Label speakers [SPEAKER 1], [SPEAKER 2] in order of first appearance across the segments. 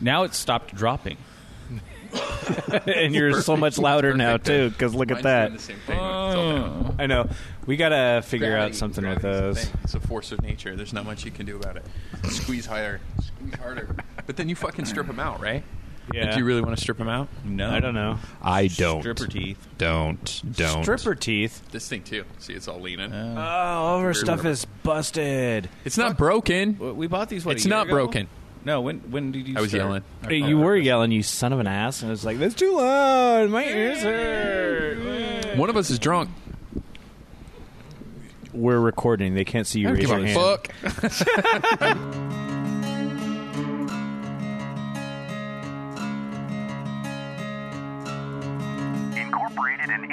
[SPEAKER 1] Now it's stopped dropping. and you're so much louder now too because look at
[SPEAKER 2] Mine's
[SPEAKER 1] that.
[SPEAKER 2] doing the same thing. when it's all down.
[SPEAKER 1] I know. We gotta figure out
[SPEAKER 2] Gravity-
[SPEAKER 1] something with
[SPEAKER 2] gravity's a
[SPEAKER 1] those.
[SPEAKER 2] thing. It's a force of nature. There's not much you can do about it. Squeeze higher, squeeze harder. But then you fucking strip them out, right?
[SPEAKER 1] Yeah.
[SPEAKER 2] Do you really want to strip them out?
[SPEAKER 1] no. I don't know.
[SPEAKER 3] I don't.
[SPEAKER 1] Stripper teeth.
[SPEAKER 3] Don't. Don't.
[SPEAKER 1] Stripper teeth.
[SPEAKER 2] This thing too. See, it's all leaning.
[SPEAKER 1] Oh, all of our stuff is busted.
[SPEAKER 2] Uh, it's not broken.
[SPEAKER 1] Well, We bought these. What, a
[SPEAKER 2] It's
[SPEAKER 1] year
[SPEAKER 2] not
[SPEAKER 1] ago?
[SPEAKER 2] broken.
[SPEAKER 1] No. When when did you?
[SPEAKER 2] I was
[SPEAKER 1] start?
[SPEAKER 2] yelling.
[SPEAKER 1] Hey, you were yelling, you son of an ass, and it's like that's too loud. My ears hurt.
[SPEAKER 2] One of us is drunk.
[SPEAKER 1] We're recording. They can't see you.
[SPEAKER 2] I don't
[SPEAKER 1] raise
[SPEAKER 2] give
[SPEAKER 1] your
[SPEAKER 2] a
[SPEAKER 1] hand.
[SPEAKER 2] fuck.
[SPEAKER 4] Incorporated in 1875,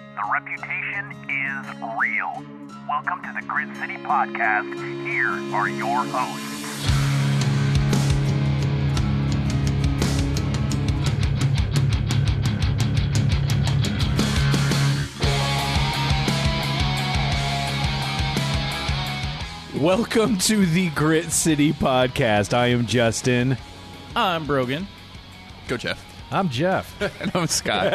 [SPEAKER 4] The reputation is real. Welcome to the Grid City Podcast. Here are your hosts.
[SPEAKER 1] Welcome to the Grit City Podcast. I am Justin.
[SPEAKER 5] I'm Brogan.
[SPEAKER 2] Go, Jeff.
[SPEAKER 3] I'm Jeff.
[SPEAKER 2] And I'm Scott.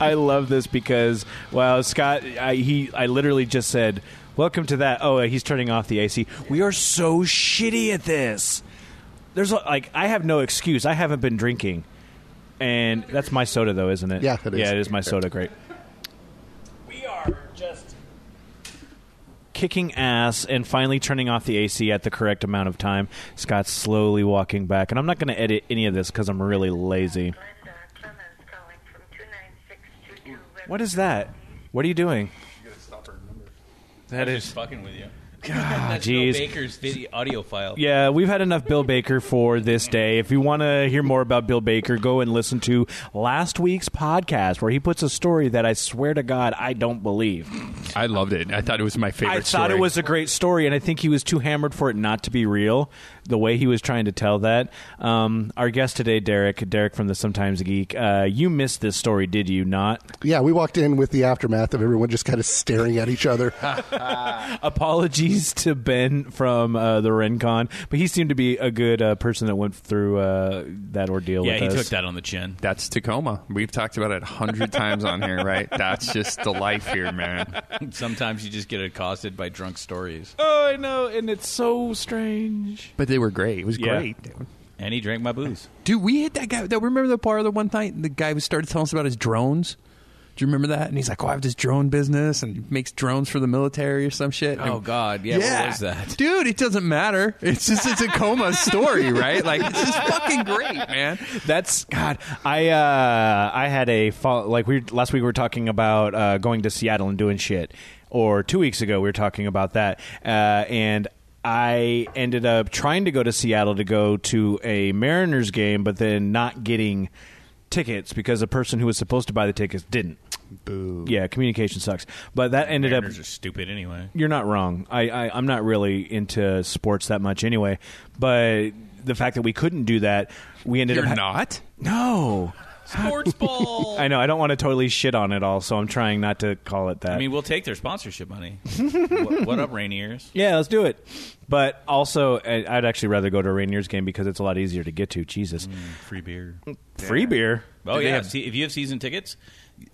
[SPEAKER 1] I love this because wow, Scott, I, he, I literally just said, "Welcome to that." Oh, he's turning off the AC. We are so shitty at this. There's a- like I have no excuse. I haven't been drinking, and that's my soda though, isn't it?
[SPEAKER 3] Yeah, it is.
[SPEAKER 1] Yeah, it is my soda. Great. We are just kicking ass and finally turning off the AC at the correct amount of time. Scott's slowly walking back, and I'm not going to edit any of this because I'm really lazy. What is that? What are you doing? That is
[SPEAKER 5] Fucking with you.
[SPEAKER 1] That's Bill
[SPEAKER 5] Bill
[SPEAKER 1] jeez.
[SPEAKER 5] Baker's video audio file.
[SPEAKER 1] Yeah, we've had enough Bill Baker for this day. If you want to hear more about Bill Baker, go and listen to last week's podcast where he puts a story that I swear to God I don't believe.
[SPEAKER 2] I loved it. I thought it was my favorite
[SPEAKER 1] I thought it
[SPEAKER 2] story.
[SPEAKER 1] was a great story, and I think he was too hammered for it not to be real. The way he was trying to tell that. Um, our guest today, Derek, Derek from the Sometimes Geek. Uh, you missed this story, did you not?
[SPEAKER 6] Yeah, we walked in with the aftermath of everyone just kind of staring at each other.
[SPEAKER 1] apologies to Ben from uh, the RenCon, but he seemed to be a good uh, person that went through uh, that ordeal.
[SPEAKER 5] Yeah,
[SPEAKER 1] with
[SPEAKER 5] he
[SPEAKER 1] us.
[SPEAKER 5] took that on the chin.
[SPEAKER 2] That's Tacoma. We've talked about it a hundred times on here, right? That's just the life here, man.
[SPEAKER 5] Sometimes you just get accosted by drunk stories.
[SPEAKER 1] Oh, I know, and it's so strange.
[SPEAKER 2] But they were great. It was
[SPEAKER 1] Yeah.
[SPEAKER 2] great. dude.
[SPEAKER 5] And he drank my booze.
[SPEAKER 2] Dude, we hit that guy. That remember the bar the one night? The guy who started telling us about his drones. Do you remember that? And he's like, "Oh, I have this drone business and makes drones for the military or some shit."
[SPEAKER 5] Oh,
[SPEAKER 2] And-
[SPEAKER 5] God. Yeah, what was that?
[SPEAKER 2] dude? It doesn't matter. It's just a Tacoma story, right? Like it's just fucking great, man.
[SPEAKER 1] That's God. I uh, I had a fall, like we last week we were talking about uh, going to Seattle and doing shit, or two weeks ago we were talking about that, uh, and I ended up trying to go to Seattle to go to a Mariners game, but then not getting tickets because the person who was supposed to buy the tickets didn't. Boo. Yeah, communication sucks. But that ended up
[SPEAKER 5] Mariners are stupid anyway.
[SPEAKER 1] you're not wrong. I, I I'm not really into sports that much anyway, but the fact that we couldn't do that, we ended
[SPEAKER 2] You're
[SPEAKER 1] up ha-
[SPEAKER 2] not.
[SPEAKER 1] no.
[SPEAKER 5] Sports ball.
[SPEAKER 1] I know. I don't want to totally shit on it all, so I'm trying not to call it that.
[SPEAKER 5] I mean, we'll take their sponsorship money. what, what up, Rainiers?
[SPEAKER 1] yeah, let's do it. But also, I- I'd actually rather go to a Rainiers game because it's a lot easier to get to. Jesus,
[SPEAKER 5] Free beer.
[SPEAKER 1] free beer.
[SPEAKER 5] Oh,
[SPEAKER 2] they
[SPEAKER 5] yeah.
[SPEAKER 2] have-
[SPEAKER 5] See, if you have season tickets,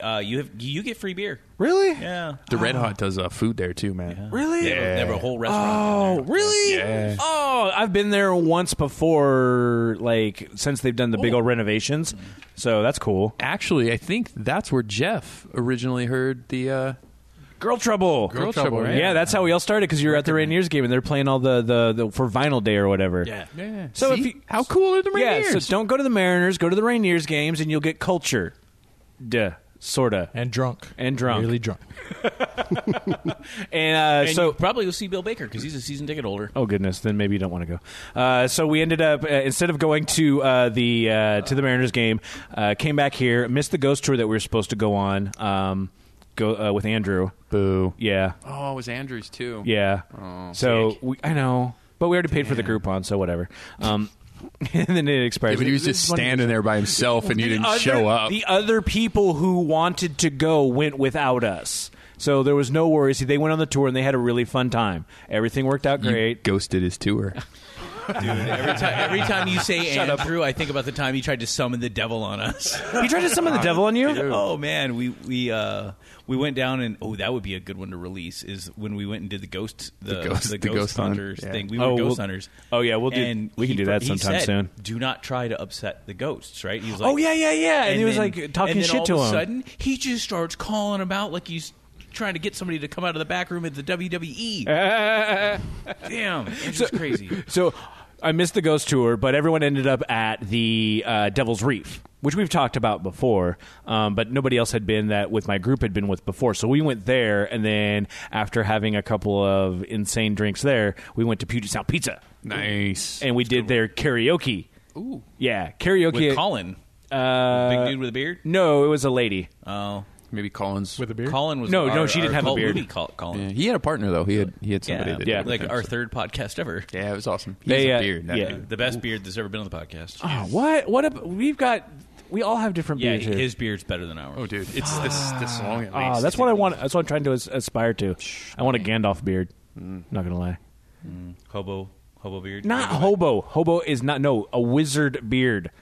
[SPEAKER 5] uh, you have you get free beer.
[SPEAKER 1] Really?
[SPEAKER 5] Yeah.
[SPEAKER 2] The Red Hot does uh, food there too, man.
[SPEAKER 1] Really?
[SPEAKER 5] They have, they have a whole restaurant.
[SPEAKER 1] Oh, really?
[SPEAKER 2] Yeah.
[SPEAKER 1] Oh, I've been there once before, like since they've done the big old renovations. So that's cool.
[SPEAKER 2] Actually, I think that's where Jeff originally heard the uh,
[SPEAKER 1] Girl Trouble.
[SPEAKER 2] Girl Trouble, right?
[SPEAKER 1] Yeah, that's how we all started because you were at the Rainiers game and they're playing all the, the, the for Vinyl Day or whatever.
[SPEAKER 5] Yeah.
[SPEAKER 2] Yeah.
[SPEAKER 1] So
[SPEAKER 2] See?
[SPEAKER 1] if you,
[SPEAKER 2] how cool are the Rainiers?
[SPEAKER 1] Yeah, so don't go to the Mariners, go to the Rainiers games, and you'll get culture. Duh. sorta,
[SPEAKER 7] and drunk
[SPEAKER 1] And drunk.
[SPEAKER 7] really drunk.
[SPEAKER 1] and, uh,
[SPEAKER 5] And
[SPEAKER 1] so
[SPEAKER 5] you probably will see Bill Baker because he's a season ticket holder.
[SPEAKER 1] Oh goodness, then maybe you don't want to go. Uh, so we ended up uh, instead of going to uh, the uh, to the Mariners game, uh, came back here, missed the ghost tour that we were supposed to go on. Um, go uh, with Andrew.
[SPEAKER 7] Boo.
[SPEAKER 1] Yeah,
[SPEAKER 2] Oh, it was Andrews too.
[SPEAKER 1] yeah. so we, I know, but we already paid for the Groupon, so whatever. Um, and then it expired.
[SPEAKER 2] Yeah, but he was just standing there by himself, and you
[SPEAKER 1] The
[SPEAKER 2] didn't
[SPEAKER 1] other-
[SPEAKER 2] show up.
[SPEAKER 1] The other people who wanted to go went without us. So there was no worries. They went on the tour and they had a really fun time. Everything worked out great.
[SPEAKER 2] Ghosted his tour.
[SPEAKER 5] Every time, every time you say Andrew, I think about the time he tried to summon the devil on us.
[SPEAKER 1] He tried to summon the devil on you.
[SPEAKER 5] Oh man, we we uh we went down and oh that would be a good one to release is when we went and did the ghost the, the ghost,
[SPEAKER 2] ghost- the ghost hunt,
[SPEAKER 5] hunters
[SPEAKER 2] yeah.
[SPEAKER 5] thing. We were
[SPEAKER 1] Oh,
[SPEAKER 5] ghost
[SPEAKER 1] we'll-
[SPEAKER 5] hunters.
[SPEAKER 1] oh, yeah, we'll do-
[SPEAKER 5] And
[SPEAKER 1] we can
[SPEAKER 5] he-
[SPEAKER 1] do that
[SPEAKER 5] he
[SPEAKER 1] sometime
[SPEAKER 5] said,
[SPEAKER 1] soon.
[SPEAKER 5] Do not try to upset the ghosts. Right? He was like,
[SPEAKER 1] oh yeah, yeah, yeah. And, he was
[SPEAKER 5] then-
[SPEAKER 1] like talking
[SPEAKER 5] and then
[SPEAKER 1] shit
[SPEAKER 5] all
[SPEAKER 1] to
[SPEAKER 5] of
[SPEAKER 1] him.
[SPEAKER 5] A sudden, he just starts calling him out like he's trying to get somebody to come out of the back room at the WWE. Damn, it's just crazy.
[SPEAKER 1] Uh, so I missed the ghost tour, but everyone ended up at the uh, Devil's Reef, which we've talked about before. Um, but nobody else had been that with my group had been with before. So we went there, and then after having a couple of insane drinks there, we went to Puget Sound Pizza,
[SPEAKER 2] Nice.
[SPEAKER 1] and we did their karaoke. Ooh, yeah, karaoke.
[SPEAKER 5] With Colin,
[SPEAKER 1] Uh,
[SPEAKER 5] big dude with a beard.
[SPEAKER 1] No, it was a lady.
[SPEAKER 5] Oh,
[SPEAKER 2] Maybe Collins.
[SPEAKER 7] With a beer?
[SPEAKER 5] Colin was
[SPEAKER 1] No, no,
[SPEAKER 5] our-
[SPEAKER 1] she didn't
[SPEAKER 5] our
[SPEAKER 1] have a
[SPEAKER 5] cult
[SPEAKER 1] beard.
[SPEAKER 5] Movie call, Colin.
[SPEAKER 2] Yeah, he had a partner though. He had he had somebody. that
[SPEAKER 1] yeah,
[SPEAKER 2] did
[SPEAKER 5] like
[SPEAKER 2] it.
[SPEAKER 5] our third podcast ever.
[SPEAKER 2] Yeah, it was awesome. He
[SPEAKER 1] They,
[SPEAKER 2] has
[SPEAKER 1] uh,
[SPEAKER 2] a beard. that
[SPEAKER 1] yeah.
[SPEAKER 2] dude.
[SPEAKER 5] The best beard that's ever been on the podcast.
[SPEAKER 1] Oh, what? What? A, we've got. We all have different
[SPEAKER 5] yeah,
[SPEAKER 1] beards here.
[SPEAKER 5] his beard's better than ours.
[SPEAKER 2] Oh, dude, it's this this long at
[SPEAKER 1] Ah,
[SPEAKER 2] least.
[SPEAKER 1] that's what I want. That's what I'm trying to as- aspire to. I want a Gandalf beard.
[SPEAKER 5] Mm.
[SPEAKER 1] Not gonna lie.
[SPEAKER 5] Hobo, hobo beard.
[SPEAKER 1] Not
[SPEAKER 5] You-
[SPEAKER 1] hobo. Hobo is not. No, a wizard beard.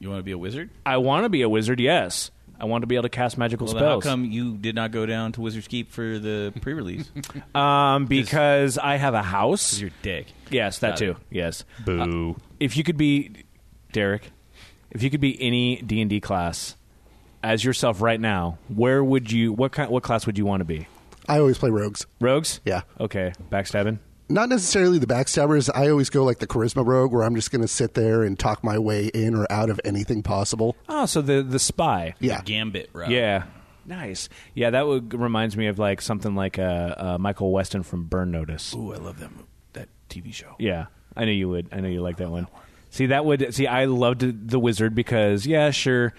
[SPEAKER 5] You want to be a wizard?
[SPEAKER 1] I want to be a wizard. Yes, I want to be able to cast magical
[SPEAKER 5] Well, then how
[SPEAKER 1] spells.
[SPEAKER 5] come you did not go down to Wizard's Keep for the pre-release?
[SPEAKER 1] um, because I have a house.
[SPEAKER 5] Your dick.
[SPEAKER 1] Yes, that
[SPEAKER 5] Got
[SPEAKER 1] too.
[SPEAKER 5] it.
[SPEAKER 1] Yes. Uh,
[SPEAKER 7] Boo.
[SPEAKER 1] If you could be, Derek, if you could be any D and D class as yourself right now, where would you? What kind? What class would you want to be?
[SPEAKER 6] I always play rogues.
[SPEAKER 1] Rogues.
[SPEAKER 6] Yeah.
[SPEAKER 1] Okay. Backstabbing.
[SPEAKER 6] Not necessarily the backstabbers. I always go like the charisma rogue, where I'm just going to sit there and talk my way in or out of anything possible.
[SPEAKER 1] Oh, so the the spy.
[SPEAKER 6] Yeah.
[SPEAKER 5] Gambit route.
[SPEAKER 1] Yeah. Nice. Yeah, that would, reminds me of like something like uh, uh, Michael Weston from Burn Notice.
[SPEAKER 5] Ooh, I love that mo- that TV show.
[SPEAKER 1] Yeah, I knew you would. I know you like that one. See, that would see. I loved the wizard because yeah, sure,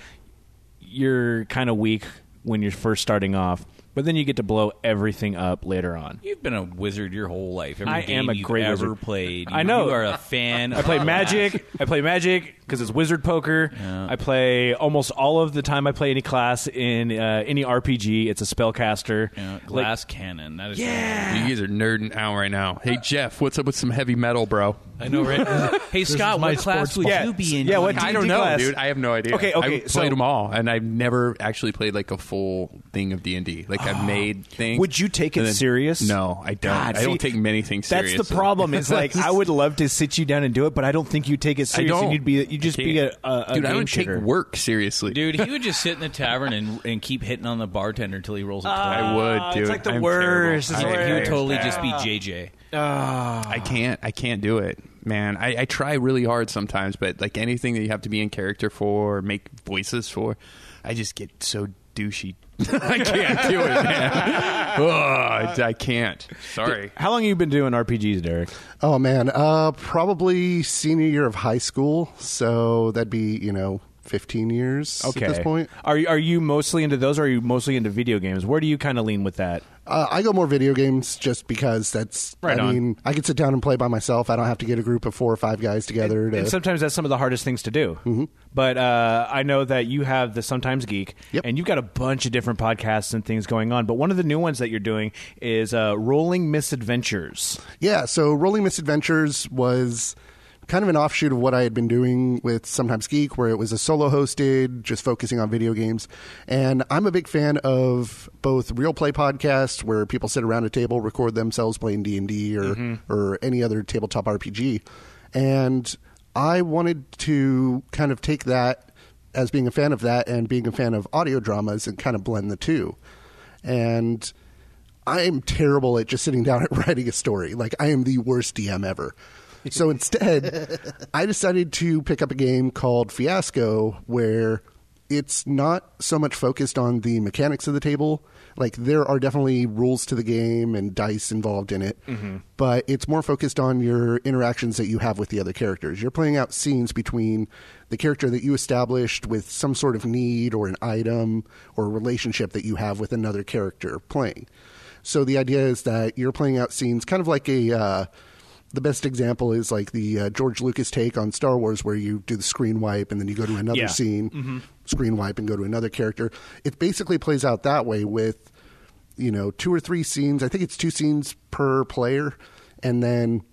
[SPEAKER 1] you're kind of weak when you're first starting off, but then you get to blow everything up later on.
[SPEAKER 5] You've been a wizard your whole life. Every
[SPEAKER 1] I
[SPEAKER 5] game
[SPEAKER 1] am a
[SPEAKER 5] you've
[SPEAKER 1] great
[SPEAKER 5] ever
[SPEAKER 1] wizard.
[SPEAKER 5] played.
[SPEAKER 1] I
[SPEAKER 5] You-
[SPEAKER 1] know.
[SPEAKER 5] You are a fan.
[SPEAKER 1] I play magic. I play magic because it's wizard poker. I play almost all of the time. I play any class in uh, any RPG. It's a spellcaster.
[SPEAKER 5] Yeah,
[SPEAKER 1] Like-
[SPEAKER 5] glass cannon. That is
[SPEAKER 2] You guys are nerding out right now. Hey Jeff, what's up with some heavy metal, bro?
[SPEAKER 5] I know, right? hey, Scott,
[SPEAKER 7] my
[SPEAKER 5] what class
[SPEAKER 7] sports
[SPEAKER 5] would
[SPEAKER 1] ball.
[SPEAKER 5] you be in?
[SPEAKER 1] Yeah, what
[SPEAKER 2] I
[SPEAKER 1] D&D
[SPEAKER 2] don't know,
[SPEAKER 1] class.
[SPEAKER 2] dude. I have no idea.
[SPEAKER 1] Okay, okay,
[SPEAKER 2] I played
[SPEAKER 1] so-
[SPEAKER 2] them all, and I've never actually played like a full thing of D and D. Like I've made things.
[SPEAKER 1] Would you take it
[SPEAKER 2] and then-
[SPEAKER 1] serious?
[SPEAKER 2] No, I don't.
[SPEAKER 1] God,
[SPEAKER 2] I don't
[SPEAKER 1] see,
[SPEAKER 2] take many things.
[SPEAKER 1] That's
[SPEAKER 2] serious.
[SPEAKER 1] the problem. Is like I would love to sit you down and do it, but I don't think you take it
[SPEAKER 2] I
[SPEAKER 1] seriously.
[SPEAKER 2] don't.
[SPEAKER 1] You'd be you'd just
[SPEAKER 2] I
[SPEAKER 1] be a,
[SPEAKER 2] can't.
[SPEAKER 1] a, a
[SPEAKER 2] dude.
[SPEAKER 1] Game
[SPEAKER 2] I don't
[SPEAKER 1] shitter.
[SPEAKER 2] take work seriously,
[SPEAKER 5] Dude, he would just sit in the tavern and, and keep hitting on the bartender until he rolls a 20.
[SPEAKER 2] I would, dude.
[SPEAKER 1] Ah, it's like the
[SPEAKER 2] I'm
[SPEAKER 1] worst. It's
[SPEAKER 2] terrible. I-
[SPEAKER 1] the
[SPEAKER 5] he would
[SPEAKER 1] worst.
[SPEAKER 5] totally just be JJ.
[SPEAKER 2] I can't. I can't do it, man. I, I try really hard sometimes, but like anything that you have to be in character for, or make voices for, I just get so douchey. I can't do it, man. Ugh, I- I can't. Sorry.
[SPEAKER 1] How long have you been doing RPGs, Derek?
[SPEAKER 6] Oh man, uh, probably senior year of high school, so that'd be you know 15 years
[SPEAKER 1] Okay.
[SPEAKER 6] at this point.
[SPEAKER 1] are you- are you mostly into those? or Are you mostly into video games? Where do you kind of lean with that?
[SPEAKER 6] Uh, I go more video games just because that's.
[SPEAKER 1] Right
[SPEAKER 6] I
[SPEAKER 1] on.
[SPEAKER 6] mean, I can sit down and play by myself. I don't have to get a group of four or five guys together. to, Mm-hmm.
[SPEAKER 1] And sometimes that's some of the hardest things to do. But uh, I know that you have the Sometimes Geek,
[SPEAKER 6] Yep.
[SPEAKER 1] and you've got a bunch of different podcasts and things going on. But one of the new ones that you're doing is uh, Rolling Misadventures.
[SPEAKER 6] yeah, so Rolling Misadventures was kind of an offshoot of what I had been doing with Sometimes Geek, where it was a solo hosted, just focusing on video games. And I'm a big fan of both real play podcasts, where people sit around a table, record themselves playing D and D or or any other tabletop RPG, and I wanted to kind of take that as being a fan of that and being a fan of audio dramas and kind of blend the two. And I'm terrible at just sitting down and writing a story. Like I am the worst DM ever. So instead, I decided to pick up a game called Fiasco where it's not so much focused on the mechanics of the table. Like there are definitely rules to the game and dice involved in it, but it's more focused on your interactions that you have with the other characters. You're playing out scenes between the character that you established with some sort of need or an item or relationship that you have with another character playing. So the idea is that you're playing out scenes kind of like a. Uh, the best example is like the uh, George Lucas take on Star Wars, where you do the screen wipe and then you go to another
[SPEAKER 1] Yeah.
[SPEAKER 6] scene, screen wipe and go to another character. It basically plays out that way with, you know, two or three scenes. I think it's two scenes per player, and then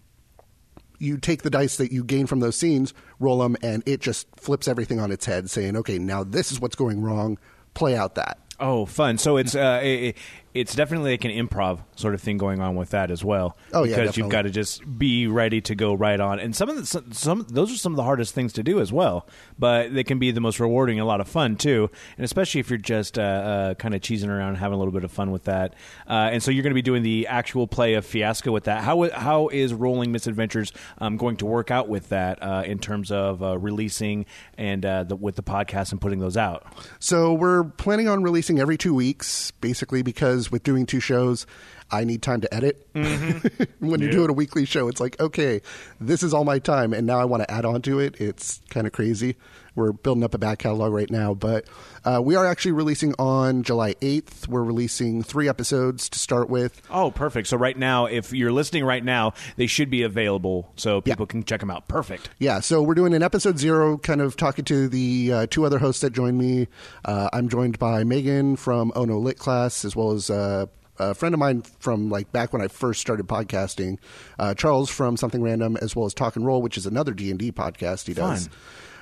[SPEAKER 6] you take the dice that you gain from those scenes, roll them, and it just flips everything on its head, saying, "Okay, now this is what's going wrong. Play out that."
[SPEAKER 1] Oh, fun! So it's uh, it, it's definitely like an improv sort of thing going on with that as well.
[SPEAKER 6] Oh,
[SPEAKER 1] because
[SPEAKER 6] yeah,
[SPEAKER 1] you've
[SPEAKER 6] definitely.
[SPEAKER 1] got to just be ready to go right on. And some of the, some, some those are some of the hardest things to do as well, but they can be the most rewarding, and a lot of fun too. And especially if you're just uh, uh, kind of cheesing around, and having a little bit of fun with that. Uh, and so you're going to be doing the actual play of Fiasco with that. How how is Rolling Misadventures um, going to work out with that uh, in terms of uh, releasing and uh, the, with the podcast and putting those out?
[SPEAKER 6] So we're planning on releasing every two weeks, basically, because with doing two shows, I need time to edit. when you're doing a weekly show, it's like, okay, this is all my time, and now I want to add on to it. It's kind of crazy. We're building up a back catalog right now, but uh, we are actually releasing on July 8th. We're releasing three episodes to start with.
[SPEAKER 1] Oh, perfect. So right now, if you're listening right now, they should be available so
[SPEAKER 6] Yeah.
[SPEAKER 1] people can check them out. Perfect.
[SPEAKER 6] Yeah, so we're doing an episode zero, kind of talking to the uh, two other hosts that joined me. Uh, I'm joined by Megan from Oh No Lit Class, as well as uh, a friend of mine from like back when I first started podcasting, uh, Charles from Something Random, as well as Talk and Roll, which is another D and D podcast he does.
[SPEAKER 1] Fun.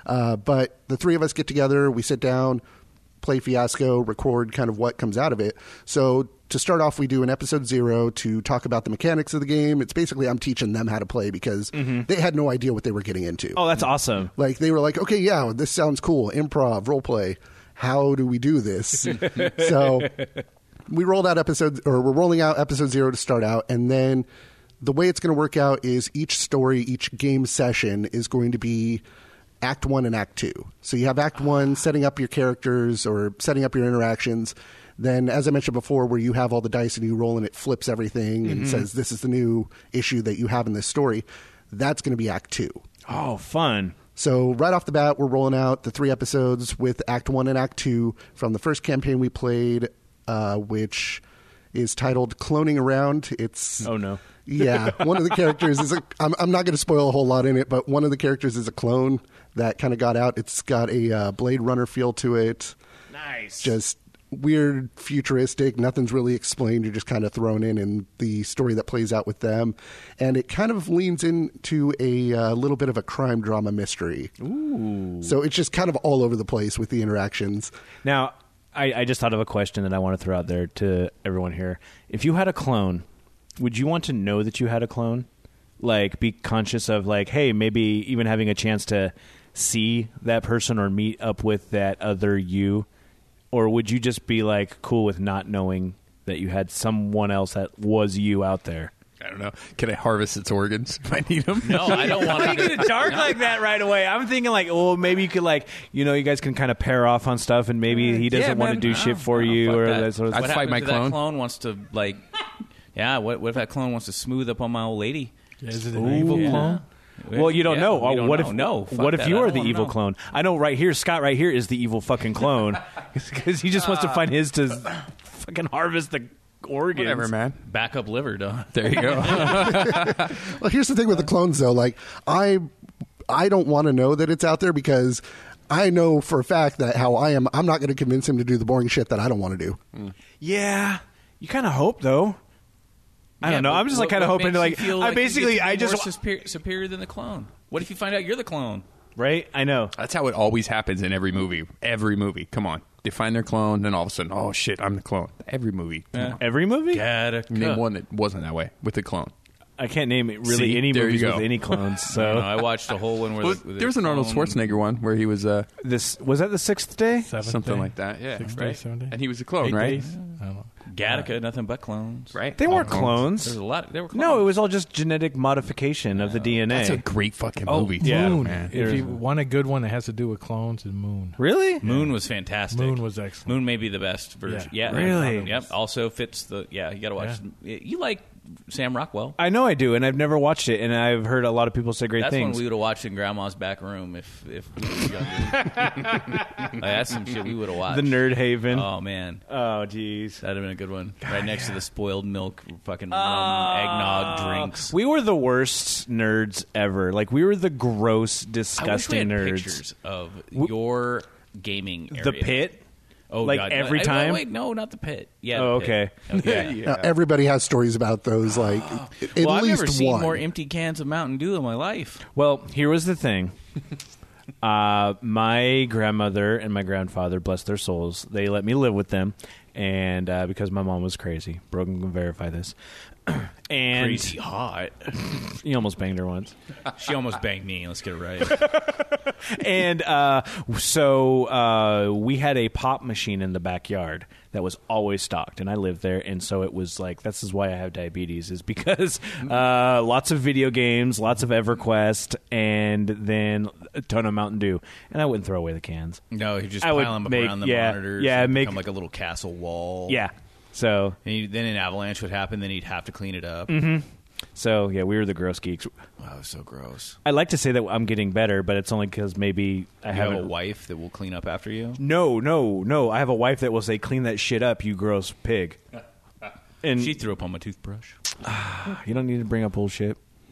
[SPEAKER 6] Uh, but the three of us get together, we sit down, play Fiasco, record kind of what comes out of it. So to start off, we do an episode zero to talk about the mechanics of the game. It's basically I'm teaching them how to play because they had no idea what they were getting into.
[SPEAKER 1] Oh, that's awesome.
[SPEAKER 6] Like they were like, okay, yeah, this sounds cool. Improv, role play. How do we do this? so we rolled out episode, or we're rolling out episode zero to start out, and then the way it's going to work out is each story, each game session is going to be act one and act two. So you have act one setting up your characters or setting up your interactions. Then, as I mentioned before, where you have all the dice and you roll and it flips everything and says, this is the new issue that you have in this story. That's going to be act two.
[SPEAKER 1] Oh, fun.
[SPEAKER 6] So right off the bat, we're rolling out the three episodes with Act One and Act Two from the first campaign we played, uh, which is titled "Cloning Around." It's
[SPEAKER 1] Oh, no.
[SPEAKER 6] yeah. One of the characters is a. I'm, I'm not going to spoil a whole lot in it, but one of the characters is a clone that kind of got out. It's got a uh, Blade Runner feel to it.
[SPEAKER 1] Nice.
[SPEAKER 6] Just weird, futuristic. Nothing's really explained. You're just kind of thrown in in the story that plays out with them, and it kind of leans into a uh, little bit of a crime drama mystery. Ooh. So it's just kind of all over the place with the interactions.
[SPEAKER 1] now, I, I just thought of a question that I want to throw out there to everyone here. If you had a clone, would you want to know that you had a clone? Like, be conscious of, like, hey, maybe even having a chance to see that person or meet up with that other you? Or would you just be, like, cool with not knowing that you had someone else that was you out there?
[SPEAKER 2] I don't know. Can I harvest its organs if I need them?
[SPEAKER 5] No, I don't want
[SPEAKER 1] Why you get it dark like that right away? I'm thinking like, oh, maybe you could like, you know, you guys can kind of pair off on stuff, and maybe he doesn't
[SPEAKER 2] Uh, Yeah,
[SPEAKER 1] want to
[SPEAKER 2] man.
[SPEAKER 1] do
[SPEAKER 2] No,
[SPEAKER 1] shit for
[SPEAKER 5] no,
[SPEAKER 1] you
[SPEAKER 5] fuck
[SPEAKER 1] or
[SPEAKER 5] that.
[SPEAKER 1] that sort of
[SPEAKER 2] I'd
[SPEAKER 1] stuff.
[SPEAKER 5] What
[SPEAKER 2] fight
[SPEAKER 5] happens
[SPEAKER 2] my
[SPEAKER 5] if
[SPEAKER 2] clone.
[SPEAKER 5] That clone wants to like, yeah. What, what if that clone wants to smooth up on my old lady?
[SPEAKER 3] Is it an evil
[SPEAKER 5] Yeah.
[SPEAKER 3] clone?
[SPEAKER 1] Well, you don't
[SPEAKER 5] Yeah,
[SPEAKER 1] know.
[SPEAKER 5] we
[SPEAKER 1] Oh,
[SPEAKER 5] don't
[SPEAKER 1] what
[SPEAKER 5] know.
[SPEAKER 1] if
[SPEAKER 5] No, fuck
[SPEAKER 1] What if
[SPEAKER 5] that.
[SPEAKER 1] you
[SPEAKER 5] I
[SPEAKER 1] are
[SPEAKER 5] don't
[SPEAKER 1] the
[SPEAKER 5] wanna
[SPEAKER 1] evil
[SPEAKER 5] know.
[SPEAKER 1] clone? I know right here, Scott right here is the evil fucking clone because he just wants
[SPEAKER 5] Uh.
[SPEAKER 1] to find his to fucking harvest the organs.
[SPEAKER 2] Whatever, man.
[SPEAKER 5] Backup liver, duh.
[SPEAKER 2] There you go.
[SPEAKER 6] Well, here's the thing with the clones though. Like I, I don't want to know that it's out there because. I know for a fact that how I am, I'm not going to convince him to do the boring shit that I don't want to do.
[SPEAKER 1] Yeah, you kind of hope though. I
[SPEAKER 5] Yeah,
[SPEAKER 1] don't know.
[SPEAKER 5] but
[SPEAKER 1] I'm just like
[SPEAKER 5] what-
[SPEAKER 1] kind of
[SPEAKER 5] what
[SPEAKER 1] hoping
[SPEAKER 5] makes
[SPEAKER 1] to
[SPEAKER 5] you feel
[SPEAKER 1] like. I
[SPEAKER 5] like you get
[SPEAKER 1] basically
[SPEAKER 5] to be
[SPEAKER 1] I just
[SPEAKER 5] more superior, superior than the clone. What if you find out you're the clone?
[SPEAKER 1] right. I know.
[SPEAKER 2] That's how it always happens in every movie. Every movie. Come on. They find their clone, then all of a sudden, oh shit, I'm the clone. Every movie. Come on.
[SPEAKER 1] Every movie.
[SPEAKER 5] Gotta
[SPEAKER 2] Name one that wasn't that way with the clone.
[SPEAKER 1] I can't name really
[SPEAKER 2] See?
[SPEAKER 1] any
[SPEAKER 2] There you
[SPEAKER 1] movies
[SPEAKER 2] go.
[SPEAKER 1] with any clones.
[SPEAKER 5] I,
[SPEAKER 1] So
[SPEAKER 5] don't know, I watched a whole one where
[SPEAKER 2] Well,
[SPEAKER 5] the, with the
[SPEAKER 2] there was an Arnold
[SPEAKER 5] clone-
[SPEAKER 2] Schwarzenegger one where he was uh,
[SPEAKER 1] this was that the sixth day.
[SPEAKER 3] Seventh
[SPEAKER 2] something
[SPEAKER 3] day?
[SPEAKER 2] like that. Yeah,
[SPEAKER 3] Six
[SPEAKER 2] right.
[SPEAKER 3] days, seven days?
[SPEAKER 2] and he was a clone,
[SPEAKER 3] Eight
[SPEAKER 2] right?
[SPEAKER 3] days? I don't know.
[SPEAKER 5] Gattaca, nothing but clones.
[SPEAKER 2] Right?
[SPEAKER 1] They weren't clones.
[SPEAKER 5] There's a lot. They were clones.
[SPEAKER 1] No, it was all just genetic modification of the DNA.
[SPEAKER 2] That's a great fucking
[SPEAKER 1] Oh,
[SPEAKER 2] movie.
[SPEAKER 1] yeah.
[SPEAKER 2] too,
[SPEAKER 1] Moon.
[SPEAKER 2] man.
[SPEAKER 1] There's-
[SPEAKER 3] If you want a good one that has to do with clones and Moon,
[SPEAKER 1] really?
[SPEAKER 5] Moon was fantastic.
[SPEAKER 3] Moon was excellent.
[SPEAKER 5] Moon may be the best version. Yeah,
[SPEAKER 3] Yeah.
[SPEAKER 1] Really?
[SPEAKER 5] Yep. Also fits the. Yeah, you got to watch. You like Sam Rockwell?
[SPEAKER 1] I know I do, and I've never watched it, and I've heard a lot of people say great
[SPEAKER 5] That's
[SPEAKER 1] things.
[SPEAKER 5] when we would have watched in Grandma's back room if if we were younger. Like, that's some shit we would have watched.
[SPEAKER 1] the Nerd Haven.
[SPEAKER 5] Oh man,
[SPEAKER 1] Oh, jeez.
[SPEAKER 5] that'd have been a good one. right next to the spoiled milk, fucking rum, eggnog drinks.
[SPEAKER 1] Uh, We were the worst nerds ever. Like we were the gross,
[SPEAKER 5] I wish we
[SPEAKER 1] disgusting
[SPEAKER 5] had
[SPEAKER 1] nerds.
[SPEAKER 5] pictures of your gaming area.
[SPEAKER 1] The pit.
[SPEAKER 5] Oh,
[SPEAKER 1] Like,
[SPEAKER 5] God.
[SPEAKER 1] every
[SPEAKER 5] I- I-
[SPEAKER 1] time?
[SPEAKER 5] wait, no, not the pit. Yeah.
[SPEAKER 1] Oh,
[SPEAKER 5] the pit. Okay.
[SPEAKER 6] Now, everybody has stories about those. Like at
[SPEAKER 5] well, I've
[SPEAKER 6] least
[SPEAKER 5] never seen
[SPEAKER 6] one.
[SPEAKER 5] more empty cans of Mountain Dew in my life.
[SPEAKER 1] Well, here was the thing. uh, my grandmother and my grandfather, bless their souls, they let me live with them, and uh, because my mom was crazy, Brogan can verify this. and
[SPEAKER 5] Crazy hot.
[SPEAKER 1] he almost banged her once.
[SPEAKER 5] She almost banged me. Let's get it right.
[SPEAKER 1] and uh, so uh, we had a pop machine in the backyard that was always stocked, and I lived there, and so it was like this is why I have diabetes is because uh, lots of video games, lots of EverQuest, and then a ton of Mountain Dew, and I wouldn't throw away the cans.
[SPEAKER 5] No, you just
[SPEAKER 1] I
[SPEAKER 5] pile
[SPEAKER 1] would
[SPEAKER 5] them up
[SPEAKER 1] make-
[SPEAKER 5] around the
[SPEAKER 1] yeah,
[SPEAKER 5] monitors.
[SPEAKER 1] yeah,
[SPEAKER 5] and
[SPEAKER 1] make-
[SPEAKER 5] become like a little castle wall.
[SPEAKER 1] Yeah, so
[SPEAKER 5] And you, then an avalanche would happen. Then he'd have to clean it up.
[SPEAKER 1] so yeah, we were the gross geeks.
[SPEAKER 5] Wow, so gross.
[SPEAKER 1] I like to say that I'm getting better, but it's only because maybe I
[SPEAKER 5] You have a
[SPEAKER 1] haven't-
[SPEAKER 5] wife that will clean up after you.
[SPEAKER 1] No, no, no. I have a wife that will say, "Clean that shit up, you gross pig."
[SPEAKER 2] Mm.
[SPEAKER 1] And
[SPEAKER 5] Uh, She threw up on my toothbrush.
[SPEAKER 1] You don't need to bring up bullshit.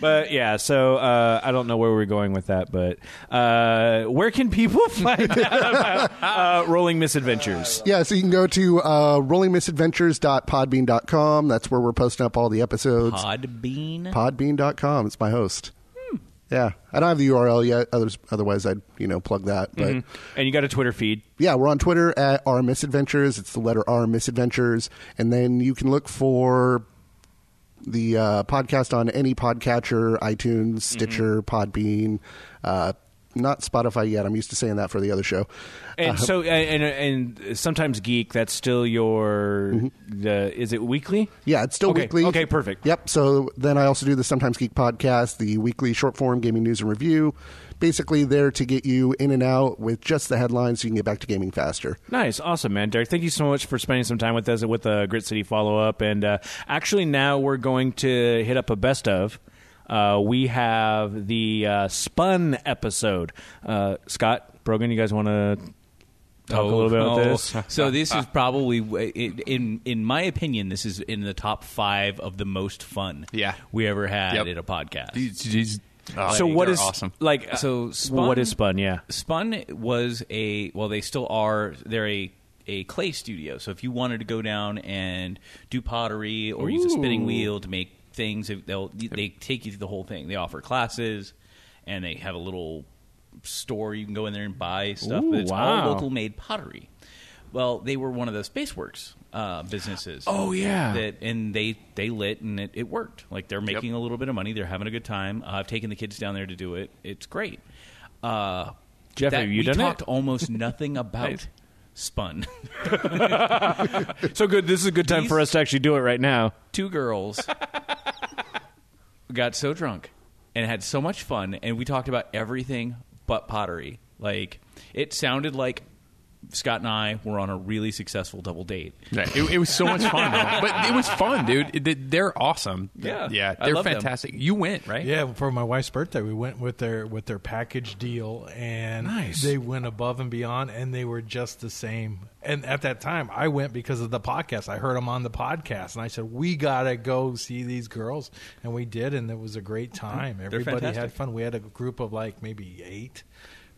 [SPEAKER 1] but yeah, so uh, I don't know where we're going with that, but uh, where can people find out about uh, Rolling Misadventures?
[SPEAKER 6] Yeah, so you can go to uh, rollingmisadventures.podbean.com. That's where we're posting up all the episodes.
[SPEAKER 5] Podbean.
[SPEAKER 6] Podbean.com. It's my host. Yeah, I don't have the URL yet. Others, otherwise, I'd you know plug that. But
[SPEAKER 1] Mm-hmm. And you got a Twitter feed.
[SPEAKER 6] yeah, we're on Twitter at our misadventures. It's the letter R misadventures, and then you can look for the uh, podcast on any podcatcher, iTunes, Stitcher, Podbean. Uh, not Spotify yet. I'm used to saying that for the other show.
[SPEAKER 1] And so, and, and and sometimes geek. That's still your. The is it weekly?
[SPEAKER 6] Yeah, it's still
[SPEAKER 1] Okay,
[SPEAKER 6] weekly.
[SPEAKER 1] okay, perfect.
[SPEAKER 6] Yep. So then I also do the Sometimes Geek podcast, the weekly short form gaming news and review. Basically, there to get you in and out with just the headlines so you can get back to gaming faster.
[SPEAKER 1] Nice, awesome, man, Derek. Thank you so much for spending some time with us with the Grit City follow up, and uh, actually now we're going to hit up a best of. Uh, we have the uh, Spun episode. Uh, Scott Brogan, you guys want to talk a little bit about
[SPEAKER 5] no.
[SPEAKER 1] this?
[SPEAKER 5] So this is probably, it- in in my opinion, this is in the top five of the most fun
[SPEAKER 2] Yeah.
[SPEAKER 5] we ever had
[SPEAKER 2] Yep.
[SPEAKER 5] at a podcast.
[SPEAKER 2] These- these- oh,
[SPEAKER 1] so what
[SPEAKER 2] they're
[SPEAKER 1] is
[SPEAKER 2] awesome?
[SPEAKER 1] like? uh,
[SPEAKER 5] So Spun-
[SPEAKER 1] what is Spun? Yeah,
[SPEAKER 5] Spun was a well, they still are. They're a a clay studio. So if you wanted to go down and do pottery or use a spinning wheel to make things, they'll they take you through the whole thing. They offer classes, and they have a little store you can go in there and buy stuff.
[SPEAKER 1] Ooh,
[SPEAKER 5] but it's
[SPEAKER 1] wow.
[SPEAKER 5] all local made pottery. Well, they were one of the spaceworks uh, businesses.
[SPEAKER 1] Oh, yeah.
[SPEAKER 5] that and they they lit and it, it worked. Like they're making a little bit of money. They're having a good time. Uh, I've taken the kids down there to do it. It's great. Uh,
[SPEAKER 1] Jeff,
[SPEAKER 5] that
[SPEAKER 1] have you
[SPEAKER 5] we
[SPEAKER 1] done
[SPEAKER 5] talked
[SPEAKER 1] it?
[SPEAKER 5] almost nothing about Spun.
[SPEAKER 1] so good. This is a good time
[SPEAKER 5] These-
[SPEAKER 1] for us to actually do it right now.
[SPEAKER 5] Two girls got so drunk and had so much fun, and we talked about everything but pottery. Like it sounded like Scott and I were on a really successful double date.
[SPEAKER 2] Yeah, it, it was so much fun, though. but it was fun, dude. It- they're awesome.
[SPEAKER 5] Yeah.
[SPEAKER 2] yeah,
[SPEAKER 5] I
[SPEAKER 2] they're
[SPEAKER 5] love them.
[SPEAKER 2] fantastic. You went right?
[SPEAKER 3] Yeah, for my wife's birthday, we went with their with their package deal, and
[SPEAKER 1] Nice.
[SPEAKER 3] they went above and beyond, and they were just the same. And at that time, I went because of the podcast. I heard them on the podcast, and I said, "We gotta go see these girls," and we did, and it was a great time. Everybody had
[SPEAKER 5] fantastic.
[SPEAKER 3] fun. We had a group of like maybe eight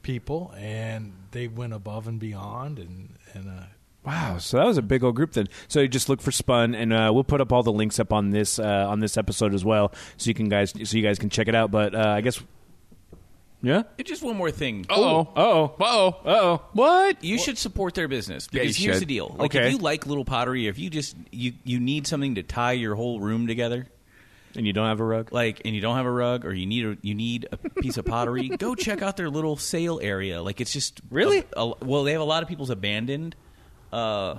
[SPEAKER 3] people, and they went above and beyond, and and. Uh,
[SPEAKER 1] Wow, so that was a big old group then. So you just look for Spun, and uh, we'll put up all the links up on this uh, on this episode as well, so you can guys so you guys can check it out. But uh, I guess, yeah.
[SPEAKER 5] And just one more thing.
[SPEAKER 2] Oh,
[SPEAKER 1] Oh,
[SPEAKER 2] oh,
[SPEAKER 1] oh, what?
[SPEAKER 5] You should support their business
[SPEAKER 2] Yeah, you
[SPEAKER 5] because here's
[SPEAKER 2] should.
[SPEAKER 5] the deal. Like
[SPEAKER 1] Okay.
[SPEAKER 5] if you like little pottery, if you just you you need something to tie your whole room together,
[SPEAKER 1] And you don't have a rug?
[SPEAKER 5] like and you don't have a rug or you need a you need a piece of pottery, go check out their little sale area. Like it's just
[SPEAKER 1] Really?
[SPEAKER 5] a- a- well, they have a lot of people's abandoned uh,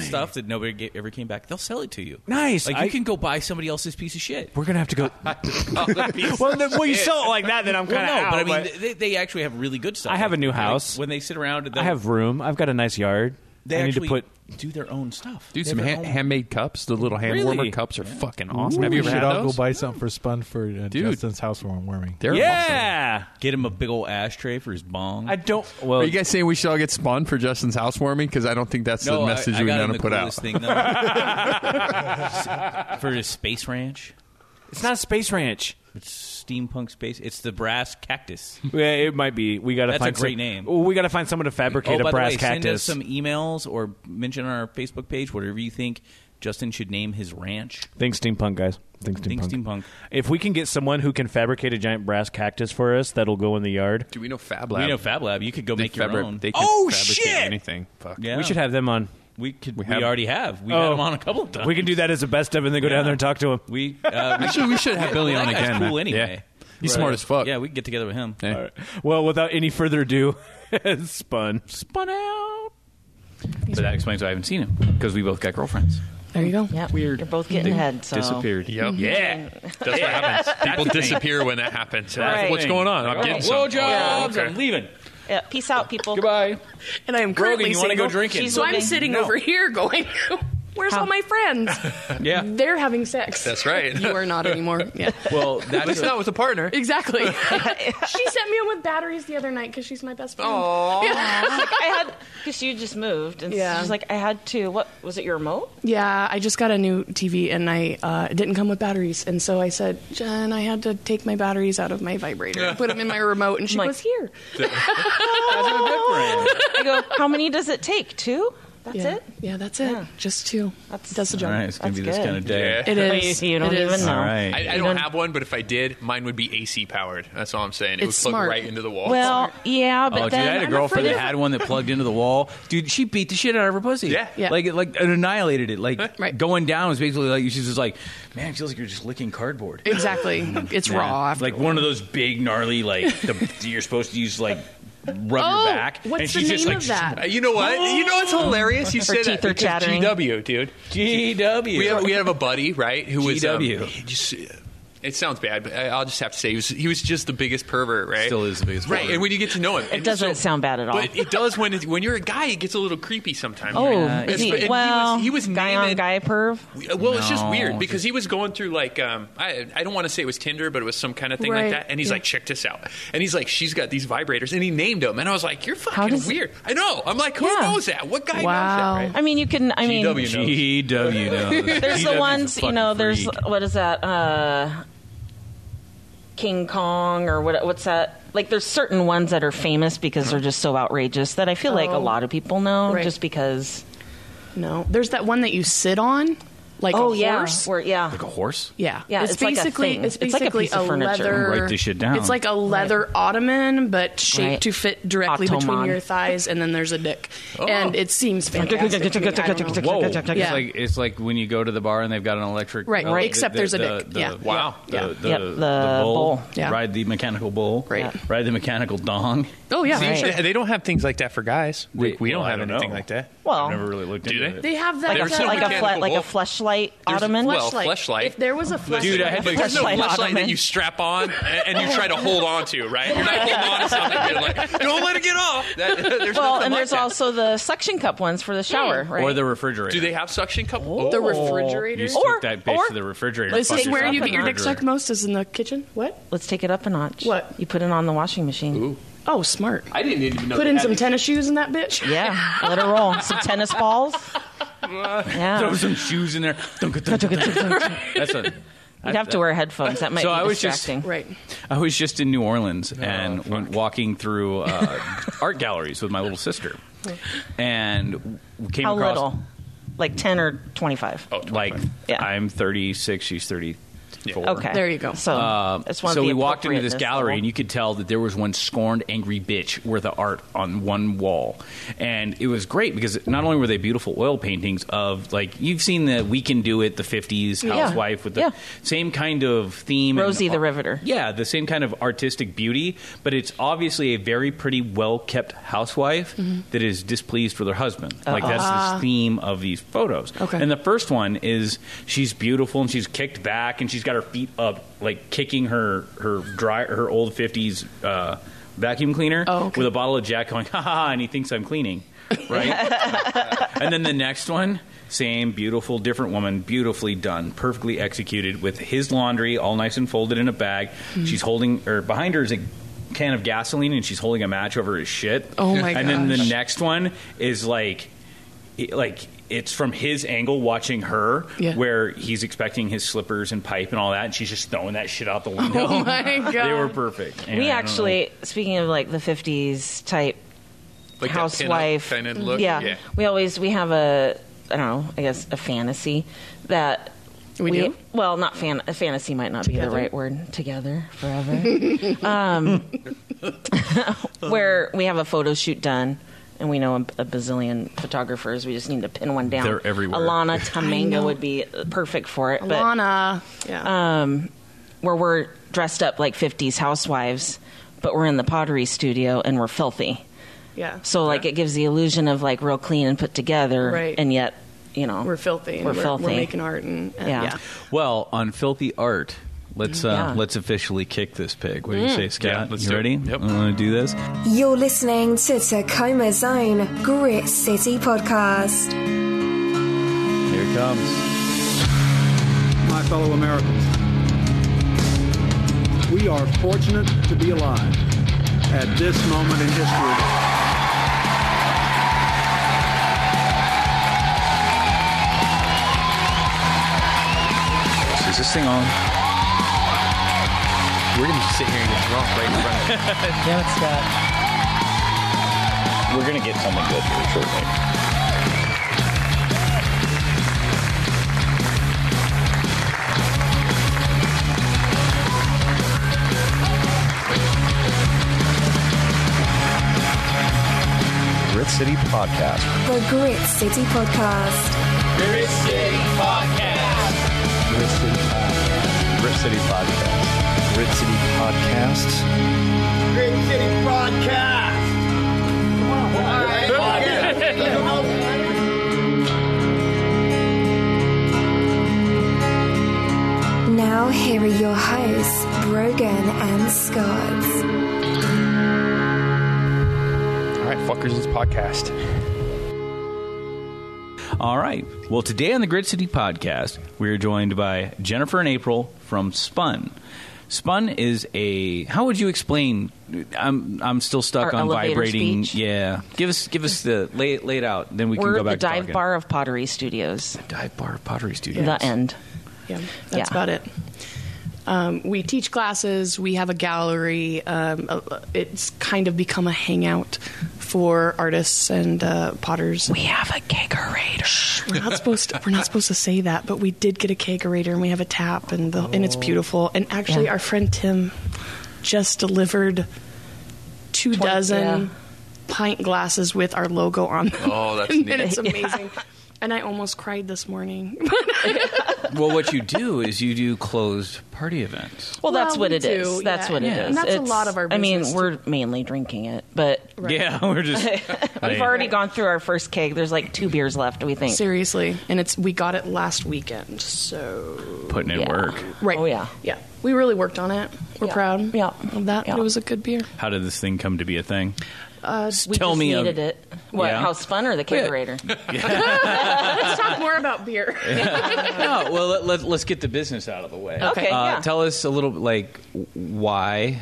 [SPEAKER 5] stuff that nobody ga- ever came back. They'll sell it to you.
[SPEAKER 1] Nice.
[SPEAKER 5] Like
[SPEAKER 1] I-
[SPEAKER 5] you can go buy somebody else's piece of shit.
[SPEAKER 1] We're gonna have to go.
[SPEAKER 5] Oh,
[SPEAKER 1] well, then, well, you sell it like that, then I'm
[SPEAKER 5] Well,
[SPEAKER 1] kind of
[SPEAKER 5] no,
[SPEAKER 1] out.
[SPEAKER 5] but I mean, they, they actually have really good stuff.
[SPEAKER 1] I have a new
[SPEAKER 5] Like,
[SPEAKER 1] house.
[SPEAKER 5] when they sit around, and
[SPEAKER 1] I have room. I've got a nice yard.
[SPEAKER 5] They
[SPEAKER 1] I need to
[SPEAKER 5] actually
[SPEAKER 1] put.
[SPEAKER 5] do their own stuff.
[SPEAKER 2] Dude,
[SPEAKER 5] They
[SPEAKER 2] some
[SPEAKER 5] have their
[SPEAKER 2] ha-
[SPEAKER 5] own-
[SPEAKER 2] handmade cups. The little hand
[SPEAKER 1] Really?
[SPEAKER 2] warmer cups are fucking awesome. Have
[SPEAKER 3] we
[SPEAKER 2] you ever
[SPEAKER 3] should
[SPEAKER 2] had
[SPEAKER 3] all
[SPEAKER 2] those?
[SPEAKER 3] go buy something for Spunford and
[SPEAKER 2] Dude.
[SPEAKER 3] Justin's housewarming.
[SPEAKER 2] They're awesome.
[SPEAKER 1] Yeah,
[SPEAKER 5] Get him a big old ashtray for his bong.
[SPEAKER 1] I don't. Well,
[SPEAKER 2] Are you guys saying we should all get spun for Justin's housewarming? Because I don't think that's
[SPEAKER 5] no,
[SPEAKER 2] the message
[SPEAKER 5] I, I
[SPEAKER 2] we
[SPEAKER 5] got him
[SPEAKER 2] want to
[SPEAKER 5] the
[SPEAKER 2] put out.
[SPEAKER 5] coolest Thing, though. for his space ranch.
[SPEAKER 1] it's not a space ranch.
[SPEAKER 5] It's steampunk space. It's the brass cactus.
[SPEAKER 1] Yeah, it might be. We gotta
[SPEAKER 5] That's a
[SPEAKER 1] find
[SPEAKER 5] great
[SPEAKER 1] some-
[SPEAKER 5] name.
[SPEAKER 1] Well, we gotta find someone to fabricate
[SPEAKER 5] oh, by
[SPEAKER 1] a brass
[SPEAKER 5] the way,
[SPEAKER 1] cactus.
[SPEAKER 5] send us some emails or mention on our Facebook page whatever you think Justin should name his ranch.
[SPEAKER 1] Think steampunk, guys. Think steampunk.
[SPEAKER 5] Think steampunk.
[SPEAKER 1] If we can get someone who can fabricate a giant brass cactus for us, that'll go in the yard.
[SPEAKER 2] Do we know Fab Lab?
[SPEAKER 5] We know Fab Lab. You could go
[SPEAKER 2] They
[SPEAKER 5] make your
[SPEAKER 2] fabri-
[SPEAKER 5] own.
[SPEAKER 2] They can
[SPEAKER 1] Oh,
[SPEAKER 2] fabricate
[SPEAKER 1] shit!
[SPEAKER 2] Anything. Fuck.
[SPEAKER 5] yeah,
[SPEAKER 1] We should have them on.
[SPEAKER 5] We could. We,
[SPEAKER 2] We have-
[SPEAKER 5] already have. We
[SPEAKER 1] Oh.
[SPEAKER 5] had him on a couple of times.
[SPEAKER 1] We can do that as a best of, and then go down there and talk to him.
[SPEAKER 5] We uh, we
[SPEAKER 2] Actually, we should have Billy
[SPEAKER 5] Well,
[SPEAKER 2] on
[SPEAKER 5] that guy's
[SPEAKER 2] again.
[SPEAKER 5] cool
[SPEAKER 2] man.
[SPEAKER 5] anyway.
[SPEAKER 2] Yeah. He's smart as fuck.
[SPEAKER 5] Yeah, we can get together with him.
[SPEAKER 2] Yeah.
[SPEAKER 1] Well, without any further ado, spun.
[SPEAKER 5] Spun out. But that explains why I haven't seen him because we both got girlfriends.
[SPEAKER 7] There you go.
[SPEAKER 8] Yep. You're both getting ahead. So
[SPEAKER 7] Oh,
[SPEAKER 5] Disappeared.
[SPEAKER 2] Yep.
[SPEAKER 1] Yeah.
[SPEAKER 2] That's what happens. People disappear when that happens.
[SPEAKER 8] Right.
[SPEAKER 2] What's going on? I'm getting
[SPEAKER 5] Blow
[SPEAKER 2] some.
[SPEAKER 5] jobs.
[SPEAKER 2] Oh, okay.
[SPEAKER 5] I'm leaving.
[SPEAKER 8] Yeah, peace out, people.
[SPEAKER 5] Goodbye.
[SPEAKER 7] And I am currently
[SPEAKER 5] Rogan, you wanna
[SPEAKER 7] single.
[SPEAKER 5] go drinking?
[SPEAKER 7] So I'm
[SPEAKER 8] Moving.
[SPEAKER 7] sitting over here going, where's all my friends?
[SPEAKER 5] Yeah.
[SPEAKER 7] They're having sex.
[SPEAKER 2] That's right.
[SPEAKER 7] You are not anymore. Yeah.
[SPEAKER 5] Well, that's
[SPEAKER 2] It's not with a partner.
[SPEAKER 7] Exactly. she sent me home with batteries the other night because she's my best friend.
[SPEAKER 8] Like, I had because you just moved, and
[SPEAKER 7] Yeah.
[SPEAKER 8] yeah. she's like, I had to. What was it? Your remote?
[SPEAKER 7] Yeah, I just got a new TV and I uh, it didn't come with batteries, and so I said, Jen, I had to take my batteries out of my vibrator and put them in my remote, and she
[SPEAKER 8] Like-
[SPEAKER 7] goes, "Here."
[SPEAKER 8] I go. How many does it take? Two. That's
[SPEAKER 7] yeah.
[SPEAKER 8] it.
[SPEAKER 7] Yeah, that's it.
[SPEAKER 8] Yeah.
[SPEAKER 7] Just two.
[SPEAKER 8] That's-
[SPEAKER 7] does the
[SPEAKER 5] All
[SPEAKER 7] job.
[SPEAKER 5] right. It's gonna
[SPEAKER 8] That's
[SPEAKER 5] be this
[SPEAKER 8] good.
[SPEAKER 5] kind of day.
[SPEAKER 2] Yeah.
[SPEAKER 7] It is.
[SPEAKER 8] You don't
[SPEAKER 7] It is.
[SPEAKER 8] even know.
[SPEAKER 5] All right.
[SPEAKER 2] I, I
[SPEAKER 8] You
[SPEAKER 2] don't
[SPEAKER 8] don't-
[SPEAKER 2] have one, but if I did, mine would be AC powered. That's all I'm saying. It
[SPEAKER 7] It's
[SPEAKER 2] would plug
[SPEAKER 7] smart.
[SPEAKER 2] right into the wall.
[SPEAKER 8] Well, yeah, but
[SPEAKER 5] Oh, dude,
[SPEAKER 8] then
[SPEAKER 5] I had a
[SPEAKER 8] I'm
[SPEAKER 5] girlfriend
[SPEAKER 8] afraid
[SPEAKER 5] that
[SPEAKER 8] of-
[SPEAKER 5] had one that plugged into the wall. Dude, she beat the shit out of her pussy.
[SPEAKER 2] Yeah.
[SPEAKER 7] Yeah.
[SPEAKER 5] Like, like it annihilated it. Like,
[SPEAKER 7] Right.
[SPEAKER 5] going down was basically like, she's just like, man, it feels like you're just licking cardboard.
[SPEAKER 7] Exactly. It's
[SPEAKER 5] Yeah.
[SPEAKER 7] raw. After
[SPEAKER 5] like one of those big gnarly like the, you're supposed to use like rub
[SPEAKER 7] oh,
[SPEAKER 5] your back.
[SPEAKER 7] what's
[SPEAKER 5] and she's
[SPEAKER 7] the name
[SPEAKER 5] just like
[SPEAKER 7] of that?
[SPEAKER 2] Uh, you know what? You know what's hilarious? You
[SPEAKER 8] Her
[SPEAKER 2] said that
[SPEAKER 8] teeth are
[SPEAKER 2] because
[SPEAKER 8] chattering.
[SPEAKER 2] GW, dude.
[SPEAKER 5] GW.
[SPEAKER 2] We have, we have a buddy, right? Who was um,
[SPEAKER 5] GW.
[SPEAKER 2] he just- it sounds bad, but I- I'll just have to say he was, he was just the biggest pervert, right?
[SPEAKER 5] Still is the biggest
[SPEAKER 2] right?
[SPEAKER 5] pervert.
[SPEAKER 2] And when you get to know him,
[SPEAKER 8] It doesn't sound bad at all.
[SPEAKER 5] Oh.
[SPEAKER 2] But it does when it, when you're a guy, it gets a little creepy sometimes.
[SPEAKER 8] Oh,
[SPEAKER 2] right?
[SPEAKER 5] Yeah,
[SPEAKER 2] It's-
[SPEAKER 8] is he,
[SPEAKER 2] and
[SPEAKER 8] well,
[SPEAKER 2] he was, he was
[SPEAKER 8] guy
[SPEAKER 2] naming,
[SPEAKER 8] on guy perv.
[SPEAKER 2] Well, it's just
[SPEAKER 5] No,
[SPEAKER 2] weird because he was going through like um, I I don't want to say it was Tinder, but it was some kind of thing
[SPEAKER 7] Right,
[SPEAKER 2] like that. And he's
[SPEAKER 7] yeah.
[SPEAKER 2] like, check this out. And he's like, she's got these vibrators, and he named them. And I was like, you're fucking
[SPEAKER 8] does-
[SPEAKER 2] weird. I know. I'm like, who
[SPEAKER 8] Yeah.
[SPEAKER 2] knows that? What guy
[SPEAKER 7] Wow.
[SPEAKER 2] knows that? Right?
[SPEAKER 8] I mean, you can. I mean,
[SPEAKER 2] GW knows.
[SPEAKER 5] E GW. knows.
[SPEAKER 8] there's
[SPEAKER 5] GW 's
[SPEAKER 8] the
[SPEAKER 5] a
[SPEAKER 8] ones you
[SPEAKER 5] fucking
[SPEAKER 8] know. There's
[SPEAKER 5] freak.
[SPEAKER 8] what is that? Uh, King Kong or what? What's that? Like, there's certain ones that are famous because they're just so outrageous that I feel like a
[SPEAKER 7] Oh.
[SPEAKER 8] lot of people know
[SPEAKER 7] Right.
[SPEAKER 8] just because.
[SPEAKER 7] No, there's that one that you sit on, like
[SPEAKER 8] Oh
[SPEAKER 7] a
[SPEAKER 8] yeah,
[SPEAKER 7] horse.
[SPEAKER 8] where yeah,
[SPEAKER 5] like a horse.
[SPEAKER 7] Yeah,
[SPEAKER 8] Yeah, it's like a
[SPEAKER 7] basically
[SPEAKER 8] thing.
[SPEAKER 7] it's
[SPEAKER 8] It's like a
[SPEAKER 7] basically
[SPEAKER 8] piece of furniture.
[SPEAKER 7] leather.
[SPEAKER 5] Write this shit down.
[SPEAKER 7] It's like a leather ottoman, but shaped
[SPEAKER 8] Right.
[SPEAKER 7] to fit directly between
[SPEAKER 8] Ottoman.
[SPEAKER 7] your thighs, and then there's a dick, and it seems fantastic. to me. I don't know.
[SPEAKER 5] Oh. Whoa! It's
[SPEAKER 7] Yeah.
[SPEAKER 5] like it's like when you go to the bar and they've got an electric.
[SPEAKER 7] Right,
[SPEAKER 5] uh,
[SPEAKER 7] right.
[SPEAKER 5] the-
[SPEAKER 7] Except
[SPEAKER 5] the-
[SPEAKER 7] there's a
[SPEAKER 5] the-
[SPEAKER 7] dick.
[SPEAKER 5] the-
[SPEAKER 7] Yeah.
[SPEAKER 2] Wow.
[SPEAKER 7] Yeah.
[SPEAKER 5] The, the,
[SPEAKER 8] Yep,
[SPEAKER 5] the,
[SPEAKER 8] the
[SPEAKER 5] bull.
[SPEAKER 8] bull.
[SPEAKER 7] Yeah.
[SPEAKER 5] Ride the mechanical bull.
[SPEAKER 7] Right.
[SPEAKER 8] Yeah.
[SPEAKER 5] Ride the mechanical dong.
[SPEAKER 7] Oh yeah,
[SPEAKER 8] Right.
[SPEAKER 2] They- They don't have things like that for guys. We,
[SPEAKER 5] They-
[SPEAKER 2] we don't
[SPEAKER 5] well, I
[SPEAKER 2] have
[SPEAKER 5] don't
[SPEAKER 2] anything
[SPEAKER 5] know.
[SPEAKER 2] like that.
[SPEAKER 8] Well,
[SPEAKER 5] I've never really looked
[SPEAKER 2] Do
[SPEAKER 5] into
[SPEAKER 2] they?
[SPEAKER 5] it.
[SPEAKER 7] Oh. They have that
[SPEAKER 8] like
[SPEAKER 2] There's
[SPEAKER 8] a,
[SPEAKER 2] no
[SPEAKER 8] like a fle-
[SPEAKER 2] mechanical
[SPEAKER 8] like a
[SPEAKER 2] bull.
[SPEAKER 8] fleshlight ottoman.
[SPEAKER 2] well, fleshlight.
[SPEAKER 7] If there was a fleshlight,
[SPEAKER 5] Dude, I had
[SPEAKER 2] Like, there's no
[SPEAKER 8] Fleshlight
[SPEAKER 2] flashlight
[SPEAKER 8] ottoman.
[SPEAKER 2] that you strap on and, and you try to hold on to, right? You're not holding on to something. You're like, don't let it get off. That, there's
[SPEAKER 8] well,
[SPEAKER 2] nothing
[SPEAKER 8] and
[SPEAKER 2] like
[SPEAKER 8] there's
[SPEAKER 2] that. Hmm.
[SPEAKER 8] also the suction cup ones for the shower, right?
[SPEAKER 5] Or the refrigerator.
[SPEAKER 2] Do they have suction cup?
[SPEAKER 7] the
[SPEAKER 2] Oh.
[SPEAKER 7] refrigerator.
[SPEAKER 5] You just
[SPEAKER 8] Or-
[SPEAKER 5] took that bitch
[SPEAKER 8] or-
[SPEAKER 5] to the refrigerator.
[SPEAKER 7] This
[SPEAKER 5] Fuck
[SPEAKER 7] is where
[SPEAKER 5] yourself
[SPEAKER 7] you
[SPEAKER 5] in
[SPEAKER 7] get
[SPEAKER 5] the
[SPEAKER 7] your dick
[SPEAKER 5] refrigerator.
[SPEAKER 7] sucked most is in the kitchen. What?
[SPEAKER 8] Let's take it up a notch.
[SPEAKER 7] What?
[SPEAKER 8] You put it on the washing machine.
[SPEAKER 7] Oh, smart.
[SPEAKER 2] I didn't even know.
[SPEAKER 7] Put
[SPEAKER 2] they
[SPEAKER 7] in
[SPEAKER 2] had
[SPEAKER 7] some
[SPEAKER 2] these.
[SPEAKER 7] tennis shoes in that bitch.
[SPEAKER 8] Yeah, let it roll. Some tennis balls.
[SPEAKER 5] Throw
[SPEAKER 8] Yeah.
[SPEAKER 5] some shoes in there. Dunk, dunk, dunk, dunk. That's what.
[SPEAKER 8] You'd have to wear headphones. That might
[SPEAKER 5] So
[SPEAKER 8] be
[SPEAKER 5] I was just-
[SPEAKER 8] distracting.
[SPEAKER 7] Right.
[SPEAKER 5] I was just in New Orleans and went walking through uh, art galleries with my little sister, and w- came
[SPEAKER 8] How
[SPEAKER 5] across
[SPEAKER 8] little? Like 10 or 25.
[SPEAKER 2] Oh,
[SPEAKER 5] like
[SPEAKER 8] Yeah.
[SPEAKER 5] I'm 36, she's 33. for.
[SPEAKER 7] Okay.
[SPEAKER 8] There you go.
[SPEAKER 7] So
[SPEAKER 5] Um,
[SPEAKER 7] it's one of
[SPEAKER 5] so
[SPEAKER 7] the
[SPEAKER 5] we walked into this
[SPEAKER 7] appropriateness
[SPEAKER 5] gallery,
[SPEAKER 7] level.
[SPEAKER 5] and you could tell that there was one scorned, angry bitch worth of art on one wall, and it was great because not only were they beautiful oil paintings of like you've seen the We Can Do It, the '50s
[SPEAKER 7] Yeah.
[SPEAKER 5] housewife with the
[SPEAKER 7] Yeah.
[SPEAKER 5] same kind of theme, and-
[SPEAKER 7] Rosie the Riveter.
[SPEAKER 5] yeah, the same kind of artistic beauty, but it's obviously a very pretty, well kept housewife
[SPEAKER 7] Mm-hmm.
[SPEAKER 5] that is displeased with her husband. Like that's
[SPEAKER 7] Ah.
[SPEAKER 5] the theme of these photos.
[SPEAKER 8] Uh-huh. Okay.
[SPEAKER 5] And the first one is she's beautiful and she's kicked back and she's got her feet up, like kicking her her dry her old fifties uh, vacuum cleaner
[SPEAKER 8] Oh, okay.
[SPEAKER 5] with a bottle of Jack, going ha ha, ha," and he thinks I'm cleaning, right? and then the next one. Same beautiful, different woman, beautifully done, perfectly executed, with his laundry all nice and folded in a bag.
[SPEAKER 8] Mm-hmm.
[SPEAKER 5] She's holding, or behind her is a can of gasoline, and she's holding a match over his shit.
[SPEAKER 8] Oh my
[SPEAKER 5] And then the
[SPEAKER 8] gosh.
[SPEAKER 5] next one is like it- like it's from his angle watching her
[SPEAKER 8] Yeah.
[SPEAKER 5] where he's expecting his slippers and pipe and all that and she's just throwing that shit out the window
[SPEAKER 8] Oh my god.
[SPEAKER 5] they were perfect And
[SPEAKER 7] we
[SPEAKER 5] I don't know.
[SPEAKER 7] actually, speaking of like the 50s type
[SPEAKER 2] Like that pinup
[SPEAKER 7] housewife
[SPEAKER 2] kind of look.
[SPEAKER 7] Yeah.
[SPEAKER 2] Yeah.
[SPEAKER 7] we always we have a I don't know I guess a fantasy that
[SPEAKER 8] We do?
[SPEAKER 7] well not fan a fantasy might not be the right word together forever um, where we have a photo shoot done. And we know a, a bazillion photographers. We just need to pin one down.
[SPEAKER 2] They're everywhere.
[SPEAKER 7] Alana
[SPEAKER 8] know.
[SPEAKER 7] Taminga would be perfect for it. but- um,
[SPEAKER 8] Lana. Yeah.
[SPEAKER 7] where we're dressed up like 50s housewives, but we're in the pottery studio and we're filthy.
[SPEAKER 8] yeah.
[SPEAKER 7] So, like, it gives the illusion of like real clean and put together,
[SPEAKER 8] Right.
[SPEAKER 7] and yet, you know,
[SPEAKER 8] we're filthy. and
[SPEAKER 7] We're filthy.
[SPEAKER 8] We're making art and, and
[SPEAKER 7] Yeah.
[SPEAKER 8] yeah.
[SPEAKER 5] well on filthy art let's uh,
[SPEAKER 7] Yeah.
[SPEAKER 5] let's officially kick this pig what do
[SPEAKER 8] Mm.
[SPEAKER 5] you say Scott
[SPEAKER 2] Yeah, let's
[SPEAKER 5] you
[SPEAKER 2] do it.
[SPEAKER 5] ready
[SPEAKER 2] Yep.
[SPEAKER 5] want to do this
[SPEAKER 4] You're listening to Tacoma Zone Grit City Podcast.
[SPEAKER 5] here it comes
[SPEAKER 9] my fellow Americans. We are fortunate to be alive at this moment in history.
[SPEAKER 5] is this thing on
[SPEAKER 2] We're going to just sit here and get drunk right in front of
[SPEAKER 5] we're gonna get something good here shortly
[SPEAKER 10] Grit City Podcast.
[SPEAKER 4] The Grit City Podcast.
[SPEAKER 10] Grit City Podcast. Grit City Podcast. Grit City Podcast.
[SPEAKER 4] Now, here are your hosts, Brogan and Scott.
[SPEAKER 2] All right, fuckers, let's podcast.
[SPEAKER 5] All right. Well, today on the Grid City podcast, we are joined by Jennifer and April from Spun. Spun is a. How would you explain? I'm I'm still stuck
[SPEAKER 7] Our
[SPEAKER 5] on
[SPEAKER 7] elevator
[SPEAKER 5] vibrating.
[SPEAKER 7] speech?
[SPEAKER 5] Yeah. Give us give us the lay it, lay it out. Then we can
[SPEAKER 7] we're
[SPEAKER 5] go
[SPEAKER 7] the
[SPEAKER 5] back. to
[SPEAKER 7] dive
[SPEAKER 5] talking.
[SPEAKER 7] bar of pottery studios.
[SPEAKER 5] Dive bar pottery studio.
[SPEAKER 7] The end.
[SPEAKER 8] Yeah, that's
[SPEAKER 7] Yeah.
[SPEAKER 8] about it. Um, we teach classes. We have a gallery. Um, uh, it's kind of become a hangout for artists and uh, potters.
[SPEAKER 7] We have a kegerator.
[SPEAKER 8] We're not supposed to. We're not supposed to say that, but we did get a kegerator and we have a tap and the, and it's
[SPEAKER 2] Oh.
[SPEAKER 8] beautiful. And actually,
[SPEAKER 7] Yeah.
[SPEAKER 8] our friend Tim just delivered two
[SPEAKER 7] Twenty-
[SPEAKER 8] dozen
[SPEAKER 7] yeah.
[SPEAKER 8] pint glasses with our logo on them.
[SPEAKER 2] Oh, that's
[SPEAKER 8] and
[SPEAKER 2] neat.
[SPEAKER 8] it's amazing. And I almost cried this morning.
[SPEAKER 5] well, what you do is you do closed party events.
[SPEAKER 7] Well, that's
[SPEAKER 8] Well,
[SPEAKER 7] what
[SPEAKER 8] we
[SPEAKER 7] it is.
[SPEAKER 8] do,
[SPEAKER 7] That's
[SPEAKER 8] yeah.
[SPEAKER 7] what
[SPEAKER 8] Yeah.
[SPEAKER 7] it is.
[SPEAKER 8] And that's a
[SPEAKER 7] It's-
[SPEAKER 8] lot of our
[SPEAKER 7] I mean,
[SPEAKER 8] business, too.
[SPEAKER 7] we're mainly drinking it, but
[SPEAKER 5] Yeah, we're just.
[SPEAKER 7] we've already gone through our first keg. There's like two beers left, we think.
[SPEAKER 8] Seriously, and it's we got it last weekend. So
[SPEAKER 5] putting in
[SPEAKER 7] Yeah.
[SPEAKER 5] work.
[SPEAKER 8] right,
[SPEAKER 7] Oh, yeah.
[SPEAKER 8] yeah. We really worked on it. We're
[SPEAKER 7] Yeah.
[SPEAKER 8] proud.
[SPEAKER 7] Yeah.
[SPEAKER 8] of that.
[SPEAKER 7] Yeah.
[SPEAKER 8] It was a good beer.
[SPEAKER 5] How did this thing come to be a thing?
[SPEAKER 8] Uh,
[SPEAKER 7] We
[SPEAKER 5] Tell
[SPEAKER 7] just
[SPEAKER 5] me a-
[SPEAKER 7] needed it. What?
[SPEAKER 5] Yeah.
[SPEAKER 7] How spun or the kegerator?
[SPEAKER 8] let's talk more about beer.
[SPEAKER 5] no, well, let, let, let's get the business out of the way.
[SPEAKER 7] Okay,
[SPEAKER 5] Uh,
[SPEAKER 7] yeah.
[SPEAKER 5] Tell us a little, like, why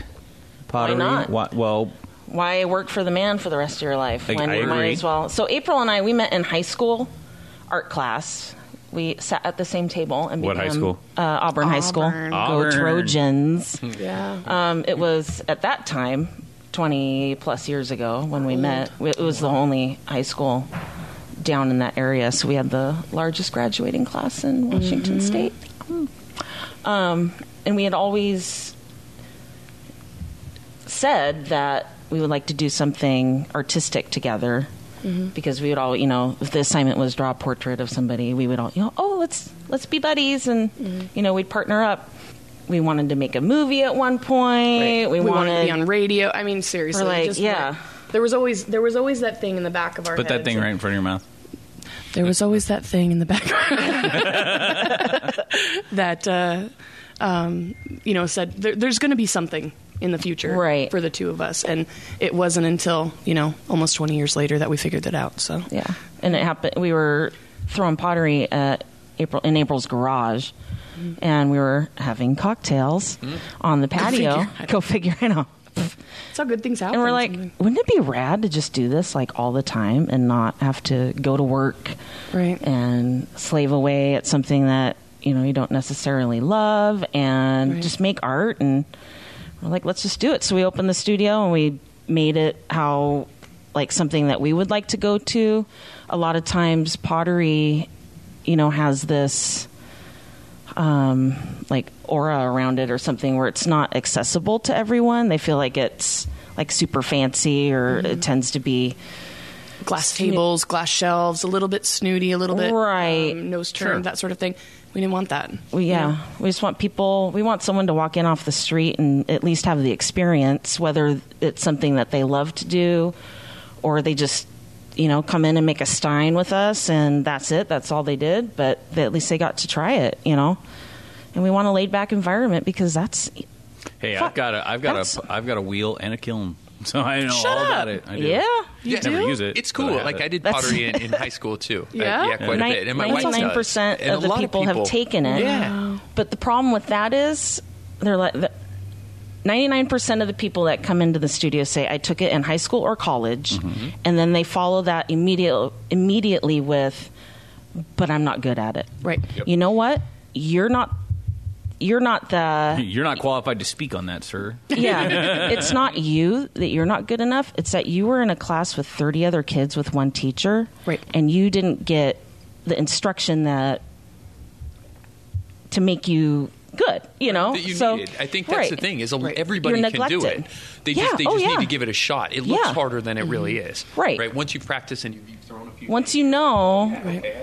[SPEAKER 5] pottery?
[SPEAKER 7] not?
[SPEAKER 5] Why, well,
[SPEAKER 7] why work for the man for the rest of your life
[SPEAKER 5] I-
[SPEAKER 7] when
[SPEAKER 5] I
[SPEAKER 7] you might
[SPEAKER 5] agree.
[SPEAKER 7] as well. So April and I we met in high school art class. We sat at the same table and
[SPEAKER 5] What high
[SPEAKER 7] became,
[SPEAKER 5] school?
[SPEAKER 7] Uh, Auburn, High School.
[SPEAKER 8] Auburn.
[SPEAKER 5] Auburn.
[SPEAKER 7] Go Trojans.
[SPEAKER 8] yeah.
[SPEAKER 7] um, it was at that time twenty plus years ago when we met. We- It was the only high school down in that area, so we had the largest graduating class in Washington State. Um, and we had always said that we would like to do something artistic together
[SPEAKER 8] Mm-hmm.
[SPEAKER 7] because we would all, you know, if the assignment was draw a portrait of somebody, we would all, you know, oh, let's let's be buddies and
[SPEAKER 8] Mm-hmm.
[SPEAKER 7] you know, we'd partner up. We wanted to make a movie at one point.
[SPEAKER 8] we wanted to be on radio. I mean, seriously,
[SPEAKER 7] Or, like,
[SPEAKER 8] just,
[SPEAKER 7] yeah.
[SPEAKER 8] there was always there was always that thing in the back of our.
[SPEAKER 5] Put that
[SPEAKER 8] heads.
[SPEAKER 5] thing right in front of your mouth.
[SPEAKER 8] There was always that thing in the background that uh, um, you know said there, there's going to be something in the future
[SPEAKER 7] Right.
[SPEAKER 8] for the two of us, and it wasn't until you know almost 20 years later that we figured that out. So
[SPEAKER 7] Yeah, and it happened. We were throwing pottery at April in April's garage, and we were having cocktails on the patio.
[SPEAKER 8] Mm-hmm. figure. I
[SPEAKER 7] Go figure, I know.
[SPEAKER 8] that's how good things happen.
[SPEAKER 7] And we're like,
[SPEAKER 8] sometimes.
[SPEAKER 7] wouldn't it be rad to just do this like all the time and not have to go to work
[SPEAKER 8] Right.
[SPEAKER 7] and slave away at something that you know you don't necessarily love and
[SPEAKER 8] Right.
[SPEAKER 7] just make art and we're like let's just do it so we opened the studio and we made it how like something that we would like to go to a lot of times pottery you know has this um, like aura around it or something where it's not accessible to everyone they feel like it's like super fancy or it tends to be
[SPEAKER 8] Mm-hmm. glass tables, glass shelves, a little bit snooty, a little bit
[SPEAKER 7] Right.
[SPEAKER 8] um, nose turned,
[SPEAKER 2] Sure.
[SPEAKER 8] that sort of thing. We didn't want that.
[SPEAKER 7] Well, yeah, we just want people. We want someone to walk in off the street and at least have the experience, whether it's something that they love to do, or they just, you know, come in and make a stein with us, and that's it. That's all they did, but they, at least they got to try it, you know. And we want a laid back environment because that's
[SPEAKER 5] Hey,
[SPEAKER 7] Fuck.
[SPEAKER 5] I've got a, I've got
[SPEAKER 7] That's-
[SPEAKER 5] a, I've got a wheel and a kiln, so I know
[SPEAKER 7] Shut
[SPEAKER 5] all
[SPEAKER 7] up.
[SPEAKER 5] about it. I do.
[SPEAKER 7] Yeah.
[SPEAKER 5] you never
[SPEAKER 8] do?
[SPEAKER 5] use it.
[SPEAKER 2] It's
[SPEAKER 5] but
[SPEAKER 2] cool.
[SPEAKER 5] have
[SPEAKER 2] Like
[SPEAKER 5] it.
[SPEAKER 2] I did
[SPEAKER 7] That's-
[SPEAKER 2] pottery in, in high school too.
[SPEAKER 8] Yeah?
[SPEAKER 2] I, yeah, quite
[SPEAKER 7] Nin-
[SPEAKER 2] a bit. And my wife does.
[SPEAKER 7] 99%
[SPEAKER 2] And
[SPEAKER 7] of
[SPEAKER 2] a
[SPEAKER 7] the
[SPEAKER 2] lot
[SPEAKER 7] people,
[SPEAKER 2] of people
[SPEAKER 7] have taken it.
[SPEAKER 2] Yeah.
[SPEAKER 7] But the problem with that is they're like the, 99% of the people that come into the studio say I took it in high school or college
[SPEAKER 2] Mm-hmm.
[SPEAKER 7] and then they follow that immediate, immediately with but I'm not good at it.
[SPEAKER 8] Right.
[SPEAKER 7] You know what? You're not you're not the
[SPEAKER 5] You're not qualified to speak on that, sir.
[SPEAKER 7] yeah. it's not you that you're not good enough. It's that you were in a class with 30 other kids with one teacher.
[SPEAKER 8] Right.
[SPEAKER 7] And you didn't get the instruction that to make you good, you know?
[SPEAKER 2] That you
[SPEAKER 7] Oh, so,
[SPEAKER 2] needed. I think that's
[SPEAKER 7] right.
[SPEAKER 2] the thing is
[SPEAKER 7] Right.
[SPEAKER 2] everybody
[SPEAKER 7] You're
[SPEAKER 2] can do it.
[SPEAKER 7] neglected.
[SPEAKER 2] They
[SPEAKER 7] Yeah.
[SPEAKER 2] just they
[SPEAKER 7] Oh,
[SPEAKER 2] just
[SPEAKER 7] yeah.
[SPEAKER 2] need to give it a shot. It looks
[SPEAKER 7] Yeah. Mm-hmm.
[SPEAKER 2] harder than it really is.
[SPEAKER 7] Right.
[SPEAKER 2] Right. Once you practice and you- you've thrown a few
[SPEAKER 7] Once you know,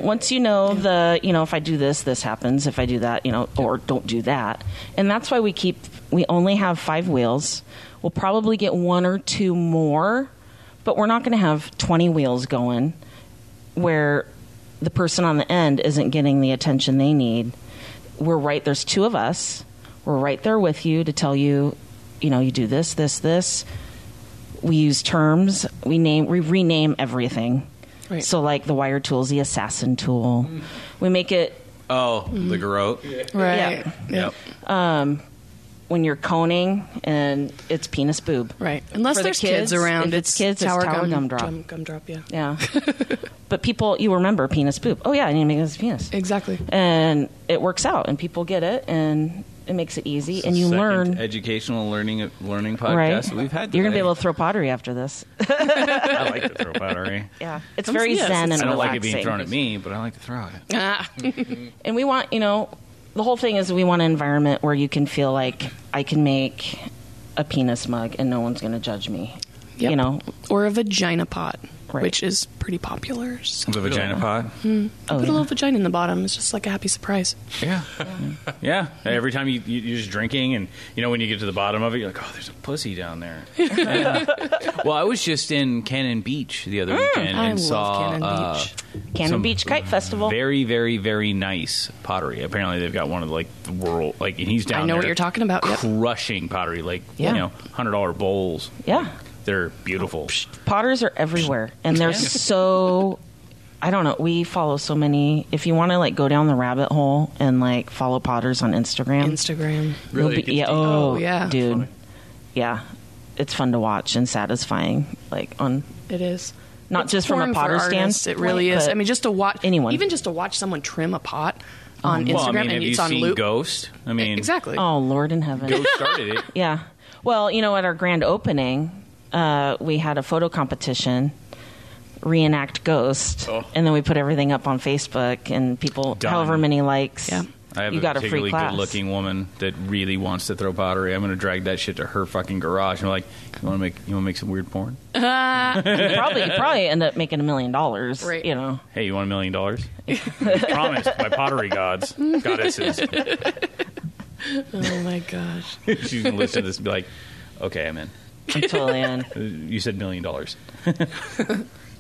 [SPEAKER 7] once you know the, you know, if I do this, this happens. If I do that, you know, or don't do that. And that's why we keep, we only have five wheels. We'll probably get one or two more, but we're not going to have 20 wheels going where the person on the end isn't getting the attention they need. We're right, there's two of us. We're right there with you to tell you, you know, you do this, this, this. We use terms, we name, we rename everything.
[SPEAKER 8] Right.
[SPEAKER 7] So, like the wire tool's the assassin tool. We make it
[SPEAKER 5] Oh, the garrote.
[SPEAKER 8] Right.
[SPEAKER 7] Mm-hmm. Yeah. Um,
[SPEAKER 5] Yep.
[SPEAKER 7] when you're coning and it's penis boob.
[SPEAKER 8] Right. Unless
[SPEAKER 7] For the
[SPEAKER 8] there's kids,
[SPEAKER 7] kids,
[SPEAKER 8] around,
[SPEAKER 7] if it's kids, it's
[SPEAKER 8] tower,
[SPEAKER 7] tower
[SPEAKER 8] gum,
[SPEAKER 7] gumdrop.
[SPEAKER 8] Gum, gumdrop, yeah.
[SPEAKER 7] Yeah. but people, you remember penis boob. Oh, yeah, I need to make this penis.
[SPEAKER 8] Exactly.
[SPEAKER 7] and it works out and people get it and it makes it easy and you
[SPEAKER 5] Second
[SPEAKER 7] learn
[SPEAKER 5] educational learning learning podcast
[SPEAKER 7] right
[SPEAKER 5] that we've had.
[SPEAKER 7] you're gonna be
[SPEAKER 5] today.
[SPEAKER 7] able to throw pottery after this
[SPEAKER 5] I like to throw pottery.
[SPEAKER 7] yeah it's
[SPEAKER 8] I'm-
[SPEAKER 7] very
[SPEAKER 8] yes,
[SPEAKER 7] zen
[SPEAKER 8] it's-
[SPEAKER 7] and
[SPEAKER 5] I don't
[SPEAKER 7] relaxing.
[SPEAKER 5] like it being thrown at me, but I like to throw it.
[SPEAKER 8] Ah,
[SPEAKER 7] and we want you know the whole thing is we want an environment where you can feel like i can make a penis mug and no one's gonna judge me
[SPEAKER 8] Yep.
[SPEAKER 7] you know
[SPEAKER 8] or a vagina pot,
[SPEAKER 7] Right.
[SPEAKER 8] which is pretty popular. So
[SPEAKER 5] The vagina pod.
[SPEAKER 7] oh,
[SPEAKER 8] put
[SPEAKER 7] yeah.
[SPEAKER 8] a little vagina in the bottom. It's just like a happy surprise.
[SPEAKER 5] Yeah. Yeah. Every time you, you, you're just drinking, and you know, when you get to the bottom of it, you're like, oh, there's a pussy down there. Yeah. Well, I was just in Cannon Beach the other weekend
[SPEAKER 8] Mm. I
[SPEAKER 5] and
[SPEAKER 8] love
[SPEAKER 5] saw
[SPEAKER 8] Cannon
[SPEAKER 5] uh,
[SPEAKER 8] Beach.
[SPEAKER 7] Mm. Cannon
[SPEAKER 5] some
[SPEAKER 7] Beach Kite Festival.
[SPEAKER 5] Very, very, very nice pottery. Apparently, they've got one of like the world. Like, and he's down.
[SPEAKER 8] know what
[SPEAKER 5] there
[SPEAKER 8] you're talking about, yep.
[SPEAKER 5] Crushing pottery, like
[SPEAKER 7] Yeah.
[SPEAKER 5] you know, hundred dollar bowls.
[SPEAKER 7] Yeah.
[SPEAKER 5] Like, they're beautiful.
[SPEAKER 7] potters are everywhere and they're so i don't know we follow so many if you want to like go down the rabbit hole and like follow potters on instagram
[SPEAKER 8] Instagram.
[SPEAKER 7] you'll
[SPEAKER 2] Really?
[SPEAKER 7] be- yeah oh,
[SPEAKER 8] Oh, yeah.
[SPEAKER 7] dude yeah it's fun to watch and satisfying like on
[SPEAKER 8] It is.
[SPEAKER 7] Not just from a
[SPEAKER 8] foreign for
[SPEAKER 7] potter stand,
[SPEAKER 8] artists, It really is.
[SPEAKER 7] but
[SPEAKER 8] I mean, just to watch
[SPEAKER 7] anyone.
[SPEAKER 8] even just to watch someone trim a pot on Instagram
[SPEAKER 5] well, I mean, have
[SPEAKER 8] and
[SPEAKER 5] you
[SPEAKER 8] it's on
[SPEAKER 5] seen
[SPEAKER 8] loop.
[SPEAKER 5] Ghost? I mean,
[SPEAKER 8] exactly.
[SPEAKER 7] oh lord in heaven
[SPEAKER 5] Ghost started it.
[SPEAKER 7] Yeah. Well, you know, at our grand opening, uh, we had a photo competition,
[SPEAKER 2] Oh.
[SPEAKER 7] reenact Ghost, and then we put everything up on Facebook, and people,
[SPEAKER 5] Done.
[SPEAKER 7] however many likes.
[SPEAKER 8] Yeah.
[SPEAKER 5] I have
[SPEAKER 7] you
[SPEAKER 5] a
[SPEAKER 7] got a free
[SPEAKER 5] particularly
[SPEAKER 7] class.
[SPEAKER 5] good-looking woman that really wants to throw pottery. I'm going to drag that shit to her fucking garage. And I'm like, you want to make you want to make some weird porn?
[SPEAKER 7] you probably you probably end up making a million dollars.
[SPEAKER 8] Right.
[SPEAKER 7] You know,
[SPEAKER 5] Hey, you want a million dollars? Promised by pottery gods, goddesses.
[SPEAKER 8] Oh my gosh.
[SPEAKER 5] She's going to listen to this and be like, okay, I'm in.
[SPEAKER 7] I'm totally in.
[SPEAKER 5] Uh, You said million dollars.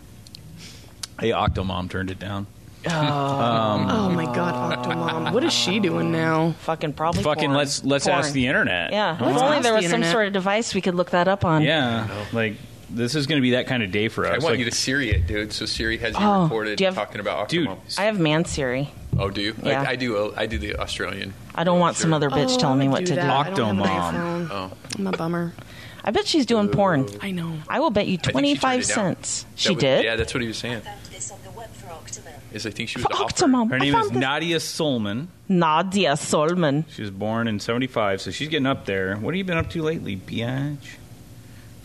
[SPEAKER 5] hey, Octomom turned it down.
[SPEAKER 8] Oh my god, Octomom. What is she doing now?
[SPEAKER 7] Fucking probably.
[SPEAKER 5] Fucking
[SPEAKER 7] porn.
[SPEAKER 5] let's let's
[SPEAKER 7] Porn.
[SPEAKER 5] ask the internet.
[SPEAKER 7] Yeah.
[SPEAKER 8] Let's
[SPEAKER 7] If only
[SPEAKER 8] ask
[SPEAKER 7] there
[SPEAKER 8] the
[SPEAKER 7] was some
[SPEAKER 8] internet.
[SPEAKER 7] sort of device we could look that up on.
[SPEAKER 5] yeah. Like this is going to be that kind of day for us.
[SPEAKER 2] I want
[SPEAKER 5] Like,
[SPEAKER 2] you to Siri it, dude. So Siri has you
[SPEAKER 7] Oh,
[SPEAKER 2] recorded
[SPEAKER 7] do you have-
[SPEAKER 2] talking about Octomom.
[SPEAKER 5] dude.
[SPEAKER 7] I have man Siri.
[SPEAKER 2] Oh, do you?
[SPEAKER 7] Yeah.
[SPEAKER 2] I, I do. uh, I do the Australian.
[SPEAKER 7] I don't want some
[SPEAKER 2] Sure.
[SPEAKER 7] other
[SPEAKER 8] Oh,
[SPEAKER 7] bitch telling me what to do.
[SPEAKER 5] that.
[SPEAKER 8] I don't have an
[SPEAKER 5] Octomom.
[SPEAKER 2] uh,
[SPEAKER 8] iPhone. I'm a bummer.
[SPEAKER 7] I bet she's doing porn.
[SPEAKER 8] I know.
[SPEAKER 7] I will bet you
[SPEAKER 2] I think she
[SPEAKER 7] twenty
[SPEAKER 2] turned
[SPEAKER 7] five
[SPEAKER 2] it down.
[SPEAKER 7] cents.
[SPEAKER 2] That
[SPEAKER 7] She
[SPEAKER 2] was-
[SPEAKER 7] did.
[SPEAKER 2] Yeah, that's what he was saying.
[SPEAKER 4] found this on the web for Octomom.
[SPEAKER 2] Is I think she was
[SPEAKER 7] For
[SPEAKER 2] the offer.
[SPEAKER 7] Octomom.
[SPEAKER 5] her
[SPEAKER 7] I
[SPEAKER 5] name
[SPEAKER 7] found
[SPEAKER 5] is
[SPEAKER 7] this-
[SPEAKER 5] Nadia Solman.
[SPEAKER 7] Nadia Solman.
[SPEAKER 5] She was born in 75, so she's getting up there. What have you been up to lately, biatch?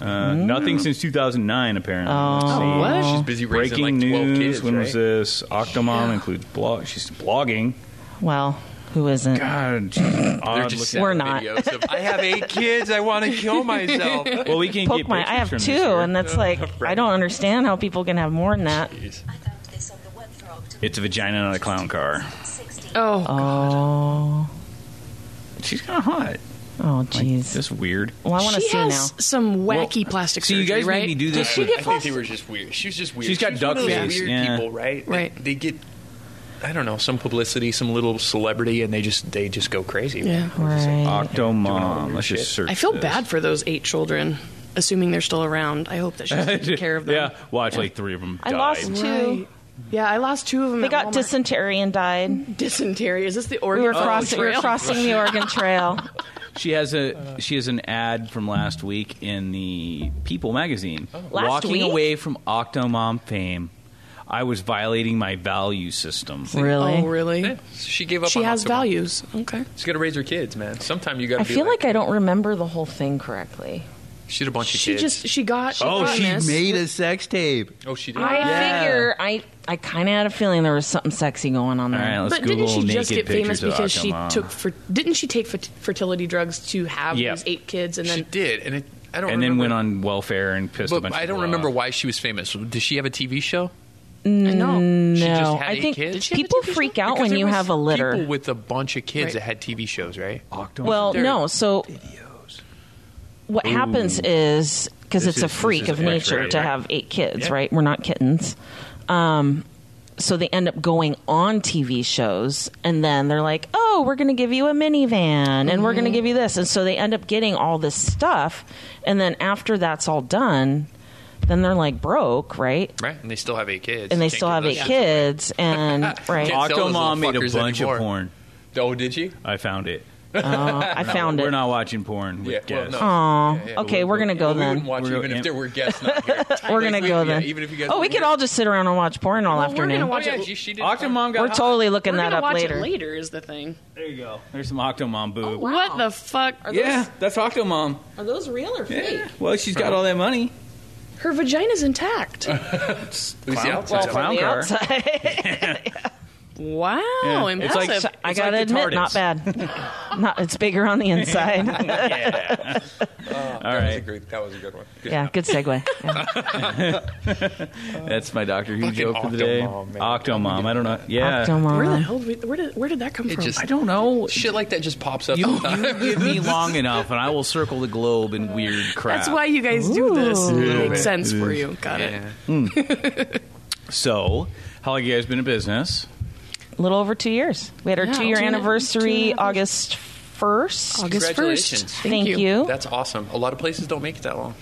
[SPEAKER 5] Uh, Nothing since 2009, apparently.
[SPEAKER 7] Mm. Oh.
[SPEAKER 5] Let's see.
[SPEAKER 8] What?
[SPEAKER 2] She's busy raising
[SPEAKER 5] Breaking
[SPEAKER 2] like twelve
[SPEAKER 5] news.
[SPEAKER 2] kids.
[SPEAKER 5] when
[SPEAKER 2] right?
[SPEAKER 5] was this? Octomom includes blog. She's blogging.
[SPEAKER 7] Well, who isn't?
[SPEAKER 5] God, she's
[SPEAKER 2] They're
[SPEAKER 5] odd
[SPEAKER 2] just
[SPEAKER 5] looking.
[SPEAKER 7] We're
[SPEAKER 2] sad
[SPEAKER 7] not.
[SPEAKER 2] videos of, I have eight kids. I want to kill myself.
[SPEAKER 5] Well, we can
[SPEAKER 7] Poke
[SPEAKER 5] get
[SPEAKER 7] my.
[SPEAKER 5] pictures
[SPEAKER 7] I have
[SPEAKER 5] from this
[SPEAKER 7] two,
[SPEAKER 5] here.
[SPEAKER 7] and that's like I don't understand how people can have more than that.
[SPEAKER 2] Jeez.
[SPEAKER 4] I found this on the web for Octomom.
[SPEAKER 5] It's a vagina, not a clown car.
[SPEAKER 4] 16.
[SPEAKER 8] Oh,
[SPEAKER 7] Oh,
[SPEAKER 5] She's kind of hot.
[SPEAKER 7] oh,
[SPEAKER 5] Like,
[SPEAKER 7] jeez.
[SPEAKER 5] This weird.
[SPEAKER 7] well, I want to
[SPEAKER 8] she
[SPEAKER 7] see
[SPEAKER 8] has
[SPEAKER 7] now.
[SPEAKER 8] some wacky
[SPEAKER 5] Well,
[SPEAKER 8] plastic
[SPEAKER 5] see, you
[SPEAKER 8] surgery,
[SPEAKER 5] guys made
[SPEAKER 8] right?
[SPEAKER 5] me do
[SPEAKER 8] Did
[SPEAKER 5] this
[SPEAKER 8] she
[SPEAKER 5] with-
[SPEAKER 8] get
[SPEAKER 2] I think they
[SPEAKER 8] plastic-
[SPEAKER 2] were just weird. She was just weird.
[SPEAKER 5] She's got
[SPEAKER 2] one
[SPEAKER 5] duck
[SPEAKER 2] of those
[SPEAKER 5] face,
[SPEAKER 2] Weird
[SPEAKER 5] yeah.
[SPEAKER 2] people, right? They-
[SPEAKER 8] Right.
[SPEAKER 2] They, get. I don't know some publicity, some little celebrity, and they just they just "Ah, go crazy.
[SPEAKER 8] Yeah.
[SPEAKER 7] Right.
[SPEAKER 5] Octomom. Let's
[SPEAKER 2] shit.
[SPEAKER 5] just search.
[SPEAKER 8] I feel
[SPEAKER 5] this.
[SPEAKER 8] bad for those eight children, assuming they're still around. I hope that she's taking care of them.
[SPEAKER 5] Yeah, watch like three of them.
[SPEAKER 7] I
[SPEAKER 5] died.
[SPEAKER 7] lost two.
[SPEAKER 8] Right. Yeah, I lost two of them.
[SPEAKER 7] They
[SPEAKER 8] at
[SPEAKER 7] got
[SPEAKER 8] Walmart.
[SPEAKER 7] dysentery and died.
[SPEAKER 8] dysentery. Is this the Oregon?
[SPEAKER 7] We were
[SPEAKER 2] Oh,
[SPEAKER 8] Trail?
[SPEAKER 7] crossing. We were crossing the Oregon Trail.
[SPEAKER 5] She has a she has an ad from last week in the People magazine.
[SPEAKER 7] Oh. Last
[SPEAKER 5] Walking
[SPEAKER 7] week?
[SPEAKER 5] away from Octomom fame, I was violating my value system.
[SPEAKER 7] Really?
[SPEAKER 8] Oh, really?
[SPEAKER 2] She gave up.
[SPEAKER 8] She
[SPEAKER 2] on
[SPEAKER 8] has
[SPEAKER 2] Octomom.
[SPEAKER 8] values. Okay.
[SPEAKER 2] She's got to raise her kids, man. Sometime you got to.
[SPEAKER 7] I feel like I don't remember the whole thing correctly.
[SPEAKER 2] She had a bunch of
[SPEAKER 8] She
[SPEAKER 2] kids.
[SPEAKER 8] just she got. She got this.
[SPEAKER 2] Oh, a sex tape. Oh, she did.
[SPEAKER 7] I
[SPEAKER 5] Yeah.
[SPEAKER 7] figure I I kind of had a feeling there was something sexy going on
[SPEAKER 5] All
[SPEAKER 7] there.
[SPEAKER 5] right, let's
[SPEAKER 8] But
[SPEAKER 5] Google
[SPEAKER 8] didn't she
[SPEAKER 5] naked
[SPEAKER 8] just get famous
[SPEAKER 5] pictures of
[SPEAKER 8] because she
[SPEAKER 5] Octomom.
[SPEAKER 8] took for? Didn't she take fer- fertility drugs to have
[SPEAKER 5] Yeah.
[SPEAKER 8] these eight kids and
[SPEAKER 2] she
[SPEAKER 8] then?
[SPEAKER 2] did, and it, I don't.
[SPEAKER 5] and then
[SPEAKER 2] remember-
[SPEAKER 5] went on welfare and pissed a
[SPEAKER 2] But
[SPEAKER 5] bunch.
[SPEAKER 2] I
[SPEAKER 5] of
[SPEAKER 2] don't
[SPEAKER 5] people
[SPEAKER 2] remember
[SPEAKER 5] off.
[SPEAKER 2] why she was famous. Did she have a TV show?
[SPEAKER 8] No.
[SPEAKER 2] She just
[SPEAKER 7] No,
[SPEAKER 2] had
[SPEAKER 7] I
[SPEAKER 2] eight
[SPEAKER 7] think
[SPEAKER 2] kids? Did she
[SPEAKER 8] have a
[SPEAKER 7] people
[SPEAKER 8] TV show?
[SPEAKER 7] freak out
[SPEAKER 2] Because
[SPEAKER 7] when
[SPEAKER 2] there
[SPEAKER 7] you
[SPEAKER 2] was
[SPEAKER 7] have a litter.
[SPEAKER 2] People with a bunch of kids
[SPEAKER 8] Right.
[SPEAKER 2] that had TV shows, right?
[SPEAKER 5] Octomom.
[SPEAKER 7] well,
[SPEAKER 2] They're-
[SPEAKER 7] no. So what happens is because
[SPEAKER 5] This
[SPEAKER 7] it's a
[SPEAKER 5] is- this
[SPEAKER 7] freak
[SPEAKER 5] is
[SPEAKER 7] of
[SPEAKER 5] a freak,
[SPEAKER 7] nature
[SPEAKER 5] right,
[SPEAKER 7] to
[SPEAKER 5] right.
[SPEAKER 7] have eight kids,
[SPEAKER 2] Yeah.
[SPEAKER 7] right? We're not kittens. Um, so they end up going on TV shows, and then they're like, "Oh, we're going to give you a minivan, and we're going to give you this," and so they end up getting all this stuff, and then after that's all done, then they're like broke, right?
[SPEAKER 2] Right, and they still have eight kids,
[SPEAKER 7] And they
[SPEAKER 2] Can't
[SPEAKER 7] still
[SPEAKER 2] give
[SPEAKER 7] have
[SPEAKER 2] those
[SPEAKER 7] eight
[SPEAKER 2] shits
[SPEAKER 7] kids, and
[SPEAKER 2] Can't
[SPEAKER 7] right.
[SPEAKER 2] sell those little
[SPEAKER 5] Octomom made a
[SPEAKER 2] fuckers
[SPEAKER 5] bunch
[SPEAKER 2] anymore.
[SPEAKER 5] of porn.
[SPEAKER 2] away. Oh, did she?
[SPEAKER 5] I found it.
[SPEAKER 7] Oh, I found
[SPEAKER 5] We're
[SPEAKER 7] it.
[SPEAKER 5] not watching porn with
[SPEAKER 2] Yeah, well,
[SPEAKER 5] guests.
[SPEAKER 2] no.
[SPEAKER 7] Aw.
[SPEAKER 2] Yeah, yeah,
[SPEAKER 7] okay,
[SPEAKER 2] we-
[SPEAKER 7] we're gonna go
[SPEAKER 2] we wouldn't
[SPEAKER 7] then.
[SPEAKER 2] watch
[SPEAKER 5] We're-
[SPEAKER 2] even if there were guests not here.
[SPEAKER 7] We're gonna
[SPEAKER 2] Like, we-
[SPEAKER 7] go
[SPEAKER 2] yeah,
[SPEAKER 7] then.
[SPEAKER 2] even if you guys
[SPEAKER 7] oh,
[SPEAKER 2] were
[SPEAKER 7] we could
[SPEAKER 2] here.
[SPEAKER 7] all just sit around and watch porn all
[SPEAKER 8] Well, we're
[SPEAKER 7] afternoon.
[SPEAKER 8] gonna
[SPEAKER 2] Oh,
[SPEAKER 8] watch
[SPEAKER 2] yeah,
[SPEAKER 8] it.
[SPEAKER 2] she, she did.
[SPEAKER 5] Octomom got
[SPEAKER 7] We're
[SPEAKER 5] hot.
[SPEAKER 7] totally looking
[SPEAKER 8] We're
[SPEAKER 7] that
[SPEAKER 8] gonna
[SPEAKER 7] up
[SPEAKER 8] watch
[SPEAKER 7] later.
[SPEAKER 8] it later is the thing.
[SPEAKER 5] There you go. There's some Octomom boob.
[SPEAKER 7] Oh,
[SPEAKER 8] What the fuck? Are
[SPEAKER 5] Yeah, that's Octomom.
[SPEAKER 8] Those, are those real or fake?
[SPEAKER 5] Yeah. Well, she's got all that money.
[SPEAKER 8] Her vagina's intact.
[SPEAKER 2] It was the outside.
[SPEAKER 7] Well,
[SPEAKER 5] a
[SPEAKER 7] from
[SPEAKER 5] clown
[SPEAKER 7] the
[SPEAKER 5] car.
[SPEAKER 7] outside. Oh,
[SPEAKER 8] wow,
[SPEAKER 5] Yeah. It's like-
[SPEAKER 8] impressive.
[SPEAKER 7] I
[SPEAKER 5] It's
[SPEAKER 7] gotta
[SPEAKER 5] like the
[SPEAKER 7] admit, not
[SPEAKER 5] TARDIS.
[SPEAKER 7] bad. not it's bigger on the inside.
[SPEAKER 5] All
[SPEAKER 2] That was a
[SPEAKER 5] right,
[SPEAKER 2] great. That was a good one. Good
[SPEAKER 7] yeah, good segue. Yeah.
[SPEAKER 5] that's my Doctor Who
[SPEAKER 2] Fucking
[SPEAKER 5] joke for the day.
[SPEAKER 2] Octomom, man.
[SPEAKER 5] Octomom. I don't know. Yeah.
[SPEAKER 7] Octomom.
[SPEAKER 8] where the hell? Did we, where did where did that come from?
[SPEAKER 2] just-
[SPEAKER 5] I don't know.
[SPEAKER 2] Shit like that just pops up.
[SPEAKER 5] You,
[SPEAKER 2] all the time.
[SPEAKER 5] you give me long enough, and I will circle the globe in weird crap.
[SPEAKER 8] That's why you guys do this.
[SPEAKER 7] Ooh.
[SPEAKER 8] it makes sense for you. Got it.
[SPEAKER 2] Yeah.
[SPEAKER 5] So, how long you guys been in business?
[SPEAKER 7] A little over two years. We had our
[SPEAKER 8] Yeah,
[SPEAKER 7] two year
[SPEAKER 8] two and a- two
[SPEAKER 7] anniversary
[SPEAKER 8] and a half
[SPEAKER 7] August first.
[SPEAKER 8] August first.
[SPEAKER 2] Congratulations.
[SPEAKER 7] Thank you.
[SPEAKER 2] That's awesome. A lot of places don't make it that long.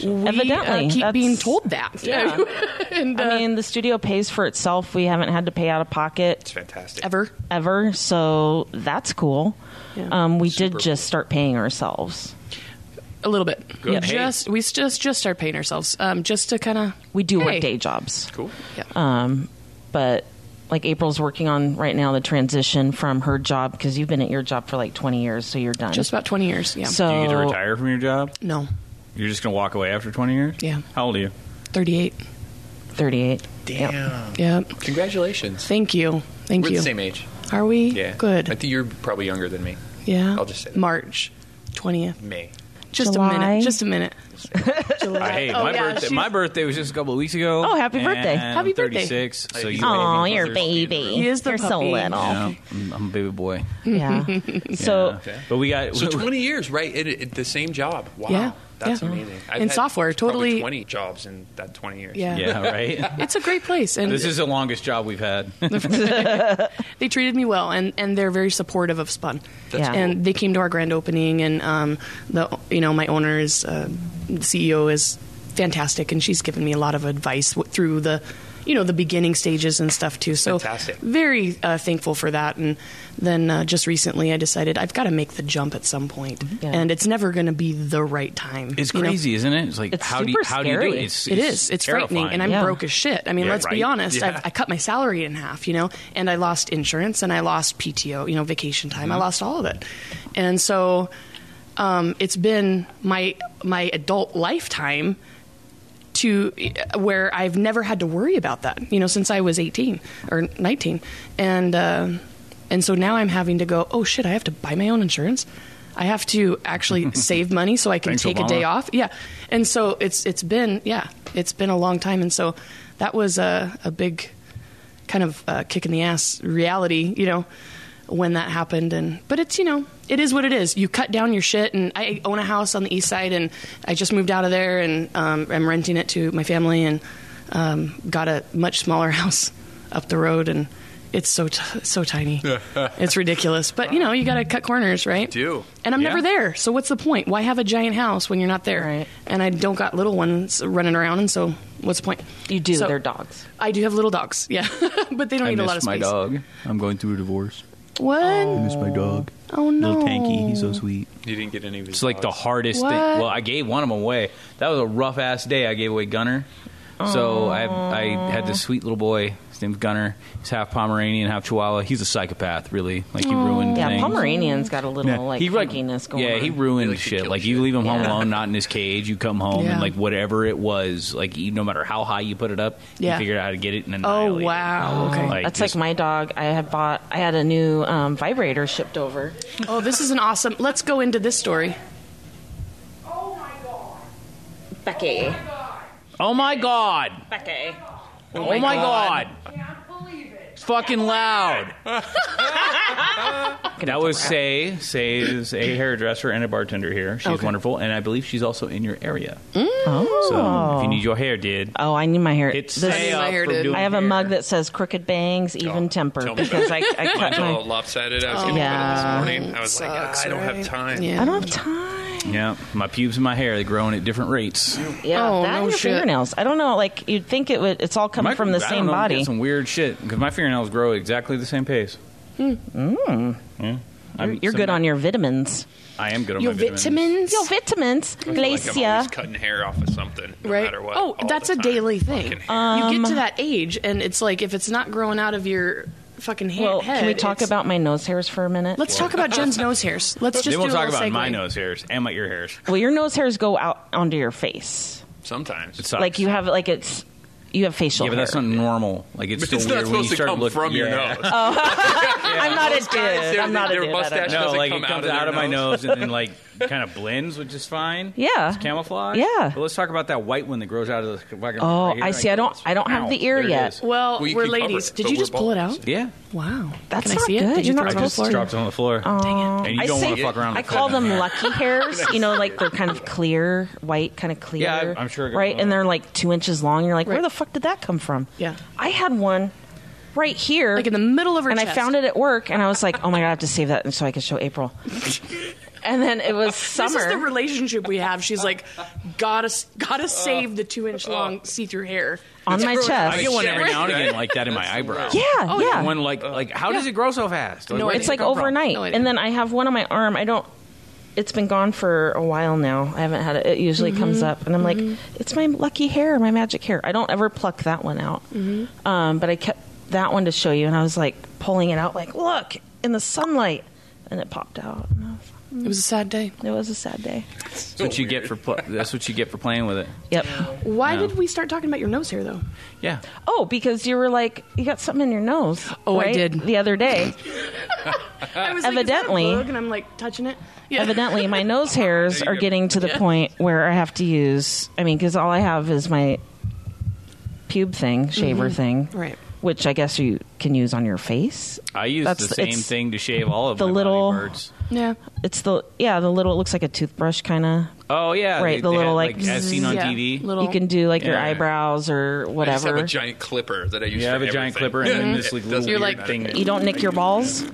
[SPEAKER 8] We
[SPEAKER 7] Evidently,
[SPEAKER 8] uh, keep
[SPEAKER 7] that's-
[SPEAKER 8] being told that.
[SPEAKER 7] Yeah.
[SPEAKER 8] and uh,
[SPEAKER 7] I mean, the studio pays for itself. We haven't had to pay out of pocket
[SPEAKER 2] It's fantastic.
[SPEAKER 8] ever.
[SPEAKER 7] ever, so that's cool.
[SPEAKER 8] Yeah.
[SPEAKER 7] Um, we did
[SPEAKER 2] Super
[SPEAKER 7] just start paying ourselves.
[SPEAKER 8] A little bit.
[SPEAKER 2] Good.
[SPEAKER 8] We
[SPEAKER 2] Hey.
[SPEAKER 8] Just we just just start paying ourselves. Um, just to kind of
[SPEAKER 7] We do
[SPEAKER 8] Hey.
[SPEAKER 7] work day jobs.
[SPEAKER 2] Cool.
[SPEAKER 8] yeah.
[SPEAKER 7] Um, but like April's working on right now the transition from her job because you've been at your job for like 20 years, so you're done.
[SPEAKER 8] just about twenty years. Yeah.
[SPEAKER 7] so
[SPEAKER 5] Do you get to retire from your job?
[SPEAKER 8] no,
[SPEAKER 5] You're just gonna walk away after 20 years?
[SPEAKER 8] Yeah.
[SPEAKER 5] How old are you?
[SPEAKER 8] thirty eight.
[SPEAKER 7] 38.
[SPEAKER 2] Damn.
[SPEAKER 8] Yeah.
[SPEAKER 2] Congratulations.
[SPEAKER 8] Thank you. Thank
[SPEAKER 2] We're
[SPEAKER 8] you.
[SPEAKER 2] the same age.
[SPEAKER 7] Are we?
[SPEAKER 11] Yeah.
[SPEAKER 7] Good.
[SPEAKER 11] I think you're probably younger than me.
[SPEAKER 7] Yeah.
[SPEAKER 11] I'll just say that.
[SPEAKER 7] March 20th.
[SPEAKER 11] May.
[SPEAKER 7] Just a
[SPEAKER 11] July.
[SPEAKER 7] minute. Just a minute. July.
[SPEAKER 5] Uh, hey,
[SPEAKER 7] Oh,
[SPEAKER 5] my,
[SPEAKER 7] yeah,
[SPEAKER 5] birthday,
[SPEAKER 7] she's-
[SPEAKER 5] my birthday was just a couple of weeks ago.
[SPEAKER 7] Oh, happy
[SPEAKER 5] and
[SPEAKER 7] birthday. Happy
[SPEAKER 5] I'm
[SPEAKER 7] birthday.
[SPEAKER 5] 36. So you
[SPEAKER 8] Aw,
[SPEAKER 5] baby
[SPEAKER 8] you're a
[SPEAKER 5] buzzers.
[SPEAKER 8] baby.
[SPEAKER 7] He is the
[SPEAKER 8] you're so
[SPEAKER 7] puppy.
[SPEAKER 8] little.
[SPEAKER 5] Yeah, I'm, I'm a baby boy.
[SPEAKER 8] Yeah. So-
[SPEAKER 5] Yeah. but we got
[SPEAKER 11] So 20 years, right? At, at the same job. Wow.
[SPEAKER 7] Yeah,
[SPEAKER 11] That's
[SPEAKER 7] yeah.
[SPEAKER 11] amazing.
[SPEAKER 7] In
[SPEAKER 11] had
[SPEAKER 7] software,
[SPEAKER 11] probably
[SPEAKER 7] totally-
[SPEAKER 11] 20 jobs in that 20 years.
[SPEAKER 7] Yeah.
[SPEAKER 5] Yeah, right?
[SPEAKER 7] It's a great place. And
[SPEAKER 5] this is the longest job we've had.
[SPEAKER 7] they treated me well, and, and they're very supportive of Spun.
[SPEAKER 5] That's Yeah.
[SPEAKER 7] And they came to our grand opening, and um, the you know my owner is uh, the CEO is fantastic, and she's given me a lot of advice w- through the you know the beginning stages and stuff too. So
[SPEAKER 11] Fantastic.
[SPEAKER 7] very uh, thankful for that. And then uh, just recently, I decided I've got to make the jump at some point,
[SPEAKER 8] Mm-hmm.
[SPEAKER 7] and it's never going to be the right time.
[SPEAKER 5] It's
[SPEAKER 7] you know?
[SPEAKER 5] crazy, isn't it? It's like
[SPEAKER 7] It's
[SPEAKER 5] how do you,
[SPEAKER 7] super
[SPEAKER 5] how do you do
[SPEAKER 7] scary.
[SPEAKER 5] it? It's,
[SPEAKER 7] It is. It's frightening,
[SPEAKER 5] terrifying.
[SPEAKER 7] and I'm broke as shit. I mean,
[SPEAKER 5] Yeah,
[SPEAKER 7] let's be
[SPEAKER 5] right?
[SPEAKER 7] honest.
[SPEAKER 5] Yeah.
[SPEAKER 7] I've, I cut my salary in half, you know, and I lost insurance and I lost PTO, you know, vacation time. I
[SPEAKER 5] Mhm.
[SPEAKER 7] lost all of it, and so um, it's been my my adult lifetime to where I've never had to worry about that, you know, since I was 18 or 19, and uh, and so now I'm having to go. Oh shit! I have to buy my own insurance. I have to actually save money so I can
[SPEAKER 5] Thanks,
[SPEAKER 7] take a day
[SPEAKER 5] Obama.
[SPEAKER 7] off. Yeah, and so it's it's been yeah, it's been a long time, and so that was a a big kind of uh, kick in the ass reality, you know, when that happened. And but it's you know it is what it is. You cut down your shit, and I own a house on the east side, and I just moved out of there, and um, I'm renting it to my family, and um, got a much smaller house up the road, and it's so t- so tiny. it's ridiculous, but you know you got to cut corners, right?
[SPEAKER 11] Do.
[SPEAKER 7] And I'm
[SPEAKER 11] Yeah.
[SPEAKER 7] never there, so what's the point? Why have a giant house when you're not there? And I don't got little ones running around, and so what's the point?
[SPEAKER 8] You do.
[SPEAKER 7] So-
[SPEAKER 8] They're dogs.
[SPEAKER 7] I do have little dogs, yeah, but they don't
[SPEAKER 5] I
[SPEAKER 7] need a
[SPEAKER 5] miss
[SPEAKER 7] lot of
[SPEAKER 5] my
[SPEAKER 7] space.
[SPEAKER 5] dog. I'm going through a divorce.
[SPEAKER 7] What?
[SPEAKER 5] I miss my dog.
[SPEAKER 7] Oh no!
[SPEAKER 5] Little tanky. He's so sweet.
[SPEAKER 11] You didn't get any of his
[SPEAKER 5] It's like the
[SPEAKER 11] dogs.
[SPEAKER 5] hardest
[SPEAKER 7] What?
[SPEAKER 5] thing. Well, I gave one of them away. That was a rough ass day. I gave away Gunner. So I, I had this sweet little boy. His name's Gunner. He's half Pomeranian, half Chihuahua. He's a psychopath, really. Like he ruined.
[SPEAKER 8] Yeah,
[SPEAKER 5] things.
[SPEAKER 8] Pomeranian's got a little
[SPEAKER 5] Yeah,
[SPEAKER 8] like
[SPEAKER 5] he, like-
[SPEAKER 8] funkiness going
[SPEAKER 5] yeah,
[SPEAKER 8] on.
[SPEAKER 5] he ruined shit. Like you leave him home
[SPEAKER 8] Yeah.
[SPEAKER 5] alone, not in his cage. You come home
[SPEAKER 7] Yeah.
[SPEAKER 5] and like whatever it was, like you, no matter how high you put it up,
[SPEAKER 8] Yeah.
[SPEAKER 5] you figured out how to get it. And then
[SPEAKER 7] Oh wow! Okay,
[SPEAKER 8] That's like my dog. I had bought. I had a new um, vibrator shipped over.
[SPEAKER 7] oh, this is an awesome. Let's go into this story.
[SPEAKER 8] Becky.
[SPEAKER 5] Oh my god!
[SPEAKER 8] Becky.
[SPEAKER 5] Oh, my god! It's fucking loud. that was Say. Say is a hairdresser and a bartender here. She's
[SPEAKER 8] Okay.
[SPEAKER 5] wonderful, and I believe she's also in your area.
[SPEAKER 8] Oh.
[SPEAKER 5] So if you need your hair did,
[SPEAKER 8] oh, I need my hair.
[SPEAKER 5] It's
[SPEAKER 8] This-
[SPEAKER 5] Say up for doing
[SPEAKER 8] I have a
[SPEAKER 5] hair.
[SPEAKER 8] mug that says "crooked bangs, even temper"
[SPEAKER 11] Tell me
[SPEAKER 8] because I,
[SPEAKER 11] about it.
[SPEAKER 8] I cut
[SPEAKER 11] Mine's
[SPEAKER 8] my.
[SPEAKER 11] all lopsided. I was getting
[SPEAKER 8] Yeah.
[SPEAKER 11] rid of it this morning. I was like, ah, I don't have time.
[SPEAKER 8] I don't have time.
[SPEAKER 5] Yeah, my pubes and my hair they growing at different rates.
[SPEAKER 8] Yeah,
[SPEAKER 11] Oh,
[SPEAKER 8] that
[SPEAKER 11] no
[SPEAKER 8] and your
[SPEAKER 11] shit.
[SPEAKER 8] fingernails. I don't know. Like you'd think it would. It's all coming
[SPEAKER 5] My-
[SPEAKER 8] from the
[SPEAKER 5] I don't
[SPEAKER 8] same
[SPEAKER 5] know, we get
[SPEAKER 8] body.
[SPEAKER 5] Some weird shit because my fingernails grow at exactly the same pace.
[SPEAKER 8] Mm.
[SPEAKER 5] Yeah.
[SPEAKER 8] You're, you're good on your vitamins.
[SPEAKER 5] I am good on my
[SPEAKER 8] Your vitamins.
[SPEAKER 11] I feel Like I'm
[SPEAKER 8] Glacia.
[SPEAKER 11] always cutting hair off of something, no
[SPEAKER 7] right?
[SPEAKER 11] matter what.
[SPEAKER 7] oh,
[SPEAKER 11] all
[SPEAKER 7] that's
[SPEAKER 11] the
[SPEAKER 7] a
[SPEAKER 11] time.
[SPEAKER 7] daily thing. you
[SPEAKER 8] Um,
[SPEAKER 7] get to that age, and it's like if it's not growing out of your fucking ha-
[SPEAKER 8] Well,
[SPEAKER 7] head.
[SPEAKER 8] can we talk
[SPEAKER 7] it's-
[SPEAKER 8] about my nose hairs for a minute?
[SPEAKER 7] Let's talk about Jen's nose hairs. Let's just
[SPEAKER 5] Then we'll
[SPEAKER 7] do a
[SPEAKER 5] talk
[SPEAKER 7] little
[SPEAKER 5] about
[SPEAKER 7] segue.
[SPEAKER 5] my nose hairs and my ear hairs.
[SPEAKER 8] Well, your nose hairs go out onto your face.
[SPEAKER 11] Sometimes
[SPEAKER 5] it sucks.
[SPEAKER 8] Like you have like it's you have facial
[SPEAKER 5] yeah, but
[SPEAKER 8] hair.
[SPEAKER 5] that's not normal. Like it's,
[SPEAKER 11] But
[SPEAKER 5] still
[SPEAKER 11] it's not
[SPEAKER 5] weird when you
[SPEAKER 11] supposed to
[SPEAKER 5] start
[SPEAKER 11] come
[SPEAKER 5] looking
[SPEAKER 11] from your
[SPEAKER 5] yeah.
[SPEAKER 11] nose.
[SPEAKER 7] Oh,
[SPEAKER 8] I'm not a dude. I'm not a dude. I don't
[SPEAKER 5] No,
[SPEAKER 8] know.
[SPEAKER 5] like it
[SPEAKER 11] come
[SPEAKER 5] comes
[SPEAKER 11] out of
[SPEAKER 5] out
[SPEAKER 11] their
[SPEAKER 5] of my
[SPEAKER 11] nose.
[SPEAKER 5] nose and then like kind of blends, which is fine.
[SPEAKER 8] Yeah.
[SPEAKER 5] it's camouflage.
[SPEAKER 8] Yeah.
[SPEAKER 5] But let's talk about that white one that grows out of the. Fucking
[SPEAKER 8] Oh,
[SPEAKER 5] right here.
[SPEAKER 8] I see. I don't. I don't have
[SPEAKER 5] Ow,
[SPEAKER 8] the ear
[SPEAKER 5] there it
[SPEAKER 8] yet.
[SPEAKER 5] is.
[SPEAKER 7] Well, Well, you we're can cover ladies. it, Did but you we're just pull it bald, out?
[SPEAKER 5] Yeah.
[SPEAKER 7] Wow,
[SPEAKER 8] That's
[SPEAKER 7] Can I
[SPEAKER 8] not
[SPEAKER 7] see it?
[SPEAKER 8] good.
[SPEAKER 7] Did
[SPEAKER 8] You're
[SPEAKER 7] you
[SPEAKER 8] not
[SPEAKER 7] throw
[SPEAKER 5] I
[SPEAKER 7] it on the
[SPEAKER 5] just
[SPEAKER 7] floor?
[SPEAKER 5] dropped it on the floor.
[SPEAKER 8] Dang
[SPEAKER 5] And you
[SPEAKER 8] I
[SPEAKER 5] don't
[SPEAKER 8] say-
[SPEAKER 5] want to fuck around.
[SPEAKER 8] I
[SPEAKER 5] with
[SPEAKER 8] call
[SPEAKER 5] that.
[SPEAKER 8] them lucky hairs. You know, like they're kind of clear, white, kind of clear.
[SPEAKER 5] Yeah, I- I'm sure I got
[SPEAKER 8] Right,
[SPEAKER 5] one.
[SPEAKER 8] and they're like two inches long. You're like, where the fuck did that come from? Yeah, I had one right here, like in
[SPEAKER 7] the middle of her,
[SPEAKER 8] and I
[SPEAKER 7] chest.
[SPEAKER 8] found it at work, and I was like, oh my god, I have to save that so I can show April. and then it was summer.
[SPEAKER 7] This is the relationship we have. She's like, gotta, gotta save the two inch long see through hair
[SPEAKER 8] On my chest.
[SPEAKER 5] I get one every now and again like that in my eyebrow.
[SPEAKER 8] Yeah, Oh, yeah.
[SPEAKER 5] One like like how does
[SPEAKER 8] Yeah.
[SPEAKER 5] it grow so fast?
[SPEAKER 8] no,
[SPEAKER 5] where
[SPEAKER 8] it's
[SPEAKER 5] did it
[SPEAKER 8] like
[SPEAKER 5] come from?
[SPEAKER 8] overnight. and then I have one on my arm. I don't. It's been gone for a while now. I haven't had it. It usually comes
[SPEAKER 7] Mhm,
[SPEAKER 8] up, and I'm
[SPEAKER 7] mhm.
[SPEAKER 8] like, it's my lucky hair, my magic hair. I don't ever pluck that one out.
[SPEAKER 7] Mhm.
[SPEAKER 8] Um, but I kept that one to show you, and I was like pulling it out, like, look in the sunlight, and it popped out. And I was
[SPEAKER 7] It was a sad day.
[SPEAKER 11] It was a sad day.
[SPEAKER 5] That's what you get for pl- that's what you get for playing with it.
[SPEAKER 11] Yep.
[SPEAKER 7] Why
[SPEAKER 5] No.
[SPEAKER 7] did we start talking about your nose hair though?
[SPEAKER 5] Yeah.
[SPEAKER 11] Oh, because you were like, you got something in your nose.
[SPEAKER 7] Oh, I
[SPEAKER 11] right?
[SPEAKER 7] did.
[SPEAKER 11] The other day.
[SPEAKER 7] I was
[SPEAKER 11] Evidently.
[SPEAKER 7] like, is that a bug? and I'm like touching it. Yeah.
[SPEAKER 11] Evidently, my nose hairs are getting to the
[SPEAKER 7] Yeah.
[SPEAKER 11] point where I have to use, I mean, because all I have is my pube thing, shaver
[SPEAKER 7] Mhm.
[SPEAKER 11] thing.
[SPEAKER 7] Right.
[SPEAKER 11] Which I guess you can use on your face.
[SPEAKER 5] I use
[SPEAKER 11] That's-
[SPEAKER 5] the same
[SPEAKER 11] it's
[SPEAKER 5] thing to shave all of
[SPEAKER 11] the
[SPEAKER 5] my
[SPEAKER 11] little-
[SPEAKER 5] body parts.
[SPEAKER 7] Yeah.
[SPEAKER 11] It's the, yeah, the little, it looks like a toothbrush kind of.
[SPEAKER 5] Oh yeah,
[SPEAKER 11] Right,
[SPEAKER 5] they-
[SPEAKER 11] the
[SPEAKER 5] they
[SPEAKER 11] little,
[SPEAKER 5] had,
[SPEAKER 11] like,
[SPEAKER 5] as seen on
[SPEAKER 11] yeah,
[SPEAKER 5] TV.
[SPEAKER 11] You can do like your
[SPEAKER 5] Yeah.
[SPEAKER 11] eyebrows or
[SPEAKER 2] I just
[SPEAKER 11] whatever.
[SPEAKER 2] have a giant clipper that I use.
[SPEAKER 5] Yeah, I have
[SPEAKER 2] for
[SPEAKER 5] a giant
[SPEAKER 2] everything.
[SPEAKER 5] clipper and then this,
[SPEAKER 2] It
[SPEAKER 5] like,
[SPEAKER 2] doesn't
[SPEAKER 5] little
[SPEAKER 11] You're
[SPEAKER 2] matter.
[SPEAKER 11] like, you don't nick your balls.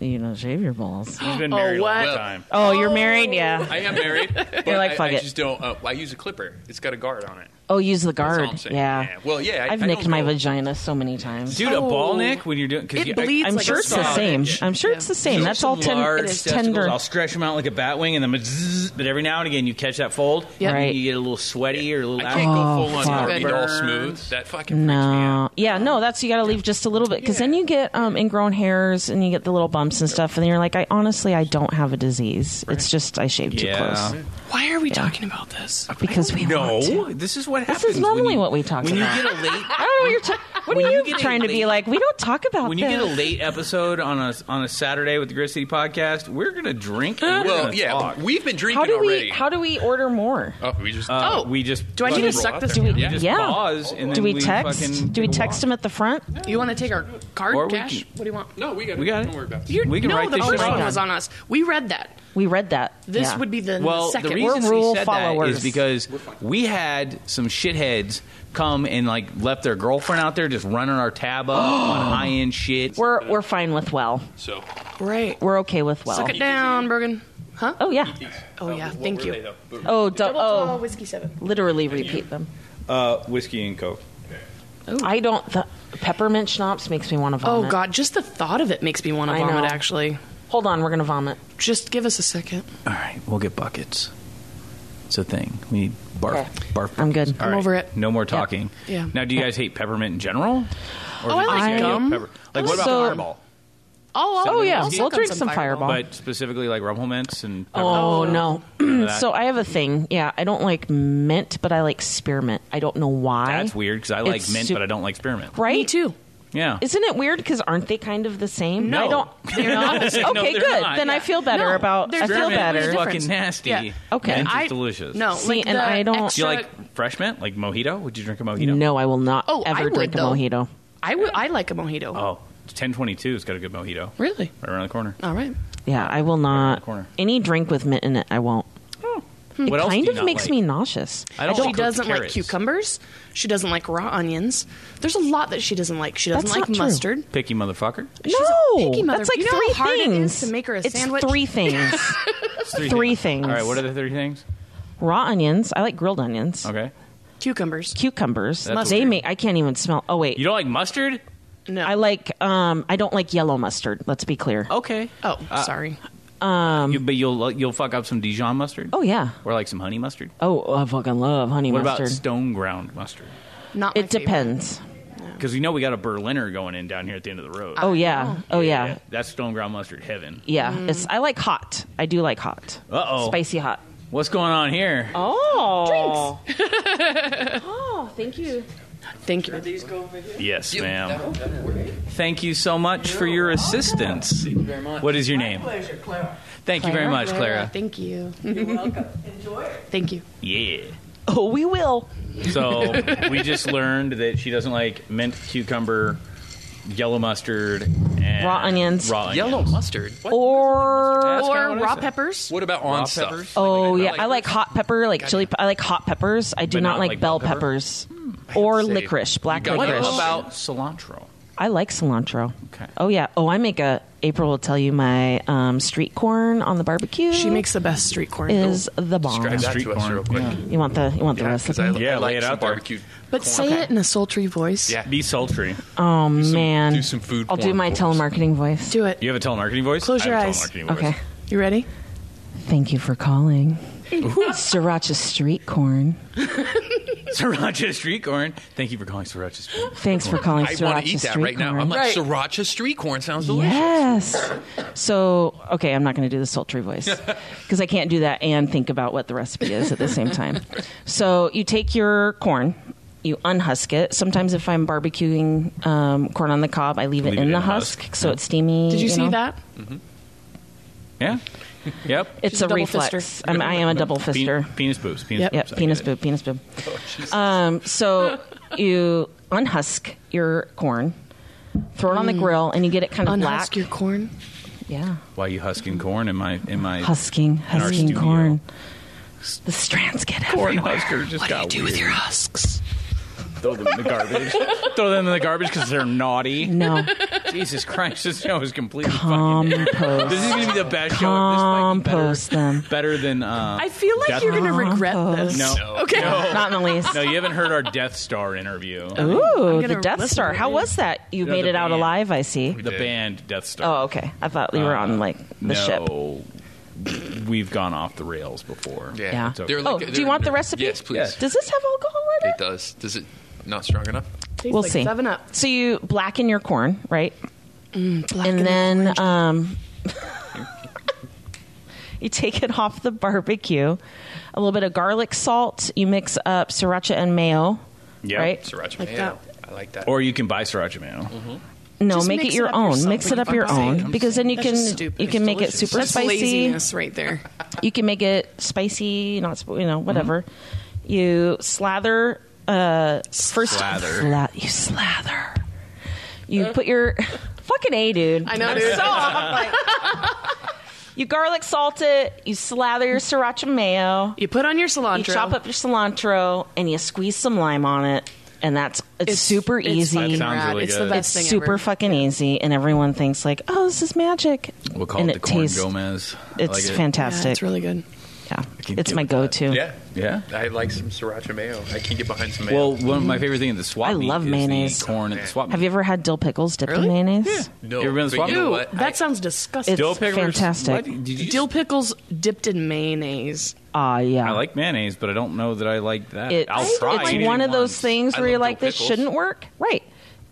[SPEAKER 11] you don't shave your balls.
[SPEAKER 5] He's been married a
[SPEAKER 7] Oh, what?
[SPEAKER 5] long time.
[SPEAKER 11] Oh, you're married? Yeah.
[SPEAKER 2] I am married. But
[SPEAKER 11] You're like,
[SPEAKER 2] I,
[SPEAKER 11] "Fuck
[SPEAKER 2] I
[SPEAKER 11] it."
[SPEAKER 2] just don't. Uh, I use a clipper. It's got a guard on it.
[SPEAKER 11] Oh, use the
[SPEAKER 2] all
[SPEAKER 11] guard.
[SPEAKER 2] I'm saying.
[SPEAKER 11] Yeah.
[SPEAKER 2] Yeah. Well, yeah, I-
[SPEAKER 11] I've
[SPEAKER 2] I
[SPEAKER 11] nicked
[SPEAKER 2] don't
[SPEAKER 11] my
[SPEAKER 2] know.
[SPEAKER 11] vagina so many times.
[SPEAKER 5] Dude, a ball
[SPEAKER 7] Oh.
[SPEAKER 5] nick when you're doing because
[SPEAKER 7] It bleeds
[SPEAKER 11] I'm
[SPEAKER 7] like
[SPEAKER 11] sure
[SPEAKER 7] a
[SPEAKER 11] it's the
[SPEAKER 7] sausage.
[SPEAKER 11] same. I'm sure it's the same. That's all ten-
[SPEAKER 5] large
[SPEAKER 11] it's
[SPEAKER 5] testicles.
[SPEAKER 11] tender.
[SPEAKER 5] I'll stretch them out like a bat wing, and then zzz, but every now and again you catch that fold,
[SPEAKER 7] Yep.
[SPEAKER 5] and
[SPEAKER 11] Right.
[SPEAKER 5] you get a little sweaty or a little.
[SPEAKER 2] I can't go
[SPEAKER 11] Oh,
[SPEAKER 2] full on
[SPEAKER 11] fuck.
[SPEAKER 2] Barbie doll
[SPEAKER 5] Burns.
[SPEAKER 2] smooth. That fucking freaks me out.
[SPEAKER 11] No. Uh, Yeah, no, that's you got to leave just a little bit because then you get um, ingrown hairs and you get the little bumps and stuff, and then you're like, I honestly, I don't have a disease. It's just I shaved
[SPEAKER 5] Yeah.
[SPEAKER 11] too
[SPEAKER 7] Why are we talking about this?
[SPEAKER 11] close because we want to.
[SPEAKER 5] No, this is what happens.
[SPEAKER 11] This is
[SPEAKER 5] when
[SPEAKER 11] normally
[SPEAKER 5] you-
[SPEAKER 11] what we talk
[SPEAKER 5] when
[SPEAKER 11] about.
[SPEAKER 5] you get a late.
[SPEAKER 11] I don't know what you're. Ta- what
[SPEAKER 5] When
[SPEAKER 11] are
[SPEAKER 5] you
[SPEAKER 11] you,
[SPEAKER 5] get a
[SPEAKER 11] trying to be
[SPEAKER 5] late-
[SPEAKER 11] like? We don't talk about
[SPEAKER 5] When you get a
[SPEAKER 11] this.
[SPEAKER 5] late episode on a on a Saturday with the Grit City podcast, we're gonna drink. And we're
[SPEAKER 2] Well,
[SPEAKER 5] gonna
[SPEAKER 2] yeah,
[SPEAKER 5] talk.
[SPEAKER 2] we've been drinking
[SPEAKER 11] how do
[SPEAKER 2] already.
[SPEAKER 11] we? How do we order more?
[SPEAKER 2] oh, we just.
[SPEAKER 5] Uh,
[SPEAKER 7] Oh.
[SPEAKER 5] we just
[SPEAKER 7] Do I need to
[SPEAKER 5] fucking-
[SPEAKER 7] suck this
[SPEAKER 11] Do we?
[SPEAKER 7] down?
[SPEAKER 5] just
[SPEAKER 11] yeah.
[SPEAKER 5] pause and
[SPEAKER 11] do
[SPEAKER 5] then
[SPEAKER 11] we
[SPEAKER 5] we
[SPEAKER 11] text?
[SPEAKER 5] fucking
[SPEAKER 11] do we
[SPEAKER 5] take a
[SPEAKER 11] text
[SPEAKER 5] walk.
[SPEAKER 11] them at the front?
[SPEAKER 7] You want to take our card
[SPEAKER 5] Or we
[SPEAKER 7] cash?
[SPEAKER 5] can-
[SPEAKER 7] What do you want?
[SPEAKER 2] no, we got it.
[SPEAKER 5] We got it.
[SPEAKER 2] Don't worry about it.
[SPEAKER 7] You're,
[SPEAKER 5] We can
[SPEAKER 7] no,
[SPEAKER 5] write
[SPEAKER 7] the
[SPEAKER 5] this
[SPEAKER 7] first
[SPEAKER 5] shit
[SPEAKER 7] one
[SPEAKER 5] down.
[SPEAKER 7] was on us. We read that.
[SPEAKER 11] We read that.
[SPEAKER 7] This
[SPEAKER 11] Yeah.
[SPEAKER 7] would be the
[SPEAKER 5] Well, the
[SPEAKER 7] second.
[SPEAKER 5] reason
[SPEAKER 11] We're rule
[SPEAKER 5] she said
[SPEAKER 11] followers.
[SPEAKER 5] that is because we had some shitheads come and like left their girlfriend out there just running our tab up on high end shit.
[SPEAKER 11] We're we're fine with well.
[SPEAKER 2] So.
[SPEAKER 7] right.
[SPEAKER 11] We're okay with well.
[SPEAKER 7] Suck it down, Bergen. Huh?
[SPEAKER 11] Oh yeah.
[SPEAKER 7] Oh yeah. Thank you.
[SPEAKER 11] Oh, du-
[SPEAKER 7] Double tall
[SPEAKER 11] oh,
[SPEAKER 7] whiskey seven.
[SPEAKER 11] literally repeat them.
[SPEAKER 5] uh, whiskey and coke.
[SPEAKER 11] I don't. The peppermint schnapps makes me want to
[SPEAKER 7] Oh
[SPEAKER 11] vomit.
[SPEAKER 7] god, just the thought of it makes me want to
[SPEAKER 11] I
[SPEAKER 7] vomit.
[SPEAKER 11] know.
[SPEAKER 7] Actually,
[SPEAKER 11] Hold on, we're gonna vomit.
[SPEAKER 7] just give us a second.
[SPEAKER 5] All right, we'll get buckets. It's a thing. We need barf.
[SPEAKER 11] Okay.
[SPEAKER 5] Barf.
[SPEAKER 11] I'm
[SPEAKER 5] buckets.
[SPEAKER 11] good.
[SPEAKER 5] All
[SPEAKER 7] I'm over it.
[SPEAKER 5] No more talking.
[SPEAKER 7] Yeah.
[SPEAKER 5] Now, do you guys hate peppermint in general? Or
[SPEAKER 7] Oh,
[SPEAKER 5] is it just
[SPEAKER 7] I like
[SPEAKER 5] the idea of
[SPEAKER 7] gum.
[SPEAKER 5] pepper- Like, what about
[SPEAKER 11] So-
[SPEAKER 5] fireball?
[SPEAKER 7] Oh, I'll-
[SPEAKER 11] Oh, yeah,
[SPEAKER 7] I'll
[SPEAKER 11] we'll
[SPEAKER 7] suck on
[SPEAKER 11] drink some Fireball.
[SPEAKER 5] But specifically, like rumble mints and.
[SPEAKER 11] Oh,
[SPEAKER 5] Remember
[SPEAKER 11] no.
[SPEAKER 5] that?
[SPEAKER 11] so I have a thing. Yeah, I don't like mint, but I like spearmint. I don't know why.
[SPEAKER 5] That's weird because I like
[SPEAKER 11] It's
[SPEAKER 5] mint,
[SPEAKER 11] su-
[SPEAKER 5] but I don't like spearmint.
[SPEAKER 11] Right?
[SPEAKER 7] Me too.
[SPEAKER 5] Yeah.
[SPEAKER 11] Isn't it weird? Because aren't they kind of the same?
[SPEAKER 5] No.
[SPEAKER 11] I don't. They're not. okay,
[SPEAKER 5] No, they're
[SPEAKER 11] good.
[SPEAKER 5] not.
[SPEAKER 11] Then I feel better
[SPEAKER 7] No,
[SPEAKER 11] about.
[SPEAKER 7] they're
[SPEAKER 11] I feel
[SPEAKER 7] definitely
[SPEAKER 11] better.
[SPEAKER 5] is
[SPEAKER 7] different.
[SPEAKER 5] fucking nasty.
[SPEAKER 7] Yeah.
[SPEAKER 11] Okay.
[SPEAKER 5] Mint is
[SPEAKER 7] I-
[SPEAKER 5] delicious.
[SPEAKER 7] No,
[SPEAKER 11] See,
[SPEAKER 7] like
[SPEAKER 11] and
[SPEAKER 7] the
[SPEAKER 11] I don't- Do you
[SPEAKER 5] Do you
[SPEAKER 7] extra-
[SPEAKER 5] like fresh mint? Like mojito? Would you drink a mojito?
[SPEAKER 11] No, I will not
[SPEAKER 7] Oh, I
[SPEAKER 11] ever
[SPEAKER 7] would,
[SPEAKER 11] drink
[SPEAKER 7] though.
[SPEAKER 11] a mojito.
[SPEAKER 7] I would. I like a mojito.
[SPEAKER 5] Oh, 1022 has got a good mojito.
[SPEAKER 7] Really?
[SPEAKER 5] Right around the corner.
[SPEAKER 7] All right.
[SPEAKER 11] Yeah, I will not.
[SPEAKER 5] corner.
[SPEAKER 11] Any drink with mint Uh, in it, I won't.
[SPEAKER 5] What
[SPEAKER 11] Hmm. it
[SPEAKER 5] else
[SPEAKER 11] kind
[SPEAKER 5] do you
[SPEAKER 11] of
[SPEAKER 5] not
[SPEAKER 11] makes
[SPEAKER 5] like?
[SPEAKER 11] me nauseous.
[SPEAKER 5] I don't
[SPEAKER 7] She
[SPEAKER 5] cooked
[SPEAKER 7] doesn't like
[SPEAKER 5] carrots.
[SPEAKER 7] cucumbers. She doesn't like raw onions. There's a lot that she doesn't like. She doesn't
[SPEAKER 11] That's
[SPEAKER 7] like
[SPEAKER 11] not true.
[SPEAKER 7] mustard.
[SPEAKER 5] Picky motherfucker.
[SPEAKER 11] No,
[SPEAKER 7] She's a picky mother-
[SPEAKER 11] that's like
[SPEAKER 7] You know how
[SPEAKER 11] three
[SPEAKER 7] hard it is
[SPEAKER 11] things
[SPEAKER 7] to make her a
[SPEAKER 11] it's
[SPEAKER 7] sandwich?
[SPEAKER 11] Three things:
[SPEAKER 5] It's
[SPEAKER 11] Three things.
[SPEAKER 5] All right, what are the three things?
[SPEAKER 11] raw onions. I like grilled onions.
[SPEAKER 5] Okay.
[SPEAKER 7] Cucumbers.
[SPEAKER 11] Cucumbers.
[SPEAKER 5] That's
[SPEAKER 11] they
[SPEAKER 5] weird.
[SPEAKER 11] make. I can't even smell. Oh wait.
[SPEAKER 5] You don't like mustard?
[SPEAKER 7] No.
[SPEAKER 11] I like. Um. I don't like yellow mustard. Let's be clear.
[SPEAKER 5] Okay.
[SPEAKER 7] Oh,
[SPEAKER 11] Uh,
[SPEAKER 7] sorry.
[SPEAKER 5] You, but you'll you'll fuck up some Dijon mustard?
[SPEAKER 11] Um, Oh yeah.
[SPEAKER 5] Or like some honey mustard?
[SPEAKER 11] Oh, I fucking love honey
[SPEAKER 5] What
[SPEAKER 11] mustard.
[SPEAKER 5] about stone ground mustard?
[SPEAKER 7] Not. my
[SPEAKER 11] it depends.
[SPEAKER 5] Because you know we got a Berliner going in down here at the end of the road.
[SPEAKER 11] Oh yeah. Oh yeah.
[SPEAKER 5] That's stone ground mustard heaven.
[SPEAKER 11] Yeah.
[SPEAKER 7] Mm.
[SPEAKER 11] It's. I like hot. I do like hot.
[SPEAKER 5] Uh-oh.
[SPEAKER 11] Spicy hot.
[SPEAKER 5] What's going on here?
[SPEAKER 11] Oh. Drinks. oh, thank you.
[SPEAKER 7] favorite. Thank you.
[SPEAKER 5] Yes, ma'am. Thank you so much for your assistance. Thank you very much. What is your name?
[SPEAKER 12] Pleasure, Clara.
[SPEAKER 5] Thank you very much, Clara.
[SPEAKER 7] Thank you.
[SPEAKER 12] You're welcome. Enjoy it.
[SPEAKER 7] Thank you.
[SPEAKER 5] Yeah.
[SPEAKER 11] Oh, we will.
[SPEAKER 5] So we just learned that she doesn't like mint, cucumber, yellow mustard, and
[SPEAKER 11] Raw onions.
[SPEAKER 5] Raw onions.
[SPEAKER 2] Yellow mustard. What?
[SPEAKER 11] Or.
[SPEAKER 5] That's kinda
[SPEAKER 7] or
[SPEAKER 5] what I
[SPEAKER 7] raw
[SPEAKER 5] said.
[SPEAKER 7] peppers.
[SPEAKER 2] What about on stuff?
[SPEAKER 5] peppers?
[SPEAKER 11] Oh
[SPEAKER 2] Like,
[SPEAKER 11] yeah, I like hot pepper, like chili. pe- I like hot peppers. I do
[SPEAKER 5] But
[SPEAKER 11] not,
[SPEAKER 5] not
[SPEAKER 11] like,
[SPEAKER 5] like
[SPEAKER 11] bell
[SPEAKER 5] bell pepper?
[SPEAKER 11] peppers or
[SPEAKER 2] say,
[SPEAKER 11] licorice, black
[SPEAKER 2] got
[SPEAKER 5] What
[SPEAKER 11] licorice.
[SPEAKER 5] about cilantro?
[SPEAKER 11] I like cilantro.
[SPEAKER 5] Okay.
[SPEAKER 11] Oh yeah. Oh, I make a. April will tell you my um, street corn on the barbecue.
[SPEAKER 7] She makes the best street corn.
[SPEAKER 11] is the bomb.
[SPEAKER 2] Describe that
[SPEAKER 5] Street
[SPEAKER 2] to us
[SPEAKER 5] corn.
[SPEAKER 2] real quick.
[SPEAKER 5] Yeah.
[SPEAKER 11] You want the you want the
[SPEAKER 2] Yeah, 'cause
[SPEAKER 11] recipe?
[SPEAKER 2] I,
[SPEAKER 5] Yeah,
[SPEAKER 2] I
[SPEAKER 5] lay
[SPEAKER 2] like
[SPEAKER 5] it
[SPEAKER 2] some
[SPEAKER 5] out there.
[SPEAKER 2] barbecue.
[SPEAKER 7] but
[SPEAKER 2] corn.
[SPEAKER 7] say it in a sultry voice.
[SPEAKER 2] Yeah.
[SPEAKER 5] Be sultry.
[SPEAKER 11] oh man.
[SPEAKER 2] do some food
[SPEAKER 11] I'll do
[SPEAKER 2] porn
[SPEAKER 11] my
[SPEAKER 2] voice.
[SPEAKER 11] telemarketing voice.
[SPEAKER 7] Do it.
[SPEAKER 5] You have a telemarketing voice?
[SPEAKER 7] Close
[SPEAKER 5] I
[SPEAKER 7] your
[SPEAKER 5] have a
[SPEAKER 7] eyes.
[SPEAKER 5] telemarketing voice.
[SPEAKER 11] Okay.
[SPEAKER 7] You ready?
[SPEAKER 11] Thank you for calling. Sriracha street corn.
[SPEAKER 5] Sriracha street corn. Thank you for calling Sriracha street corn.
[SPEAKER 11] Thanks for calling
[SPEAKER 2] I
[SPEAKER 11] sriracha
[SPEAKER 2] want to eat that
[SPEAKER 11] street
[SPEAKER 2] right now.
[SPEAKER 11] corn.
[SPEAKER 2] I'm like, sriracha street corn sounds delicious.
[SPEAKER 11] Yes. So, okay, I'm not going to do the sultry voice because I can't do that and think about what the recipe is at the same time. So, you take your corn, you unhusk it. Sometimes, if I'm barbecuing um, corn on the cob, I leave, it in the husk, so it's steamy.
[SPEAKER 7] Did you, see
[SPEAKER 11] know?
[SPEAKER 7] that?
[SPEAKER 5] Yeah. Yep.
[SPEAKER 11] It's a, reflex. I'm, I am a double
[SPEAKER 5] Pe-
[SPEAKER 11] fister.
[SPEAKER 5] Penis boobs. Penis
[SPEAKER 11] yep,
[SPEAKER 5] boobs. I
[SPEAKER 11] penis
[SPEAKER 5] get it. Oh,
[SPEAKER 11] boob, penis boob. um, so you unhusk your corn, throw it on the
[SPEAKER 7] Mm.
[SPEAKER 11] grill, and you get it kind of
[SPEAKER 7] Unhusk
[SPEAKER 11] black.
[SPEAKER 7] your corn.
[SPEAKER 11] Yeah,
[SPEAKER 5] Why are you husking corn in my in my
[SPEAKER 11] husking,
[SPEAKER 5] in our
[SPEAKER 11] husking
[SPEAKER 5] studio?
[SPEAKER 11] corn. The strands get
[SPEAKER 5] Corn
[SPEAKER 11] everywhere.
[SPEAKER 5] husker just
[SPEAKER 11] what
[SPEAKER 5] got
[SPEAKER 11] do you do with
[SPEAKER 5] weird.
[SPEAKER 11] your husks?
[SPEAKER 5] Throw them in the garbage. Throw them in the garbage because they're naughty.
[SPEAKER 11] No.
[SPEAKER 5] Jesus Christ, this show is completely
[SPEAKER 11] Compost.
[SPEAKER 5] fucking. This is going to be the best
[SPEAKER 11] Compost them.
[SPEAKER 5] show. Better than. Uh,
[SPEAKER 7] I feel like
[SPEAKER 5] Death-
[SPEAKER 7] you're gonna regret this.
[SPEAKER 5] No.
[SPEAKER 7] Okay.
[SPEAKER 5] No.
[SPEAKER 11] Not in the least.
[SPEAKER 5] No, you haven't heard our Death Star interview.
[SPEAKER 11] Ooh, the
[SPEAKER 7] gonna
[SPEAKER 11] Death
[SPEAKER 7] listen
[SPEAKER 11] Star.
[SPEAKER 7] to
[SPEAKER 11] How
[SPEAKER 7] it.
[SPEAKER 11] was that? You
[SPEAKER 5] Yeah,
[SPEAKER 11] made
[SPEAKER 5] the
[SPEAKER 11] it out
[SPEAKER 5] band.
[SPEAKER 11] alive, I see.
[SPEAKER 5] the band Death Star.
[SPEAKER 11] Oh, okay. I thought we were on like the ship.
[SPEAKER 5] Uh, no. We've gone off the rails before.
[SPEAKER 11] Yeah.
[SPEAKER 5] It's okay.
[SPEAKER 2] They're
[SPEAKER 11] oh,
[SPEAKER 2] like-
[SPEAKER 11] do
[SPEAKER 2] they're-
[SPEAKER 11] you want the
[SPEAKER 2] they're-
[SPEAKER 11] recipe?
[SPEAKER 2] Yes, please.
[SPEAKER 11] Does this have alcohol in it?
[SPEAKER 2] It does. Does it not strong enough?
[SPEAKER 11] we'll see. So you blacken your corn, right? and then um, you take it off the barbecue. A little bit of garlic salt. You mix up sriracha and mayo.
[SPEAKER 5] Yep.
[SPEAKER 11] Oh, Right?
[SPEAKER 2] Sriracha
[SPEAKER 11] Like Mm-hmm.
[SPEAKER 2] mayo.
[SPEAKER 5] that.
[SPEAKER 2] I like that.
[SPEAKER 5] Or you can buy sriracha mayo.
[SPEAKER 11] No,
[SPEAKER 7] Just
[SPEAKER 11] make it
[SPEAKER 7] mix
[SPEAKER 11] your
[SPEAKER 7] it up
[SPEAKER 11] own.
[SPEAKER 7] yourself.
[SPEAKER 11] Mix it up
[SPEAKER 7] I'm
[SPEAKER 11] your
[SPEAKER 7] saying,
[SPEAKER 11] own
[SPEAKER 7] I'm
[SPEAKER 11] because then you
[SPEAKER 7] saying. That's just
[SPEAKER 11] can you
[SPEAKER 7] stupid.
[SPEAKER 11] can
[SPEAKER 7] It's
[SPEAKER 11] make it
[SPEAKER 7] delicious.
[SPEAKER 11] super
[SPEAKER 7] That's
[SPEAKER 11] spicy.
[SPEAKER 7] laziness right there.
[SPEAKER 11] You can make it spicy, not sp- you know whatever. You slather uh, first.
[SPEAKER 5] Slather.
[SPEAKER 11] Sla- you slather. You put your fucking a dude. I
[SPEAKER 7] know,
[SPEAKER 11] am
[SPEAKER 7] dude.
[SPEAKER 11] So off. I'm like- you garlic salt it. You slather your sriracha mayo.
[SPEAKER 7] You put on your cilantro.
[SPEAKER 11] You chop up your cilantro and you squeeze some lime on it, and that's it's,
[SPEAKER 7] It's-
[SPEAKER 11] super
[SPEAKER 7] it's
[SPEAKER 11] easy.
[SPEAKER 7] fucking That sounds rad. really It's the good. best
[SPEAKER 11] It's
[SPEAKER 7] thing
[SPEAKER 11] super
[SPEAKER 7] ever.
[SPEAKER 11] fucking easy, and everyone thinks like, "Oh, this is magic."
[SPEAKER 5] We'll call
[SPEAKER 11] and
[SPEAKER 5] it the corn Gomez. I
[SPEAKER 11] It's
[SPEAKER 5] like it.
[SPEAKER 11] fantastic.
[SPEAKER 7] Yeah, it's really good.
[SPEAKER 11] Yeah,
[SPEAKER 5] can
[SPEAKER 11] it's
[SPEAKER 5] get
[SPEAKER 11] my
[SPEAKER 5] with
[SPEAKER 11] go-to.
[SPEAKER 2] Yeah.
[SPEAKER 5] Yeah.
[SPEAKER 2] I like some sriracha mayo. I can get behind some mayo.
[SPEAKER 5] Well, one of my favorite things at the swap
[SPEAKER 11] I
[SPEAKER 5] meet
[SPEAKER 11] love
[SPEAKER 5] is
[SPEAKER 11] mayonnaise.
[SPEAKER 5] the corn at the swap meet.
[SPEAKER 11] Have you ever had dill pickles dipped in mayonnaise?
[SPEAKER 2] No,
[SPEAKER 5] You ever been to the
[SPEAKER 2] but
[SPEAKER 5] swap
[SPEAKER 2] you
[SPEAKER 5] meet?
[SPEAKER 2] know what?
[SPEAKER 7] That sounds disgusting.
[SPEAKER 11] It's fantastic.
[SPEAKER 5] What? Did you
[SPEAKER 7] Dill pickles dipped in mayonnaise.
[SPEAKER 11] Ah, yeah.
[SPEAKER 5] I like mayonnaise, but I don't know that I like that.
[SPEAKER 11] It-
[SPEAKER 5] I'll
[SPEAKER 11] it's
[SPEAKER 5] try. anything
[SPEAKER 11] one of those
[SPEAKER 5] once.
[SPEAKER 11] things
[SPEAKER 2] I
[SPEAKER 11] where you're
[SPEAKER 2] love
[SPEAKER 11] like,
[SPEAKER 2] dill
[SPEAKER 11] this
[SPEAKER 2] pickles.
[SPEAKER 11] shouldn't work, right?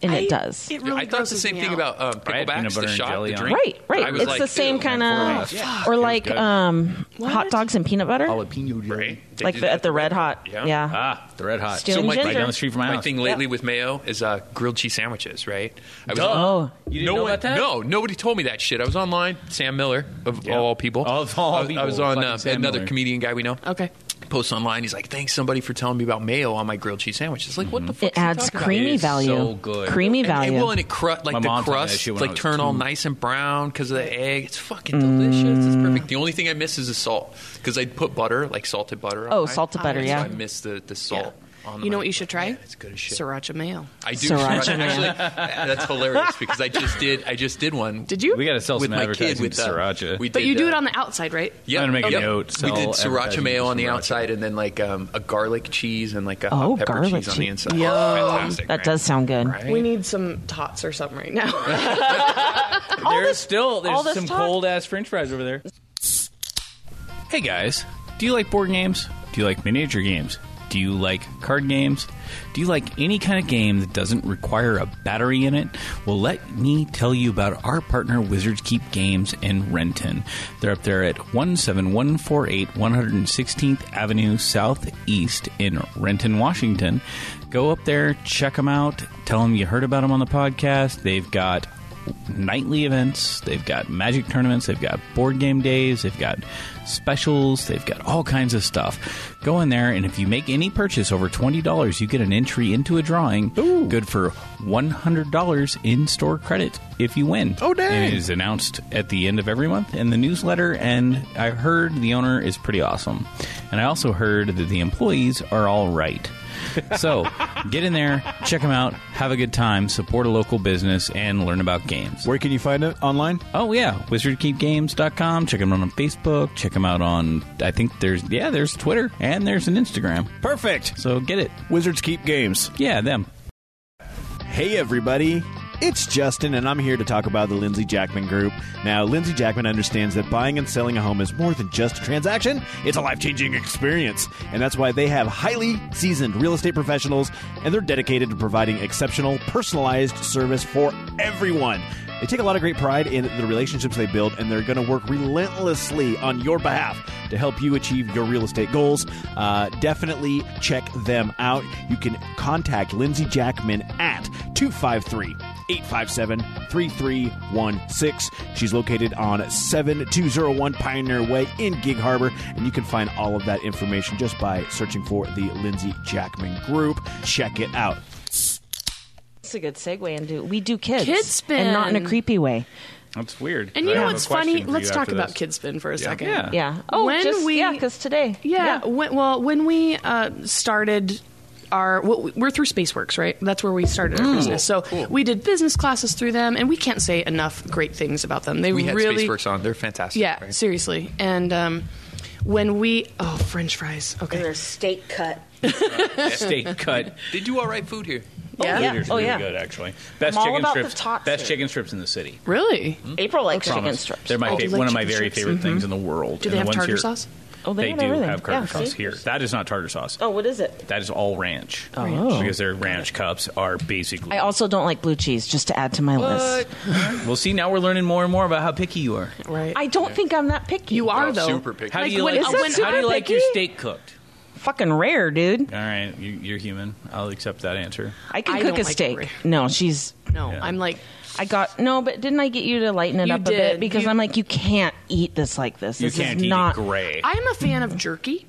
[SPEAKER 11] And it
[SPEAKER 7] I-
[SPEAKER 11] does.
[SPEAKER 7] It really
[SPEAKER 2] I thought the
[SPEAKER 7] grosses
[SPEAKER 2] same
[SPEAKER 7] me
[SPEAKER 2] thing
[SPEAKER 7] out.
[SPEAKER 2] about um,
[SPEAKER 5] I had peanut
[SPEAKER 2] picklebacks,
[SPEAKER 5] butter
[SPEAKER 2] the
[SPEAKER 5] and
[SPEAKER 2] shot,
[SPEAKER 5] jelly
[SPEAKER 2] the
[SPEAKER 5] on it.
[SPEAKER 2] drink.
[SPEAKER 11] Right,
[SPEAKER 2] I
[SPEAKER 11] right.
[SPEAKER 2] was
[SPEAKER 11] It's
[SPEAKER 2] like,
[SPEAKER 11] the same
[SPEAKER 2] ew.
[SPEAKER 11] kind of,
[SPEAKER 5] Yeah.
[SPEAKER 11] or
[SPEAKER 5] It was
[SPEAKER 11] like
[SPEAKER 5] good. Oh.
[SPEAKER 11] um, hot
[SPEAKER 7] What?
[SPEAKER 11] dogs and peanut butter,
[SPEAKER 5] jalapeno
[SPEAKER 2] Right? They
[SPEAKER 11] like
[SPEAKER 2] do
[SPEAKER 11] the,
[SPEAKER 2] that
[SPEAKER 11] at the Red Hot.
[SPEAKER 2] Yeah.
[SPEAKER 11] Yeah.
[SPEAKER 5] Ah, the red hot.
[SPEAKER 11] Stew
[SPEAKER 5] so
[SPEAKER 11] and
[SPEAKER 5] like, right
[SPEAKER 11] ginger.
[SPEAKER 5] down the street from my
[SPEAKER 2] My
[SPEAKER 5] house.
[SPEAKER 2] thing lately with mayo is uh, grilled cheese sandwiches, right? I was
[SPEAKER 11] Oh.
[SPEAKER 5] You didn't
[SPEAKER 2] no
[SPEAKER 5] know
[SPEAKER 2] one,
[SPEAKER 5] about that?
[SPEAKER 2] no, nobody told me that shit. I was online. Sam Miller of
[SPEAKER 5] Yeah.
[SPEAKER 2] all people.
[SPEAKER 5] Of all
[SPEAKER 2] I, was- I was
[SPEAKER 5] people,
[SPEAKER 2] on
[SPEAKER 5] fucking
[SPEAKER 2] uh,
[SPEAKER 5] Sam
[SPEAKER 2] another
[SPEAKER 5] Miller.
[SPEAKER 2] comedian guy we know.
[SPEAKER 7] Okay.
[SPEAKER 2] Posts online. He's like, "Thanks somebody for telling me about mayo on my grilled cheese sandwich." It's like, what the fuck?
[SPEAKER 11] It adds creamy
[SPEAKER 5] It is
[SPEAKER 11] value.
[SPEAKER 5] so good.
[SPEAKER 11] Creamy
[SPEAKER 2] And,
[SPEAKER 11] value.
[SPEAKER 2] and well, and it cru- like
[SPEAKER 5] My
[SPEAKER 2] the
[SPEAKER 5] mom told me that
[SPEAKER 2] crust,
[SPEAKER 5] shit when I
[SPEAKER 2] like
[SPEAKER 5] was
[SPEAKER 2] turn all
[SPEAKER 5] two.
[SPEAKER 2] nice and brown because of the egg. It's fucking
[SPEAKER 11] Mm.
[SPEAKER 2] delicious. It's perfect. The only thing I miss is the salt because I'd put butter, like salted butter. on
[SPEAKER 11] Oh,
[SPEAKER 2] mine.
[SPEAKER 11] salted butter,
[SPEAKER 2] So
[SPEAKER 11] yeah.
[SPEAKER 2] I miss the the salt. On
[SPEAKER 7] You know
[SPEAKER 2] my-
[SPEAKER 7] what you should try?
[SPEAKER 2] Man, it's good as shit.
[SPEAKER 7] Sriracha mayo.
[SPEAKER 2] I do
[SPEAKER 11] Sriracha
[SPEAKER 2] sriracha. Actually, that's hilarious because I just did. I just did one.
[SPEAKER 7] Did you?
[SPEAKER 5] We got to sell
[SPEAKER 2] with
[SPEAKER 5] some
[SPEAKER 2] my
[SPEAKER 5] advertising
[SPEAKER 2] kid with
[SPEAKER 5] to
[SPEAKER 2] uh,
[SPEAKER 5] sriracha.
[SPEAKER 2] we
[SPEAKER 7] but
[SPEAKER 2] did,
[SPEAKER 7] you do
[SPEAKER 2] uh,
[SPEAKER 7] it on the outside, right?
[SPEAKER 2] Yep,
[SPEAKER 5] I'm gonna make a
[SPEAKER 2] yep.
[SPEAKER 5] note,
[SPEAKER 2] We did
[SPEAKER 5] sell
[SPEAKER 2] sriracha
[SPEAKER 5] advertising
[SPEAKER 2] mayo
[SPEAKER 5] for
[SPEAKER 2] on the
[SPEAKER 5] sriracha.
[SPEAKER 2] outside, and then like um, a garlic cheese and like a
[SPEAKER 11] Oh,
[SPEAKER 2] hot pepper
[SPEAKER 11] garlic
[SPEAKER 2] cheese on the
[SPEAKER 11] cheese.
[SPEAKER 2] inside.
[SPEAKER 11] Yum.
[SPEAKER 2] Fantastic,
[SPEAKER 11] that
[SPEAKER 2] right?
[SPEAKER 11] does sound good.
[SPEAKER 2] Right?
[SPEAKER 7] We need some tots or something right now.
[SPEAKER 5] there's
[SPEAKER 11] this-
[SPEAKER 5] still
[SPEAKER 11] all
[SPEAKER 5] there's
[SPEAKER 11] this
[SPEAKER 5] some
[SPEAKER 11] talk-
[SPEAKER 5] cold ass French fries over there. Hey guys, do you like board games? Do you like miniature games? Do you like card games? Do you like any kind of game that doesn't require a battery in it? Well, let me tell you about our partner Wizards Keep Games in Renton. They're up there at 17148 116th Avenue Southeast in Renton, Washington. Go up there, check them out, tell them you heard about them on the podcast. They've got nightly events. They've got magic tournaments. They've got board game days. They've got specials. They've got all kinds of stuff. Go in there, and if you make any purchase over $20, you get an entry into a drawing good for $100 in store credit if you win. Oh, dang. And it is announced at the end of every month in the newsletter, and I heard the owner is pretty awesome. And I also heard that the employees are all right. So get in there, check them out, have a good time, support a local business, and learn about games.
[SPEAKER 1] Where can you find it online?
[SPEAKER 5] Oh yeah, wizardkeepgames.com. Check them out on Facebook. Check them out on I think there's yeah there's Twitter and there's an Instagram.
[SPEAKER 1] Perfect.
[SPEAKER 5] So get it.
[SPEAKER 1] Wizards keep games.
[SPEAKER 5] Yeah, them.
[SPEAKER 1] Hey everybody, It's Justin, and I'm here to talk about the Lindsay Jackman Group. Now, Lindsay Jackman understands that buying and selling a home is more than just a transaction, it's a life changing experience. And that's why they have highly seasoned real estate professionals, and they're dedicated to providing exceptional, personalized service for everyone. They take a lot of great pride in the relationships they build, and they're going to work relentlessly on your behalf to help you achieve your real estate goals. Uh, definitely check them out. You can contact Lindsay Jackman at 253 857 3316. She's located on 7201 Pioneer Way in Gig Harbor, and you can find all of that information just by searching for the Lindsay Jackman Group. Check it out.
[SPEAKER 8] It's a good segue into we do kids,
[SPEAKER 7] Kid
[SPEAKER 8] and not in
[SPEAKER 7] spin.
[SPEAKER 8] a creepy way.
[SPEAKER 5] That's weird.
[SPEAKER 7] And you know what's funny? Let's talk about Kidspin for a
[SPEAKER 5] Yeah.
[SPEAKER 7] second.
[SPEAKER 5] Yeah.
[SPEAKER 8] Yeah. Oh,
[SPEAKER 7] when
[SPEAKER 8] just-
[SPEAKER 7] we
[SPEAKER 8] yeah, because today.
[SPEAKER 7] Yeah. When, well, when we uh, started our, well, we're through SpaceWorks, right? That's where we started our
[SPEAKER 8] Mm.
[SPEAKER 7] business. So we did business classes through them, and we can't say enough great things about them. They
[SPEAKER 11] we had
[SPEAKER 7] really,
[SPEAKER 11] SpaceWorks on. They're fantastic.
[SPEAKER 7] yeah,
[SPEAKER 11] right?
[SPEAKER 7] seriously. And um, when we, oh, French fries. Okay.
[SPEAKER 13] They're steak cut.
[SPEAKER 5] Steak cut.
[SPEAKER 11] They do all right food here.
[SPEAKER 7] Yeah.
[SPEAKER 5] They're
[SPEAKER 7] Oh,
[SPEAKER 5] really
[SPEAKER 7] yeah.
[SPEAKER 5] good actually. Best
[SPEAKER 7] I'm all
[SPEAKER 5] chicken
[SPEAKER 7] about the
[SPEAKER 5] strips.
[SPEAKER 7] tots
[SPEAKER 5] best
[SPEAKER 7] here.
[SPEAKER 5] chicken strips in the city.
[SPEAKER 7] Really?
[SPEAKER 5] Mm-hmm.
[SPEAKER 8] April likes
[SPEAKER 5] Promise.
[SPEAKER 8] chicken strips.
[SPEAKER 5] They're my
[SPEAKER 8] Oh,
[SPEAKER 5] fav-
[SPEAKER 8] do you like
[SPEAKER 5] one of my
[SPEAKER 8] chicken
[SPEAKER 5] very
[SPEAKER 8] strips?
[SPEAKER 5] favorite things
[SPEAKER 8] Mhm.
[SPEAKER 5] in the world.
[SPEAKER 8] Do they
[SPEAKER 5] and
[SPEAKER 8] have
[SPEAKER 5] the ones
[SPEAKER 8] tartar
[SPEAKER 5] here-
[SPEAKER 8] sauce? Oh, they have
[SPEAKER 5] do
[SPEAKER 8] everything.
[SPEAKER 5] have tartar
[SPEAKER 8] Yeah,
[SPEAKER 5] sauce
[SPEAKER 8] see?
[SPEAKER 5] here. That is not tartar sauce.
[SPEAKER 8] Oh, what is it?
[SPEAKER 5] That is all ranch.
[SPEAKER 8] Ranch.
[SPEAKER 5] Because their ranch cups are basically.
[SPEAKER 8] I also don't like blue cheese. Just to add to my list,
[SPEAKER 5] well, see, now we're learning more and more about how picky you are.
[SPEAKER 7] Right.
[SPEAKER 8] I don't think I'm that picky. You
[SPEAKER 7] are, though. Super
[SPEAKER 5] picky. How do you like,
[SPEAKER 8] Is it
[SPEAKER 5] how do
[SPEAKER 8] super
[SPEAKER 5] you like
[SPEAKER 8] picky?
[SPEAKER 5] your steak cooked?
[SPEAKER 8] Fucking rare, dude.
[SPEAKER 5] All right, you, you're human. I'll accept that answer.
[SPEAKER 8] I can
[SPEAKER 7] I
[SPEAKER 8] cook
[SPEAKER 7] don't
[SPEAKER 8] a
[SPEAKER 7] like
[SPEAKER 8] steak.
[SPEAKER 7] rare.
[SPEAKER 8] No, she's
[SPEAKER 7] no. I'm like
[SPEAKER 8] I got no, but didn't I get you to lighten it
[SPEAKER 7] You
[SPEAKER 8] up a
[SPEAKER 7] did.
[SPEAKER 8] bit because
[SPEAKER 7] You-
[SPEAKER 8] I'm like you can't eat this like this.
[SPEAKER 5] You
[SPEAKER 8] this
[SPEAKER 5] can't
[SPEAKER 8] is
[SPEAKER 5] eat
[SPEAKER 8] not
[SPEAKER 5] it gray.
[SPEAKER 7] I am a fan of jerky.